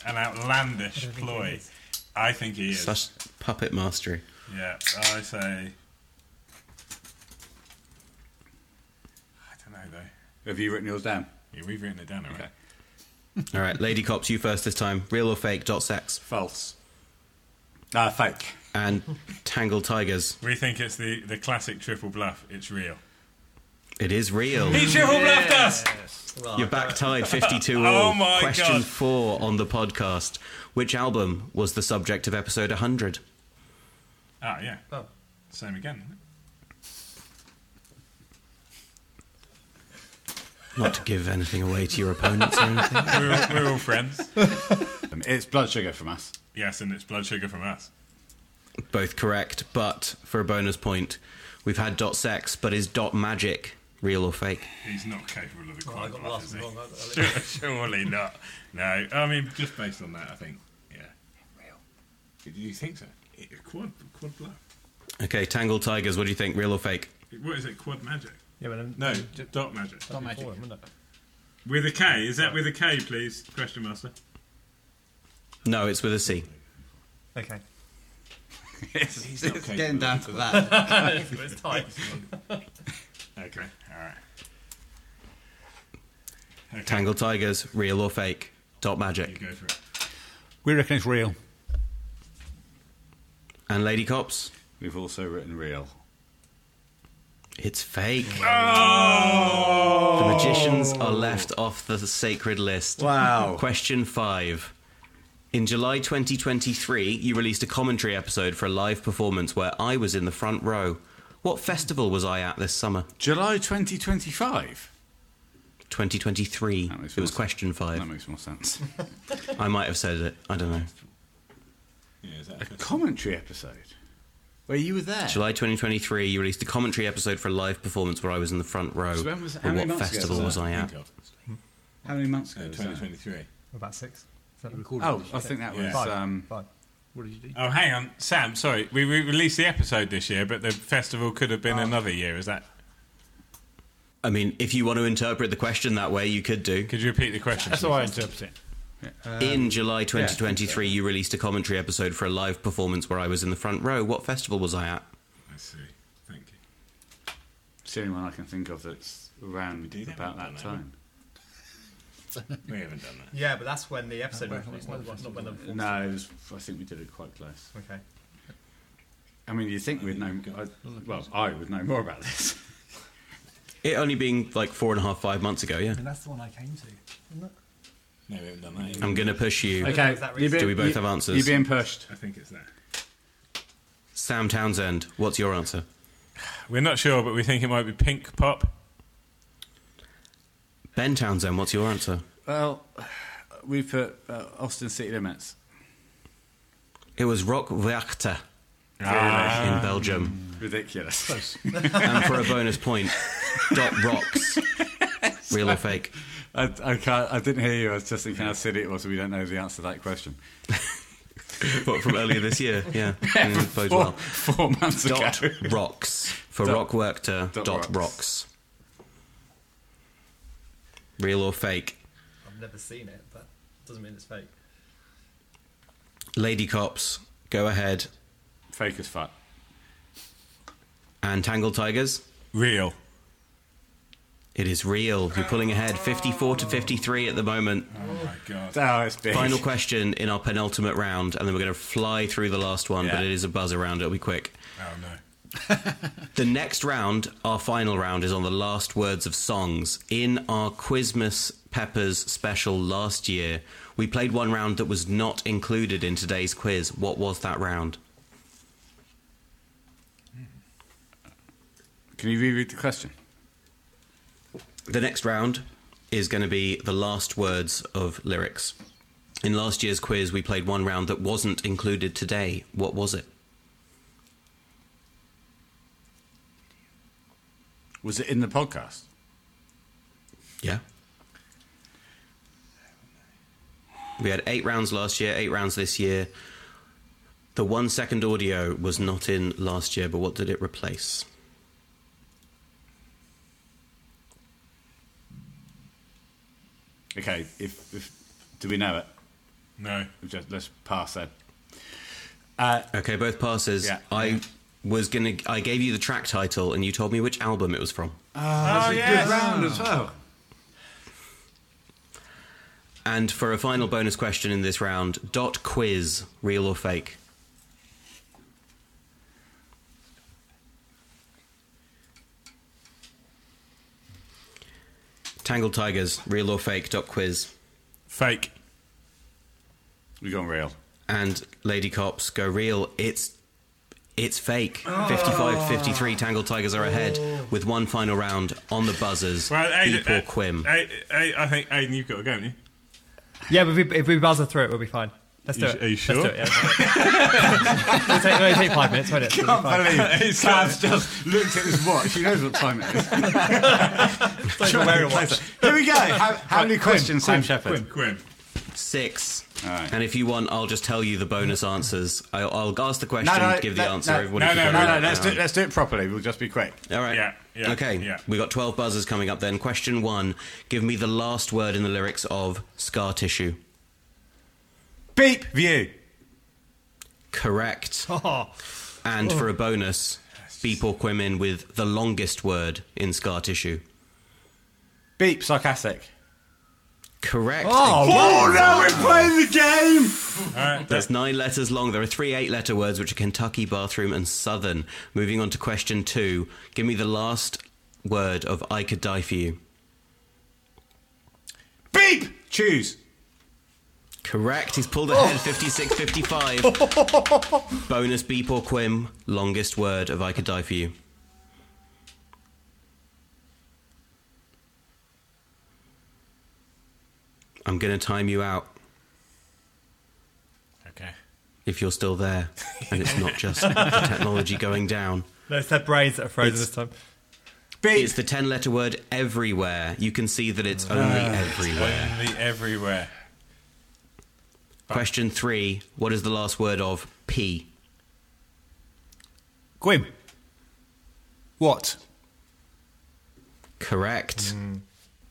an outlandish ploy? I think he is.
Such puppet mastery.
Yeah, I say. I don't know though.
Have you written yours down?
Yeah, we've written it down already.
Okay.
All right, Lady Cops, you first this time. Real or fake? Dot sex
False. Ah, fake.
and Tangled Tigers.
We think it's the, the classic triple bluff. It's real.
It is real.
He triple bluffed us.
You're back tied 52
Oh
all.
my
Question
God.
four on the podcast. Which album was the subject of episode 100?
Ah, yeah. Same again. isn't it?
Not to give anything away to your opponents or anything.
We're all, we're all friends.
Um, It's blood sugar from us.
Yes, and it's blood sugar from us.
Both correct, but for a bonus point, we've had dot sex, but is dot magic real or fake?
He's not capable of the
I
quad
got the
bluff,
last
is
one
he?
wrong. I- I-
Sure- Surely not. No, I mean just based on that, I think. Yeah. Real. Do you think so? It- Quad quad bluff.
Okay, Tangled Tigers, what do you think? Real or fake?
What is it? Quad magic?
Yeah, but then
No, dot magic.
that'd be four, wouldn't it?
With a K. Is that with a K, please? Question master.
No, it's with a C.
Okay.
It's,
not
it's
capable.
Getting down to that.
Okay. All right. Okay.
Tangled Tigers, real or fake? Dot
You
magic.
go for it.
We reckon it's real.
And Lady Cops,
We've also written real.
it's fake.
Oh.
The magicians are left off the sacred list.
Wow.
Question five. In July 2023, you released a commentary episode for a live performance where I was in the front row. What festival was I at this summer?
July 2025.
2023.
That makes
It was
more
question
That
five.
makes more sense.
I might have said it. I don't know.
Yeah, is that
A commentary episode where you were there.
July 2023, you released a commentary episode for a live performance where I was in the front row.
So when was- how
and
many
what
months ago
festival
was
was,
that?
I at?
How many months ago? was that?
2023.
About six. Seven.
Oh, I think that was.
Yeah.
Five.
Um,
Five.
Oh, hang on, Sam. Sorry, we re- released the episode this year, but the festival could have been another year. Is that?
I mean, if you want to interpret the question that way, you could do.
Could you repeat the question?
That's how I interpret it.
in July 2023, you released a commentary episode for a live performance where I was in the front row. What festival was I at?
I see. Thank you.
it's the only one I can think of that's around
did
about
have
that
one,
time.
We haven't done that.
Yeah, but that's when the episode was released, not, not when the
No, it was, I think we did it quite close.
Okay.
I mean, you think we'd know? I, well, I would know more about this.
It only being like four and a half, five months ago, yeah.
And that's the one I came to.
No, we haven't done that. either.
I'm going to push you.
Okay,
that
you're
reason?
Do we both
you-
have answers?
You're being pushed.
I think it's that.
Sam Townsend, what's your answer?
We're not sure, but we think it might be Pink Pop.
Ben Townsend, what's your answer?
Well, we put uh, Austin City Limits.
It was Rock Werchter in Belgium.
Ridiculous.
and for a bonus point, Dot Rocks. Real or fake?
I, I, can't, I didn't hear you. I was just thinking how silly it was. We don't know the answer to that question.
But from earlier this year, yeah. Mm, bodes
Four,
well.
four months
Dot
ago.
Rocks. For
Dot-
Rock Werchter,
Dot
Dot,
Rocks.
rocks. Real or fake?
I've never seen it, but doesn't mean it's fake.
Lady Cops, go ahead.
Fake as fuck.
And Tangle Tigers?
Real.
It is real. You're pulling ahead 54 to 53 at the moment.
Oh my god.
Oh, it's big.
Final question in our penultimate round, and then we're going to fly through the last one,
Yeah.
but it is a buzzer round. It'll be quick.
Oh no.
the next round, our final round, is on the last words of songs. In our Quizmas Peppers special last year, we played one round that was not included in today's quiz. What was that round?
Can you reread the question?
The next round is going to be the last words of lyrics. In last year's quiz, we played one round that wasn't included today. What was it?
Was it in the podcast?
Yeah. We had eight rounds last year, eight rounds this year. The one second audio was not in last year, but what did it replace?
Okay, if, if do we know it?
No.
Just, let's pass then.
Okay, both passes.
Yeah.
I was gonna. I gave you the track title, and you told me which album it was from.
Ah,
Oh, yes.
round as well.
And for a final bonus question in this round, dot quiz, real or fake? Tangled Tigers, real or fake? Dot quiz.
Fake.
We gone real.
and Lady Cops go real. It's it's fake.
Ah.
55-53, Tangled Tigers are ahead with one final round on the buzzers.
Oh. Well, Aiden,
Deep or
uh,
Quim.
Aiden, Aiden, I think Aiden, you've got to go, haven't you?
Yeah, but if we, if we buzzer through it, we'll be fine. Let's do
You-
it.
are you
Let's
sure?
do it, yeah, let's do it. it'll, take, it'll take five minutes, won't it? It'll be fine.
Cavs just looked at his watch. He knows what time it is.
It's not even wearing a watch.
Here we go. How, how many questions, Sam Shepard?
Quim.
Six.
Alright.
And if you want, I'll just tell you the bonus answers. I, I'll ask the question,
No, no,
give the
no,
answer.
no.
Everybody
No,
can
no, no,
go
No,
around
no,
and
let's do,
around.
let's do it properly. We'll just be quick.
All right.
Yeah, yeah,
okay.
yeah.
We got 12 buzzers coming up then. Question one Give me the last word in the lyrics of Scar Tissue.
Beep view.
Correct. And for a bonus, beep or quim in with the longest word in scar tissue.
Beep sarcastic.
Correct.
Oh no, we're playing the game.
That's nine letters long. There are three eight letter words, which are Kentucky, bathroom, and southern. Moving on to question two. Give me the last word of I could die for you.
Beep. Choose.
Correct. He's pulled ahead 56 55. bonus beep or quim, longest word of I could die for you. I'm going to time you out.
Okay.
if you're still there and it's not just the technology going down.
No, it's their brains that are frozen this time.
Beep.
It's the 10 letter word everywhere. You can see that it's only everywhere.
Uh, Only everywhere.
Question three What is the last word of P?
Quim. What?
Correct.
Mm.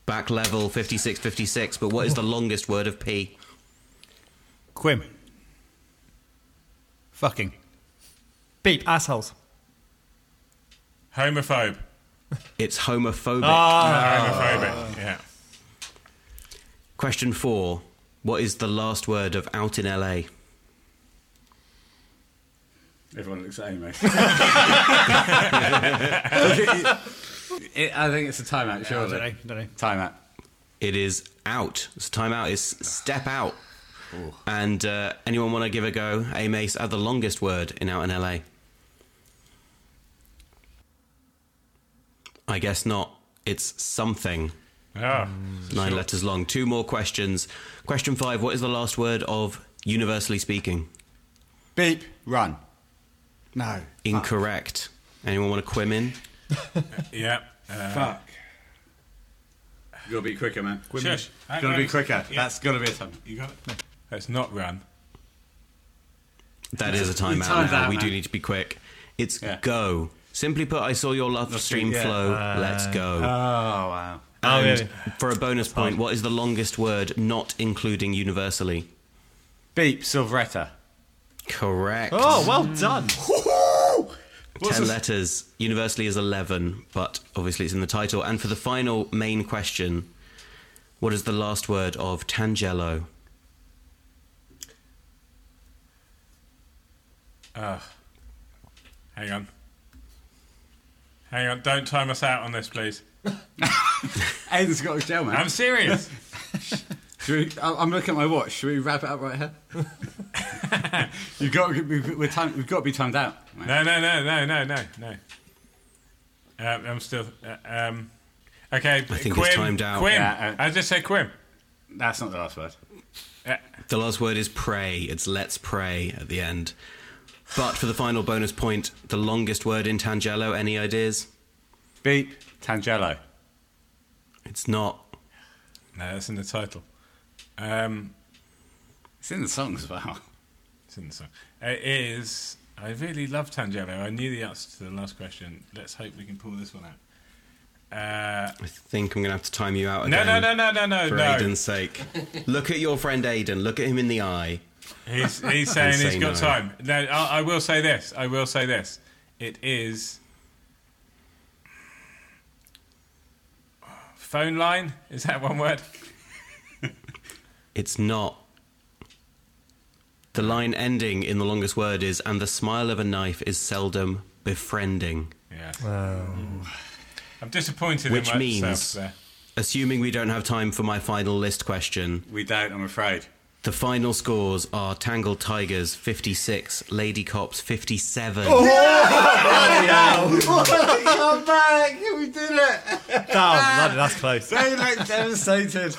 Back level 56 56. But what is the longest word of P?
Quim. Fucking.
Beep, assholes.
Homophobe.
It's homophobic.
Ah, Homophobic. Yeah.
Question four What is the last word of out in LA?
Everyone looks at me. mate. It- I think it's a timeout, surely.
I don't know, don't know.
Timeout.
It is out. So time out is step out. And uh, anyone want to give a go? A Mace at the longest word in out in LA. I guess not. It's something.
Ah.
Nine letters long. Two more questions. Question five What is the last word of universally speaking?
Beep. Run. No.
Incorrect. Anyone want to quim in?
Yeah. Uh,
Fuck. You gotta be quicker, man.
shush. Hang
Gotta
on.
be quicker.
Yeah.
That's gotta be a time.
You got it? Let's not run.
That is a timeout.
timed
now.
out,
we do
man.
need to be quick. It's
Yeah.
go. Simply put, I saw your love stream
yeah.
flow. Let's go.
Oh wow.
Oh,
And
really?
for a bonus point, what is the longest word not including universally?
Beep. Silveretta.
Correct.
Oh, well done.
Ten letters. Universally is 11, but obviously it's in the title. And for the final main question, what is the last word of Tangelo?
Hang on. Hang on, don't time us out on this, please.
Aiden's Scottish jail, man.
I'm serious.
Should we, I- I'm looking at my watch. Should we wrap it up right here? You've got, we've, we're time, we've got to be timed out. mate.
No, no, no, no, no, no, no. Uh, I'm still. Uh, um, okay, I
think
Quim,
it's timed out.
Quim,
Yeah, uh,
I just said Quim.
That's not the last word.
The last word is pray. It's let's pray at the end. But for the final bonus point, the longest word in Tangelo, any ideas?
Beep. Tangelo.
It's not.
No, that's in the title. Um,
It's in the songs, wow.
it's in the song. It is. I really love Tangelo. I knew the answer to the last question. Let's hope we can pull this one out. Uh,
I think I'm going to have to time you out
no,
again.
no, no, no, no, no,
For
no.
Aiden's sake. Look at your friend Aiden. Look at him in the eye.
He's, he's saying
say
he's got
no.
time. No, I, I will say this. I will say this. It is. Phone line? Is that one word?
It's not. The line ending in the longest word is, and the smile of a knife is seldom befriending.
Yeah. I'm disappointed
Which
in myself
means-
there.
Assuming we don't have time for my final list question,
We don't, I'm afraid.
the final scores are Tangled Tigers 56, Lady Cops 57.
I'm back! We did it!
Oh, bloody, that's close.
They look devastated.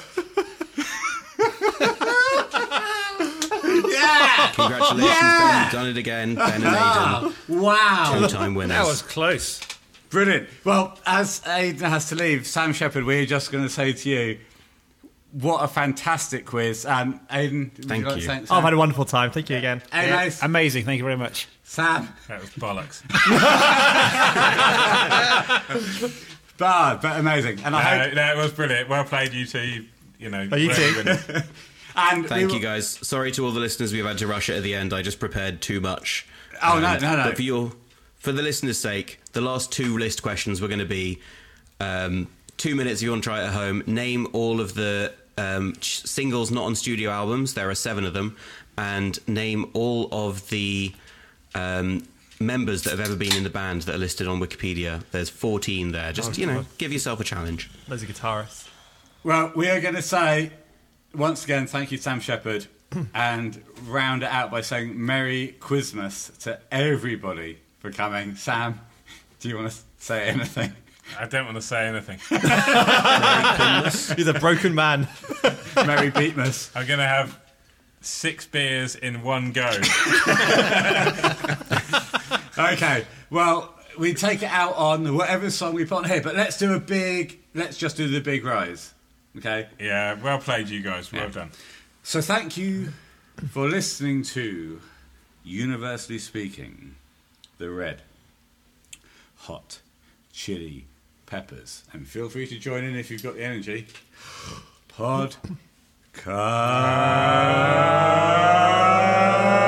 Congratulations, Ben. You've done it again. Ben and Aiden,
Wow.
two-time winners.
That was close.
Brilliant. Well, as Aidan has to leave, Sam Shepherd, we're just going to say to you, what a fantastic quiz. And Aidan, would
Thank
you. Like to
you.
thank
Oh, I've
Sam?
had a wonderful time. Thank you again.
Hey, guys.
Amazing. Thank you very much.
Sam,
That was bollocks.
Bard, but amazing. And I
no,
hope.
no, it Uh, was brilliant. Well played, you two. You, Oh, you know,
you
were
two.
even-
And
Thank
we,
you, guys. Sorry to all the listeners we've had to rush it at the end. I just prepared too much. Um,
Oh, no, no, no.
But for your, for the listeners' sake, the last two list questions were going to be um, two minutes if you want to try it at home. Name all of the um, ch- singles not on studio albums. There are seven of them, and name all of the. Um, Members that have ever been in the band that are listed on Wikipedia. There's 14 there.
Oh,
Just, you know, give yourself a challenge.
Loads of guitarists.
Well, Uh, we are going to say once again, thank you, Sam Shepherd, and round it out by saying Merry Quizmas to everybody for coming. Sam, do you want to say anything?
I don't want to say anything.
He's a broken man.
Merry Beatmas.
I'm going to have six beers in one go.
Okay, well, we take it out on whatever song we put on here, but let's do a big, let's just do the big rise. Okay?
yeah, well played, you guys. Well done.
So thank you for listening to Universally Speaking, the Red Hot Chili Peppers, and feel free to join in if you've got the energy. Pod. Podcast.